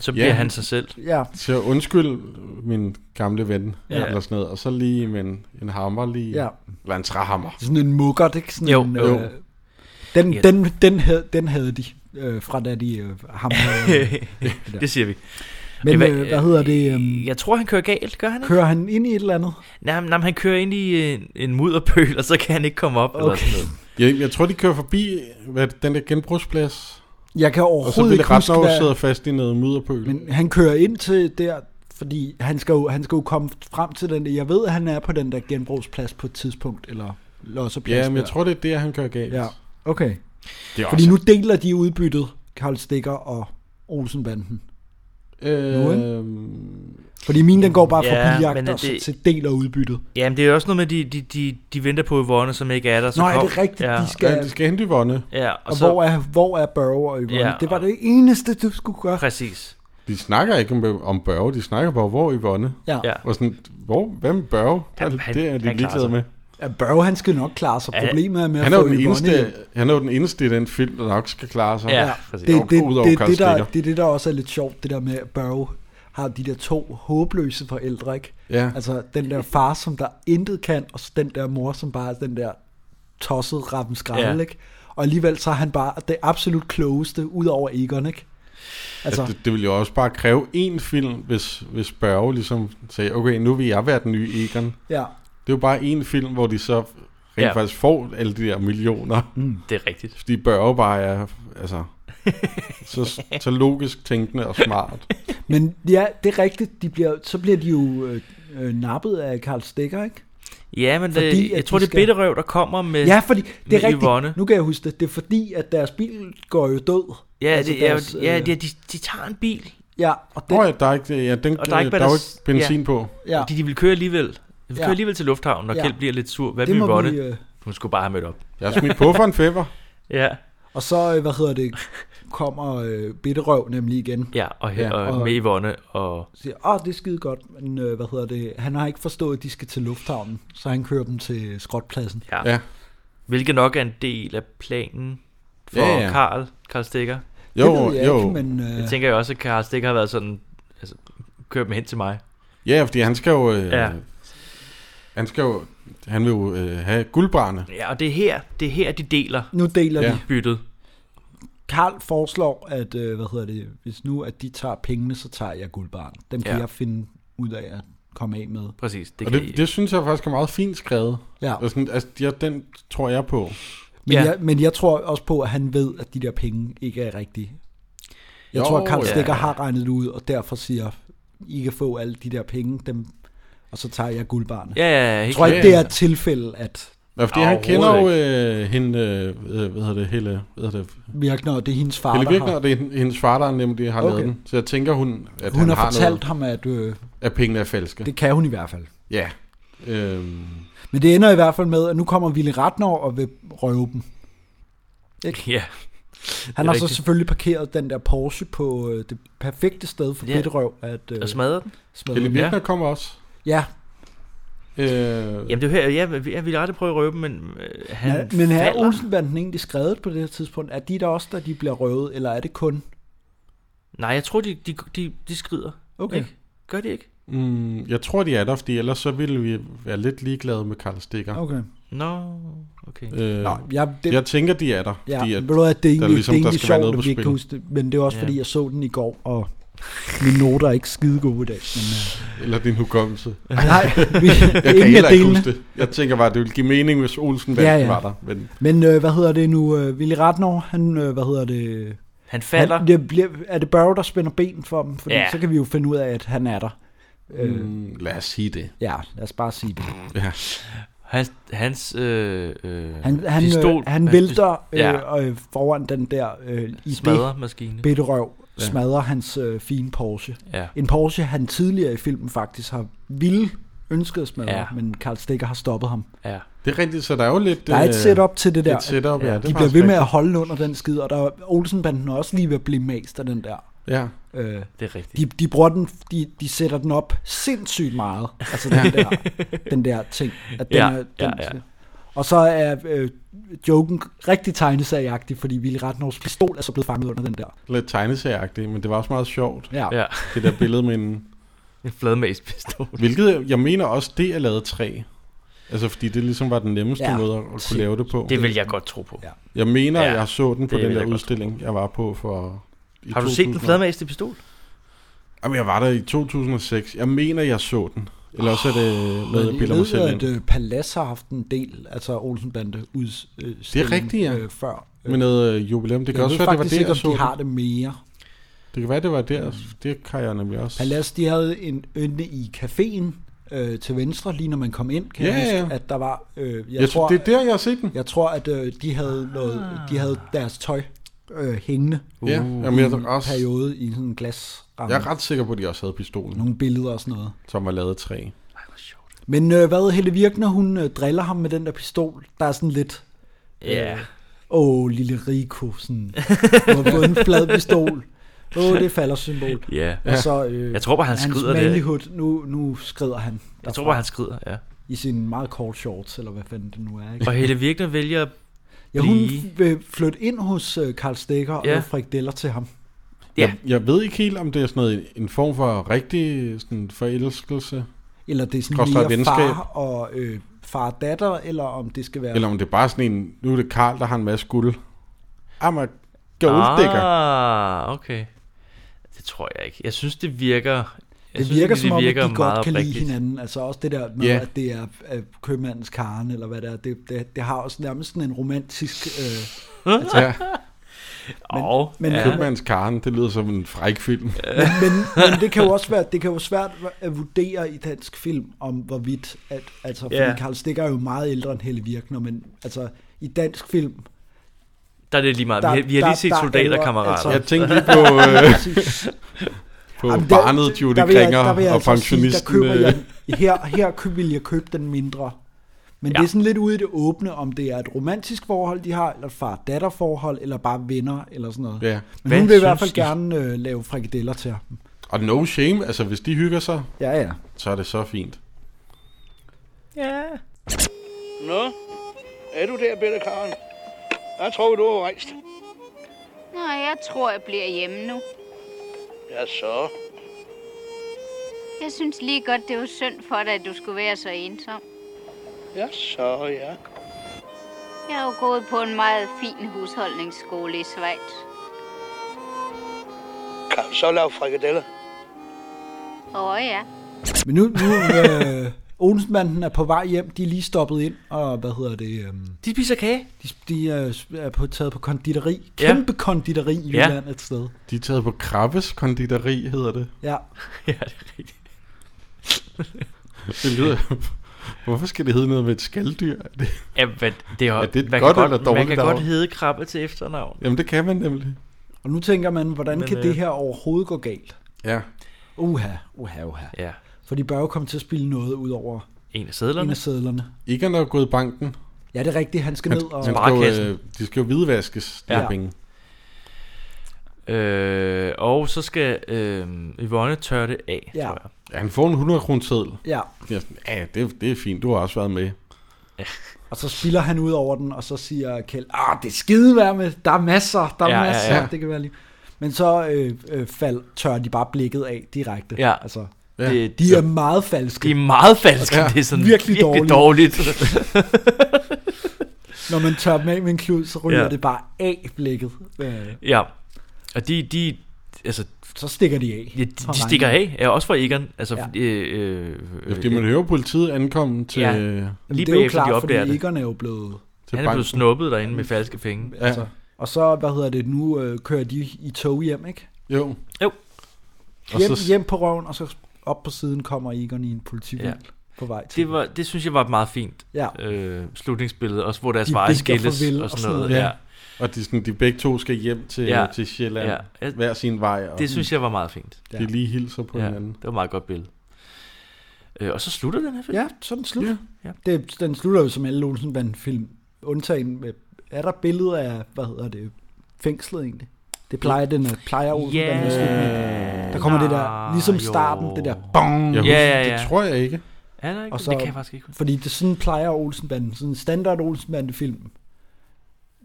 Så
Ja.
bliver han sig selv.
Ja,
Så undskyld, min gamle ven, ja.
Ja.
eller sådan noget, og så lige med en, en hammer lige, ja.
Ja.
eller en træhammer.
sådan en muggert, ikke? Sådan
Jo,
en,
jo.
Øh, den,
Ja.
den, den, havde, den havde de, øh, fra da de øh, hamrede. øh, det der.
det siger vi.
Men
Eva,
øh, hvad hedder det? Øh,
Jeg tror, han kører galt, gør han ikke?
kører han ind i et eller andet?
Nej, men- nej, men han kører ind i en, en mudderpøl, og så kan han ikke komme op. Eller
Okay.
sådan noget.
Jeg, jeg tror, de kører forbi hvad, er det, den der genbrugsplads,
Jeg kan
og så
overhovedet
vil
ikke huske,
Ratnov
hvad...
sidde fast i noget mudderpøl. Men,
Men han kører ind til der, fordi han skal, jo, han skal jo komme frem til den der. Jeg ved, at han er på den der genbrugsplads på et tidspunkt, eller losseplads.
ja, men jeg
der.
tror, det er der, han kører galt.
Ja, okay.
Det er
Fordi
også,
nu deler de udbyttet, Karl Stikker og Olsenbanden. nu,
øh,
Fordi min, den går bare fra
Ja,
ja,
men
biljagt
er
og
det-
det... til del af udbyttet.
Jamen, det er også noget med, at de, de, de, de venter på Yvonne, som ikke er der. Så
Nå, er
kom.
det rigtigt?
Ja,
De
skal...
skal...
det skal hente Yvonne.
ja og,
Og, og
så...
hvor, er, hvor er Burrow og Yvonne?
Ja,
Ja, det var
og-
det eneste, du skulle gøre.
Præcis.
De snakker ikke om, om Børge, de snakker bare, hvor er Yvonne?
Ja.
Ja.
ja.
Og sådan, hvor, hvad med Børge?
Han-
det,
han-
det er de
han klarer
ligeglade
sig.
med.
Burrow, han skal nok klare sig.
Ja,
Problemet er med at
Han er,
få
jo den
Yvonne
eneste,
hjem.
han er jo den eneste i den film, der nok skal klare sig.
Ja,
Det,
præcis.
det, det,
Udover
det,
Karl
det, der,
Stikker.
det er det, der også er lidt sjovt, det der med, at Burrow har de der to håbløse forældre, ikke?
Ja.
Altså den der far, som der intet kan, og så den der mor, som bare er den der tossede rappen skrald,
Ja.
ja. ikke? Og alligevel så er han bare det absolut klogeste, ud over Egon, ikke? Altså,
Altså, det, det ville jo også bare kræve en film, hvis, hvis Børge ligesom sagde, okay, nu vil jeg være den nye Egon.
ja.
Det er jo bare en film, hvor de så rent
Ja.
ja. faktisk får alle de der millioner, mm.
Det er rigtigt.
fordi Børge bare er, altså, så, så logisk tænkende og smart.
Men ja, det er rigtigt, de bliver, så bliver de jo øh, øh, nappet af Karl Stikker, ikke?
Ja, men
Fordi
Fordi,
at
jeg tror,
de
det er
skal-
Bitterøv, der kommer med...
Ja, fordi det
med
er rigtigt.
Yvonne.
Nu kan jeg huske det. Det er fordi, at deres bil går jo død.
Ja, altså det,
deres,
ja, ja,
øh,
ja de, de tager en bil,
ja, og det,
Nå ja, der er ikke, ja, den,
Og der er ikke,
der
hvad
er jo
der
ikke
s-
benzin ja. på.
ja,
fordi de vil køre alligevel. De vil
Ja.
køre alligevel til lufthavnen, og
Ja.
Kjeld bliver lidt sur. Hvad
det
vil
må
Yvonne?
vi... Øh,
Hun skulle bare have mødt op.
Jeg har smidt på for en feber.
Ja,
og så, øh, hvad hedder det, kommer øh, Bitterøv nemlig igen
ja og,
Ja,
ja, og,
og-
med Yvonne. Og,
siger, åh, det er skide godt, men øh, hvad hedder det, han har ikke forstået, at de skal til lufthavnen, så han kører dem til skrotpladsen.
ja.
Ja.
ja. Hvilket nok er en del af planen for
Ja, ja.
Karl, Karl Stikker.
Jo,
det ved jeg
jo.
ikke, men øh,
Jeg tænker jo også, at Karl Stikker har været sådan, altså, kør dem hen til mig.
Ja, fordi han skal jo... Øh, ja.
Ja.
Han skal jo, han vil jo øh, have guldbarne.
Ja, og det er her, det er her de deler.
Nu deler
Ja.
de.
Byttet.
Karl foreslår, at øh, hvad hedder det, hvis nu at de tager pengene, så tager jeg guldbaren. Dem kan
Ja.
ja. jeg finde ud af at komme af med.
Præcis.
Det og det, det synes jeg faktisk er meget fint skrevet.
Ja.
Og sådan, altså, ja, den tror jeg på.
Men, ja. jeg, men jeg tror også på, at han ved, at de der penge ikke er rigtige. Jeg
Jo,
tror, at Karl
ja.
Stikker har regnet det ud, og derfor siger, I kan få alle de der penge, dem, og så tager jeg guldbarne.
Ja, ja, ja,
jeg
helt
tror ikke,
klart.
det er et tilfælde, at...
Ja, fordi han kender jo øh, hende, øh, øh, hvad hedder det, Helle, hvad hedder det,
Virkner, det er hendes far,
Helle
der
Virkner,
har-
det er hen- hendes far, der nemlig har okay. lavet
Okay.
den. Så jeg tænker, hun, at
Hun
han
har
har
fortalt
noget,
ham, at, øh,
at pengene er falske.
Det kan hun i hvert fald.
Ja. Øhm,
Men det ender i hvert fald med, at nu kommer Ville Ratnor og vil røve dem. Ikke?
Ja.
Han
Det er
har rigtigt. så
rigtigt.
selvfølgelig parkeret den der Porsche på øh, det perfekte sted for
Ja. Altså,
ja. Bitterøv. At, øh,
Og smadre den.
smadre
Helle
den.
Virkner kommer også.
Ja.
Øh,
Jamen det er her, ja, vi- jeg ville aldrig prøve at røbe, men øh, han
Han men er
falder.
Olsenbanden egentlig skrevet på det her tidspunkt? Er de der også, der de bliver røvet, eller er det kun?
Nej, jeg tror, de, de, de, de skrider.
Okay.
Ikke? Gør de ikke?
mm, jeg tror, de er der, fordi ellers så ville vi være lidt ligeglade med Karl Stikker.
Okay.
Nå, okay.
Øh,
Nå, jeg- det-
jeg tænker, de er der.
Ja,
fordi
fordi, at, ved du, at det er
der
egentlig,
ligesom,
det er
der
egentlig
skal være noget
sjovt,
på
at vi ikke
spil.
kan huske det, men det er også,
Ja.
fordi jeg så den i går, og mine noter er ikke skide gode i dag. Men, øh,
Eller din hukommelse.
Nej, vi-
jeg kan
ingen af
heller ikke
delene.
huske det. Jeg tænker bare, at det ville give mening, hvis Olsen ja, ja. var der. Men
men øh, hvad hedder det nu? Øh, Willy Ratnor, han, øh, hvad hedder det?
Han falder.
Han, det bliver, er det Burrow, der spænder ben for dem? Fordi
Ja.
ja. så kan vi jo finde ud af, at han er der. Øh.
Mm, lad os sige det.
Ja, lad os bare sige det.
Ja.
Hans, hans øh, øh,
Han, han,
pistol,
øh, han
hans
vælter
pis- ja.
øh, øh, foran den der øh, i
Smadremaskine.
Bitte røv
Ja.
smadrer hans øh, fine Porsche.
Ja.
En Porsche, han tidligere i filmen faktisk har ville ønsket at smadre,
Ja.
ja. men Karl Stikker har stoppet ham.
Ja.
Det er rigtigt, så der er jo lidt...
Der er et
øh,
setup til det der.
Et setup, ja.
at
ja det er
de bliver
faktisk
ved med at
rigtigt.
holde under den skid, og der er Olsenbanden er også lige ved at blive mast af den der.
Ja.
Øh,
Det er rigtigt.
De, de bruger den, de, de sætter den op sindssygt meget. Altså den der, den der ting. At den
Ja,
er, den,
ja, ja.
Og så er øh, joken rigtig tegnesagagtig, fordi Ville Ratnors pistol er så blevet fanget under den der.
Lidt tegneserieagtigt, men det var også meget sjovt.
Ja.
Ja.
Det der billede med en...
En fladmæspistol.
Hvilket, jeg mener også, det er lavet af træ. Altså, fordi det ligesom var den nemmeste
Ja.
ja. måde at kunne lave det på.
Det vil jeg godt tro på. Ja.
Jeg mener,
Ja,
ja. jeg så den på
det vil
den der
jeg godt
udstilling, jeg var på for... i
Har du set den
2000.
fladmæste pistol?
Jamen, jeg var der i 2006. Jeg mener, jeg så den. Eller også er det med
Men
at
jeg
bilde mig
ved,
selv ind.
at øh, Palace har haft en del, altså Olsenbande udstilling
Det er rigtigt, ja.
øh, før.
Med noget øh, jubilæum. Det kan
jeg
også
ved
være, det var
faktisk
der,
ikke,
jeg
om
så
de har
den.
det mere.
Det kan være, det var der. Det kan jeg nemlig også.
Palace, de havde en ynde i caféen øh, til venstre, lige når man kom ind, kan
Ja,
jeg huske,
ja.
at der var... Øh,
Jeg tror, det er der, jeg har set den.
Jeg tror, at øh, de, havde noget, de havde deres tøj øh, hængende
Ja,
i
jamen, jeg
en
tror også-
periode i sådan en glas.
Jeg er ret sikker på, at de også havde pistolen.
Nogle billeder og sådan noget.
Som var lavet af træ.
Men øh, hvad, Helle Virkner, hun øh, driller ham med den der pistol, der er sådan lidt...
Ja.
Åh, øh, oh, lille Rico, sådan, du har fået en flad pistol. Åh, oh, det falder symbol.
Ja.
Og så, øh,
Jeg tror bare, han
hans
skrider det.
manlighed, nu, nu skrider han.
Jeg tror bare, han skrider, ja.
I sin meget kort shorts, eller hvad fanden det nu er. Ikke?
Og Helle Virkner vælger at
Ja, hun
blive...
f- vil flytte ind hos øh, Karl Stikker og
Ja.
ja. frikadeller til ham.
Ja.
Jeg, jeg ved ikke helt, om det er sådan noget, en form for rigtig sådan forelskelse.
Eller det er sådan
Koster
mere
et venskab.
far og øh, far og datter, eller om det skal være...
Eller om det er bare sådan en, nu er det Karl, der har en masse guld. I'm a golddigger. Ah.
Ah, okay. Det tror jeg ikke. Jeg synes, det virker... Jeg
det
synes,
virker
egentlig,
som om, at de godt
meget
kan lide
oprigtigt.
hinanden. Altså også det der med,
Ja.
yeah. at det er øh, købmandens karen, eller hvad det er. Det, det, det har også nærmest sådan en romantisk... Øh, altså,
Ja.
Og,
Men,
men-
ja.
ja.
Købmands Karen, det lyder som en fræk film.
men, men, men det kan jo også være, det kan jo svært at vurdere i dansk film, om hvorvidt, at, altså, fordi
Ja.
yeah. Karl Stikker er jo meget ældre end Helle Virkner, men altså, i dansk film,
Der er det lige meget. vi har, vi har
der-
lige set
der er alvor,
soldaterkammerater.
altså.
Jeg tænkte lige på, øh,
Præcis.
på
Jamen, der-
barnet Judy
der vil jeg-
Kringer
der vil jeg
og
altså sige, der
pensionisten.
køber
øh,
jeg- Her, her køb, vil jeg købe den mindre. Men ja. det er sådan lidt ude i det åbne, om det er et romantisk forhold, de har, eller et far-datter-forhold, eller bare venner, eller sådan noget.
Ja.
Men
Hvad
hun vil i hvert
synes
fald
I?
gerne øh, lave frikadeller til ham.
Og no shame, altså hvis de hygger sig,
ja, ja.
så er det så fint.
Ja.
Nå, er du der, Bette Karen? Jeg tror, du har rejst.
Nå, jeg tror, jeg bliver hjemme nu.
Ja, så.
Jeg synes lige godt, det var synd for dig, at du skulle være så ensom.
Ja, så ja.
Jeg har jo gået på en meget fin husholdningsskole i Schweiz.
Kan du så lave frikadeller?
Åh oh, ja.
Men nu, nu øh, Olsenbanden er på vej hjem, de er lige stoppet ind, og hvad hedder det? Øh,
de spiser kage.
De, de er, er på, taget på konditori, kæmpe ja. konditori i
Ja.
Jylland et sted.
De er taget på Krabbes konditori, hedder det.
Ja.
ja, det er rigtigt.
Det lyder... Hvorfor skal det hedde noget med et skalddyr? Er det,
Ja, hvad, det er,
er det et
man
godt
kan
eller dårligt
Man kan
navn?
godt hedde krabbe til efternavn.
Jamen, det kan man nemlig.
Og nu tænker man, hvordan
Men,
Men, kan
øh,
det her overhovedet gå galt?
Ja.
Uha, uha, uha.
Ja.
For de bør jo komme til at spille noget ud over
En af sædlerne.
en af sædlerne.
Ikke han er jo gået i banken.
Ja, det er rigtigt, han skal ned og...
han skal jo, øh, de skal jo hvidvaskes, de
Ja.
her penge.
Øh, og så skal øh, Yvonne tørre det af,
Ja.
tror jeg.
Ja, han får en 100 kroner seddel.
Ja.
Ja, sådan, ja det, det er fint. Du har også været med.
Og så spiller han ud over den, og så siger Kjeld, ah, det er skide værd med, der er masser, der er
Ja,
ja,
ja,
masser, ja,
ja.
ja. det kan være lige. Men så øh, øh, fald, tør de bare blikket af direkte.
Ja.
Altså,
Ja.
ja.
Det-
de er meget falske.
De er meget falske,
Ja.
det er sådan
virkelig,
virkelig
dårligt.
dårligt.
Når man tør dem af med en klud, så ryger
Ja.
ja. det bare af blikket. Øh,
Ja. Og de, de altså,
så stikker de af.
Ja, de,
Og
de stikker
regner.
af, ja, også fra Egon. Altså,
Ja.
ja. øh, øh,
Ja, fordi man hører politiet ankomme til... øh,
Ja.
Jamen,
lige
det er jo
bagefter, de
klart,
opdager
fordi
det.
Egon er jo blevet...
Han er blevet snuppet derinde med falske penge.
Ja. Altså, og så, hvad hedder det, nu øh, kører de i tog hjem, ikke?
Jo.
Jo.
Og
Hjem,
så-
hjem på røven, og så op på siden kommer Egon i en politibil
Ja.
ja. på vej til.
Det, var, det synes jeg var et meget fint
Ja.
øh, slutningsbillede, også hvor deres
De
veje
vinker
skilles
farvel
og sådan noget. Ja.
Og de, sådan, de begge to skal hjem til,
Ja.
ja. til Sjælland.
Ja.
Ja. Hver sin vej. Og
Det synes jeg var meget fint.
De lige hilser på
Ja,
hinanden.
det var et meget godt billede. Øh, og så slutter den her film.
Ja, så er den slut.
Ja.
Ja.
Det, den slutter jo som alle olsen film undtagen med, er der billeder af, hvad hedder det, fængslet egentlig? Det plejer den at plejer olsen
Ja.
yeah. Der kommer det der,
Ah,
ligesom starten, det der bong.
Jeg husker, Ja, ja, ja. det tror jeg ikke.
Er der ikke?
Og
Det kan jeg faktisk ikke huske.
Fordi det sådan plejer Olsenbanden, sådan en standard Olsenbande-film,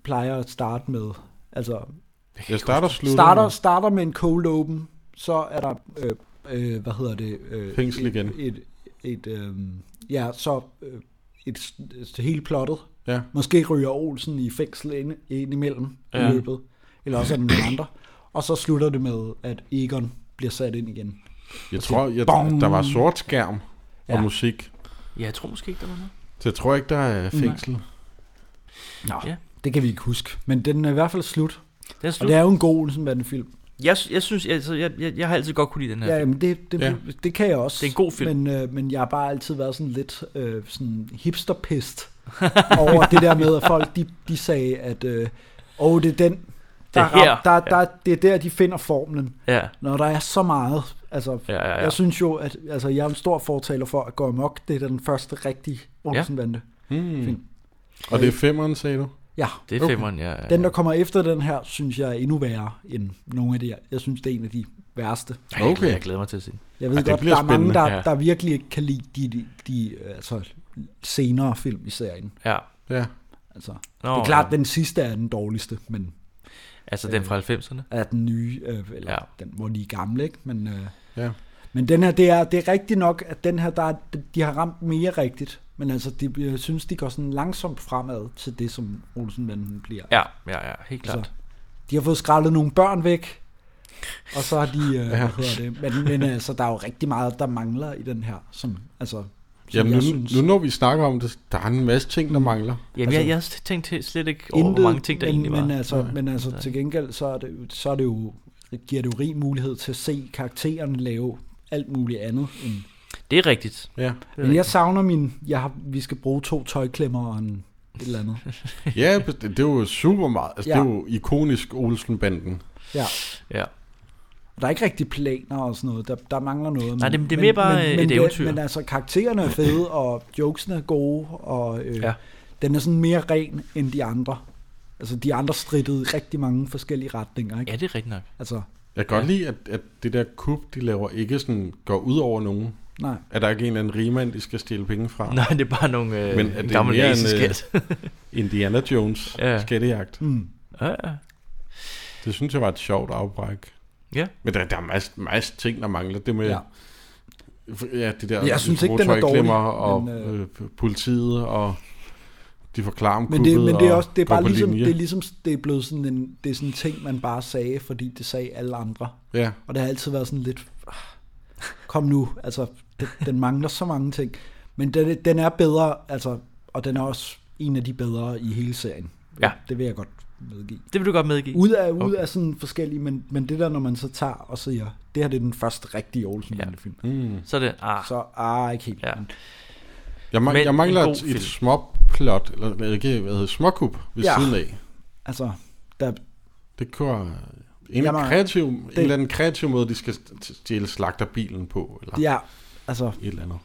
plejer at starte med, altså...
Jeg starter og slutter.
Starter,
med-
starter med en cold open, så er der, øh, øh, hvad hedder det? Øh,
Fængsel
et-
igen.
Et, et, øh, ja, så øh, et, s- et, helt plottet.
Ja.
Måske ryger Olsen i fængsel ind, ind imellem
Ja.
ja. i løbet, eller også er det nogle andre. Og så slutter det med, at Egon bliver sat ind igen.
Jeg
Og
tror,
så
jeg,
bong.
der var sort skærm ja.
Ja.
og musik.
Ja, jeg tror måske ikke, der var noget.
Så jeg tror ikke, der er fængsel.
Nå,
Ja.
ja. det kan vi ikke huske. Men den er i hvert fald slut.
Den er
Og
slut.
det er jo en god Olsenbanden-film.
Jeg, jeg synes, altså, jeg, jeg, jeg har altid godt kunne lide den her
Ja,
film.
jamen det, det,
Ja.
ja. det kan jeg også.
Det er en god film.
Men, øh, men jeg har bare altid været sådan lidt øh, sådan hipsterpist over det der med, at folk de, de sagde, at øh, åh, det er den, der,
Det er her."
ram- der, der, det er der, de finder formlen.
Ja.
Når der er så meget. Altså,
Ja, ja, ja.
Jeg synes jo, at altså, jeg er en stor fortaler for at gå amok. Det er den første rigtige Olsenbande
Ja.
hmm.
Hmm.
film.
Og det er femmeren, sagde du?
Ja.
Det er femmeren, ja, ja, ja.
Den, der kommer efter den her, synes jeg er endnu værre end nogle af de her. Jeg synes, det er en af de værste.
Ej, jeg, glæder, jeg glæder mig til at se. den.
Jeg ved
Ej,
ja,
det
godt, der
bliver
er mange,
spændende.
der,
Ja.
ja. der virkelig ikke kan lide de, de, de øh, altså, senere film i serien.
Ja.
Ja.
Altså,
Nå,
Nå, det er klart,
ja.
ja. den sidste er den dårligste, men...
Altså
Øh.
den fra 90'erne?
Er den nye, øh, eller
Ja.
ja. den, hvor de er gamle, ikke? Men, øh,
Ja.
men den her, det er, det er rigtigt nok, at den her, der er, de har ramt mere rigtigt. Men altså, de, jeg synes, de går sådan langsomt fremad til det, som Olsenbanden bliver.
Ja, ja, ja, helt klart.
Altså, de har fået skrællet nogle børn væk, og så har de, øh, hvad hedder det, men, men altså, der er jo rigtig meget, der mangler i den her, som, altså, som
Jamen, nu,
jeg synes, Mm.
nu når vi snakker om det, der er en masse ting, der mangler.
Jamen, jeg, jeg har tænkt helt- slet ikke over, hvor mange ting, der
men,
egentlig var.
Men altså, men altså til gengæld, så, er det, jo- så er det jo, giver det jo rig mulighed til at se karakteren lave alt muligt andet. End,
Det er rigtigt.
Ja.
men jeg savner min, jeg har, vi skal bruge to tøjklemmer og en, et eller andet.
Ja, best- det er jo super meget. Altså,
Ja.
Det er jo ikonisk Olsen-banden.
Ja.
ja.
Og der er ikke rigtig planer og sådan noget. Der, der mangler noget.
Nej,
men-
det- det er
men-
mere bare et
men, men,
eventyr.
Men altså, karaktererne er fede, og jokesene er gode, og øh,
Ja.
ja. den er sådan mere ren end de andre. Altså, de andre strittede i rigtig mange forskellige retninger, ikke?
Ja, det er rigtigt nok.
Altså,
Jeg kan godt lide, at, at det der kub, de laver, ikke sådan går ud over nogen.
Nej.
At der ikke er en eller anden rigmand, de skal stjæle penge fra.
Nej, det er bare nogle, øh,
Men at
en
det er
gammel
mere en
næseskat.
øh, Indiana Jones
Ja.
ja. skattejagt.
Mm.
Ja, ja.
Det synes jeg var et sjovt afbræk.
Ja.
Men der, der er masser masse ting, der mangler. Det med,
Ja.
ja. Ja, det der
Jeg synes ikke, den er dårlig,
motorreklemmer og
men,
øh, politiet, og de forklarer om
Men det,
kuppet
men det er
og
også, det er bare
går på
ligesom,
linje.
det er ligesom, det er blevet sådan en, det er sådan en ting, man bare sagde, fordi det sagde alle andre.
Ja.
Og det har altid været sådan lidt, "Ah, kom nu, altså, det, den mangler så mange ting. Men den, den er bedre, altså, og den er også en af de bedre i hele serien.
Ja.
Det vil jeg godt medgive.
Det vil du godt medgive?
Ud af, ud af sådan forskellige, men, men det der, når man så tager og siger, det her det er den første rigtige Olsen-film. Ja.
Mm.
Så er det, ah.
Så, ah, ikke helt. Ja.
Jeg, man,
Men
jeg mangler
en god
et,
film.
et småplot, eller hvad- ikke, hvad hedder det, småkup ved
Ja.
ja. siden af.
Altså, der...
Det kører en,
Jeg mangler-
kreativ, en
det-
eller anden kreativ måde, de skal stjæle slagterbilen på, eller
Ja, altså,
et eller andet.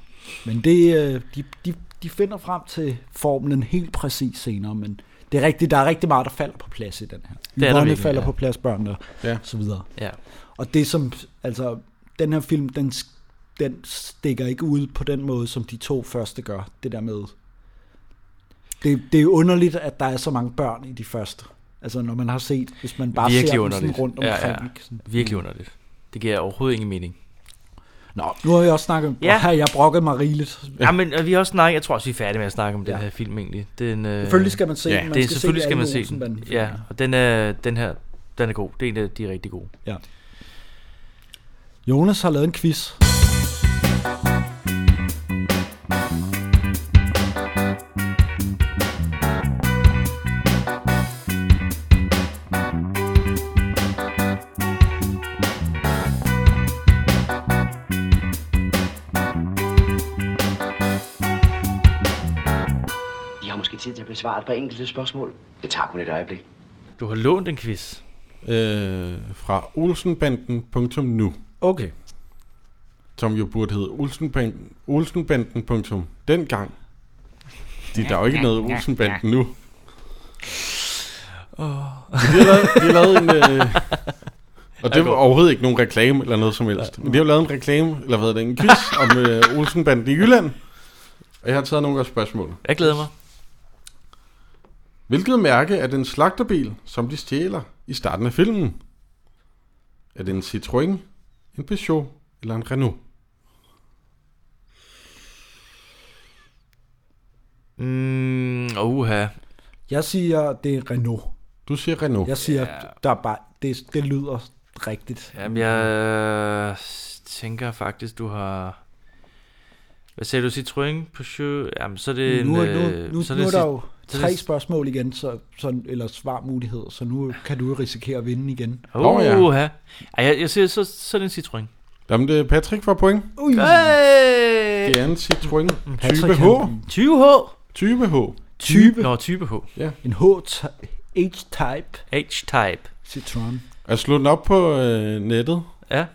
Men det, øh, de, de, de finder frem til formlen helt præcis senere, men det er rigtigt, der er rigtig meget, der falder på plads i den her.
Det er der
Yvonne
virkelig,
falder
ja.
på plads, børnene
ja.
og så videre.
Ja.
Og det som, altså, den her film, den, s- den stikker ikke ud på den måde, som de to første gør, det der med. Det, det er underligt, at der er så mange børn i de første. Altså, når man har set, hvis man bare ser dem sådan rundt omkring.
Ja, ja.
ikke? Sådan.
Virkelig underligt. Det giver overhovedet ingen mening.
Nå, nu har vi også snakket om,
Ja.
ja. her jeg brokket mig rigeligt.
Ja, men øh, vi har også snakket, jeg tror også, vi er færdige med at snakke om ja. den her film egentlig. Den, øh,
Selvfølgelig skal man se den.
ja.
Man
det, er-
skal se
selvfølgelig skal
alle
man se den.
Olsen-banden-film.
Ja, og den, er, den her, den er god. Det er en af de rigtig gode.
Ja. Jonas har lavet en quiz.
I har måske tid til at besvare et par enkelte spørgsmål. Det tager kun et øjeblik.
Du har lånt en quiz.
Øh, fra olsenbanden.nu.
Okay.
Som jo burde hedde Olsenbanden, olsenbanden. dengang. De, der er jo ikke noget Olsenbanden nu. Men de har lavet, de har lavet en... Øh, og det var overhovedet ikke nogen reklame eller noget som helst. Men de har jo lavet en reklame, eller hvad hedder det, en quiz om øh, Olsenbanden i Jylland. Og jeg har taget nogle af spørgsmålene.
Jeg glæder mig.
Hvilket mærke er den slagterbil, som de stjæler i starten af filmen? Er det en Citroën, en Peugeot eller en Renault?
Mm, uha.
Jeg siger, det er Renault.
Du siger Renault.
Jeg siger, yeah. der er bare, det, det lyder rigtigt.
Jamen, jeg tænker faktisk, du har... Hvad sagde du? Citroën, Peugeot? Jamen, så er det en...
nu, er-
øh,
nu, nu,
så
nu er
det
der
Ci-
jo
så er
tre
det-
spørgsmål igen, så, så, eller svarmuligheder, så nu kan du jo risikere at vinde igen.
Åh, oh, ja. Ej, jeg, jeg siger, så, så er det en Citroën.
Jamen, det er Patrick for point.
Ui.
Hey!
Det er en Citroën type
Mm,
Patrick,
H.
han-
20H.
Type H.
Type.
Nå, type H.
Ja.
En H-type. H-type.
H-type.
Citroën.
Jeg slog den op på øh, nettet.
Ja.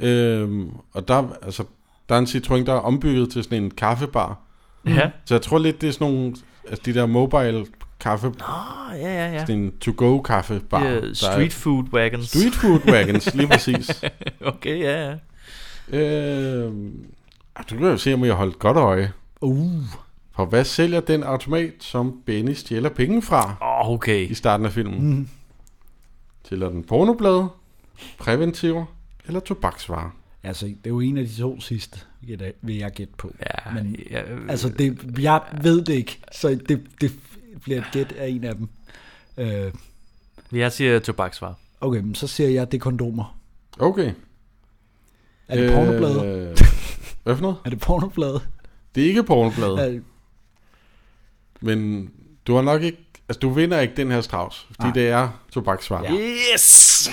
Øhm, og der, er- altså, der er en Citroën, der er ombygget til sådan en kaffebar.
Mm. Ja.
Så jeg tror lidt, det er sådan nogle... Altså, de der mobile kaffe...
Nå, ja, ja, ja.
Sådan en to-go kaffebar.
De, øh, street food wagons.
Street food wagons, lige præcis.
Okay, ja, ja.
Øh, du kan jo se, om jeg har holdt godt øje.
Uh.
For hvad sælger den automat, som Benny stjæler penge fra?
Oh, okay.
I starten af filmen.
Mhm.
Sælger den pornoblade, præventiver eller tobaksvarer?
Altså, det er jo en af de to sidste, gætter jeg- vil jeg gætte på.
Ja,
Men,
ja,
altså, det, jeg ved det ikke, så det, det bliver et gæt af en af dem. Øh,
Jeg siger tobaksvarer.
okay, men så siger jeg, det er kondomer.
Okay.
Er det pornoblade?
Øh, hvad for noget?
Er det pornoblade?
Det er ikke pornoblade,
Er,
men du har nok ikke... Altså, du vinder ikke den her straus, fordi
Nej.
det er tobaksvarer. Ja.
Yes!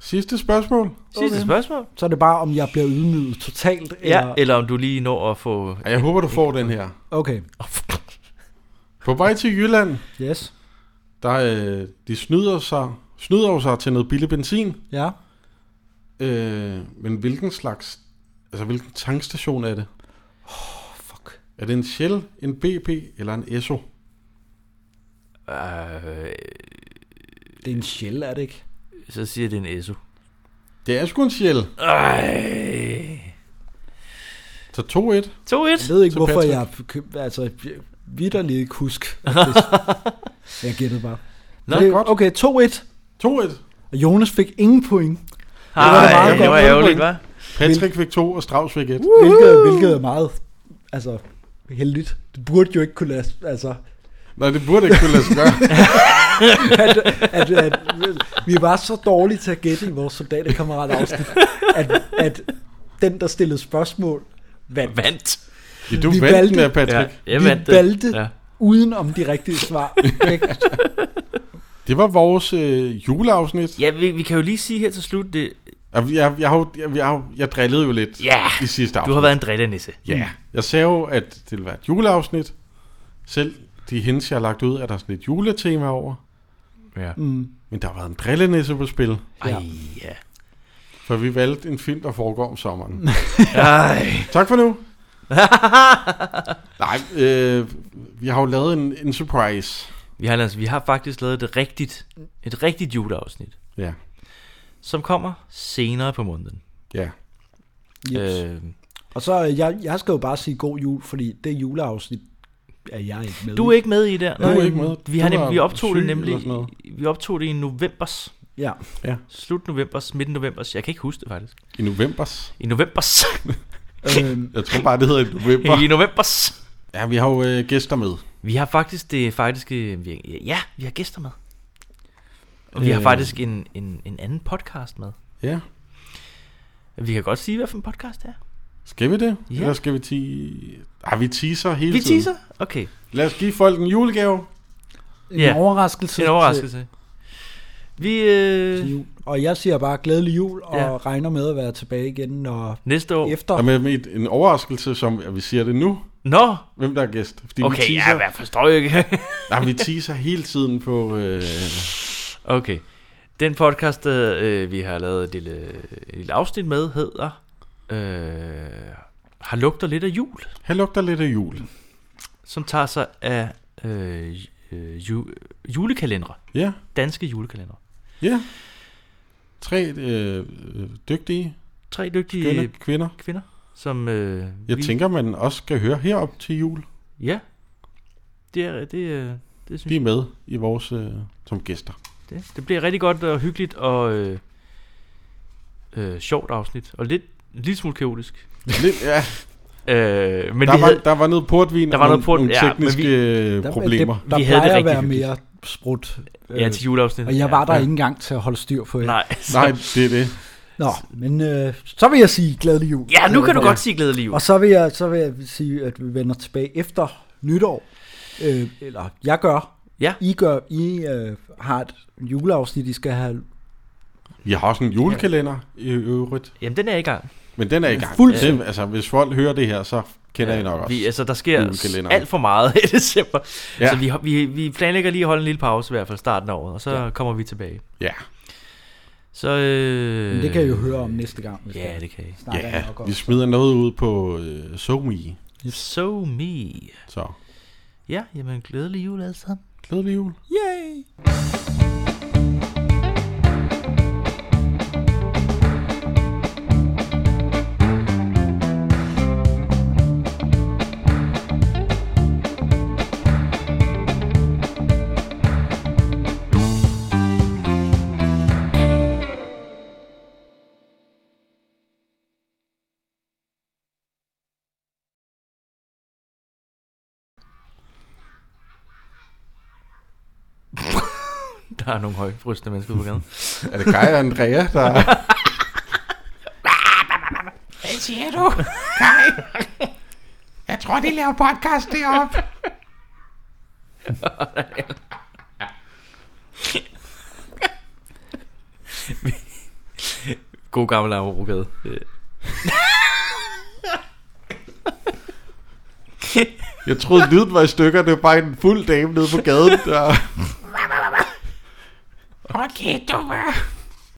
Sidste spørgsmål.
Sidste okay. spørgsmål.
Så er det bare, om jeg bliver ydmyget totalt?
Ja, eller om du lige når at få...
Ja, Jeg håber, du får den her.
Okay.
På vej til Jylland,
Yes.
der øh, de snyder sig, snyder jo sig til noget billig benzin.
Ja.
Øh, men hvilken slags, altså hvilken tankstation er det? Oh, fuck. Er det en Shell, en BP eller en Esso?
Øh,
Det er en sjæl, er det ikke?
så siger det en Esso.
Det er sgu en Shell.
Ej.
Så 2-1.
2-1.
Jeg ved ikke,
Så
hvorfor
Patrick.
jeg køb- altså, vidderlig ikke husk. at det- Jeg gættede bare.
Nå,
Men det,
godt.
Okay, 2-1.
2-1.
Og Jonas fik ingen point.
Ej,
meget
det var
godt.
ærgerligt, hva'?
Patrick fik to, og Strauss fik et.
Hvilket, hvilket er meget altså, heldigt. Det burde jo ikke kunne lade... Altså.
Nej, det burde ikke kunne lade sig gøre.
at, at, at, vi var så dårlige til at gætte i vores soldaterkammerat afsnit, at, at den, der stillede spørgsmål, vandt.
Vandt.
Ja, du vandt den her, Patrick.
Ja,
Ja,
jeg
jeg
vi
vandt
valgte
den.
ja.
Ja.
uden om de rigtige svar. Ikke?
Det var vores øh, juleafsnit.
Ja, vi, vi kan jo lige sige her til slut, det...
Jeg, jeg, jeg, har jo- jeg, jeg, har- jeg drillede jo lidt
Ja,
i sidste
du
afsnit.
har været en drillenisse.
Ja,
Mm.
jeg sagde jo, at det ville være et juleafsnit. Selv de hints, jeg har lagt ud, er der sådan et juletema over.
Ja.
Mm.
Men der har været en drillenisse på spil.
Ej, ja.
For vi valgte en film, der foregår om sommeren.
Ej.
Tak for nu. Nej, øh, vi har jo lavet en, en surprise.
Vi har, altså, vi har faktisk lavet et rigtigt, et rigtigt juleafsnit.
Ja.
Som kommer senere på måneden.
Ja.
Jeps.
Øh,
Og så, øh, jeg, jeg skal jo bare sige god jul, fordi det juleafsnit er jeg ikke med
du er ikke med i der.
Du er ikke med.
Øh, Vi, har
Du
nemlig, vi
var
optog det
syg eller sådan
nemlig
noget.
vi optog det i novembers.
Ja.
ja.
Slut novembers, midten novembers. Jeg kan ikke huske det faktisk.
I novembers.
I novembers.
Øhm.
Jeg tror bare, det hedder i november.
I novembers.
Ja, vi har jo øh, gæster med.
Vi har faktisk, det er faktisk, øh, vi- ja, vi har gæster med. Og vi har
Øh.
faktisk en, en, en anden podcast med.
Ja.
Vi kan godt sige, hvad for en podcast det er.
Skal vi det?
Ja.
Ja. Eller skal vi te... Ej, vi teaser hele
Vi
tiden.
teaser? Okay.
Lad os give folk en julegave.
En overraskelse.
En overraskelse. Vi, øh,
jul. Og jeg siger bare glædelig jul, og
Ja.
ja. regner med at være tilbage igen når
Næste år.
Efter.
Og med, med et, en overraskelse, som at vi siger det nu.
Nå!
Hvem der er gæst. Fordi
Okay, ja, men jeg forstår jo ikke.
Nej, vi teaser hele tiden på... Øh...
Okay. Den podcast, øh, vi har lavet et lille, et lille afsnit med, hedder øh, Har lugter lidt af jul.
Har lugter lidt af jul.
Som tager sig af øh, øh, ju, julekalendere.
Ja.
Danske julekalendere.
Ja. Tre øh, øh, dygtige
Tre dygtige
skønne kvinder.
kvinder, som øh,
Jeg vi... tænker, man også skal høre herop til jul.
Ja. Det, er, det, øh, det synes
De er med i vores, øh, som gæster.
Det, det bliver rigtig godt og hyggeligt og øh, øh, sjovt afsnit. Og lidt, en lille smule kaotisk.
Lidt, ja.
Øh, men
der,
vi
var,
havde-
der var noget portvin
Der
og
var
nogle,
noget port-
nogle
ja, men
tekniske
vi-
ja,
Der-
problemer.
det-
Der
Vi
vi
havde
havde
det
at
rigtig
være
hyggeligt.
mere sprudt. øh,
Ja, til juleafsnittet.
Og jeg
Ja.
var der
Ja.
ikke engang til at holde styr på jer.
Nej.
Nej, det er det.
Nå, men øh, så vil jeg sige glædelig jul.
Ja, nu kan du
Øh,
godt sige glædelig jul.
Og så vil, jeg, så vil jeg sige, at vi vender tilbage efter nytår. Øh, eller jeg gør.
Ja.
I gør. I øh, har et juleafsnit, I skal have
Vi har også en julekalender i øvrigt.
Jamen, den er i gang.
Men den er i gang.
Fuldstændig.
Den, altså, hvis folk hører det her, så kender ja, I nok også.
Vi, altså, der sker
julekalenderen.
alt for meget i december. Ja.
Ja.
Så vi, ho- vi, vi planlægger lige at holde en lille pause i hvert fald starten af året, og så ja. kommer vi tilbage.
Ja.
Så, øh,
Men det kan I jo høre om næste gang. Hvis
Ja,
der
det kan I.
snakker
Ja,
nok om.
vi smider noget ud på øh, SoMe.
So me.
Så
Ja, jamen glædelig jul alle sammen.
glædelig jul.
Yay! Der er nogle højfrystende mennesker på gaden.
Er det Kai og Andrea, der...
Hvad siger du? Nej. Jeg tror, de laver podcast deroppe.
God gammel Amarogade.
Jeg troede, lyden var i stykker. Det var bare en fuld dame nede på gaden, der...
Hold kæft, du var.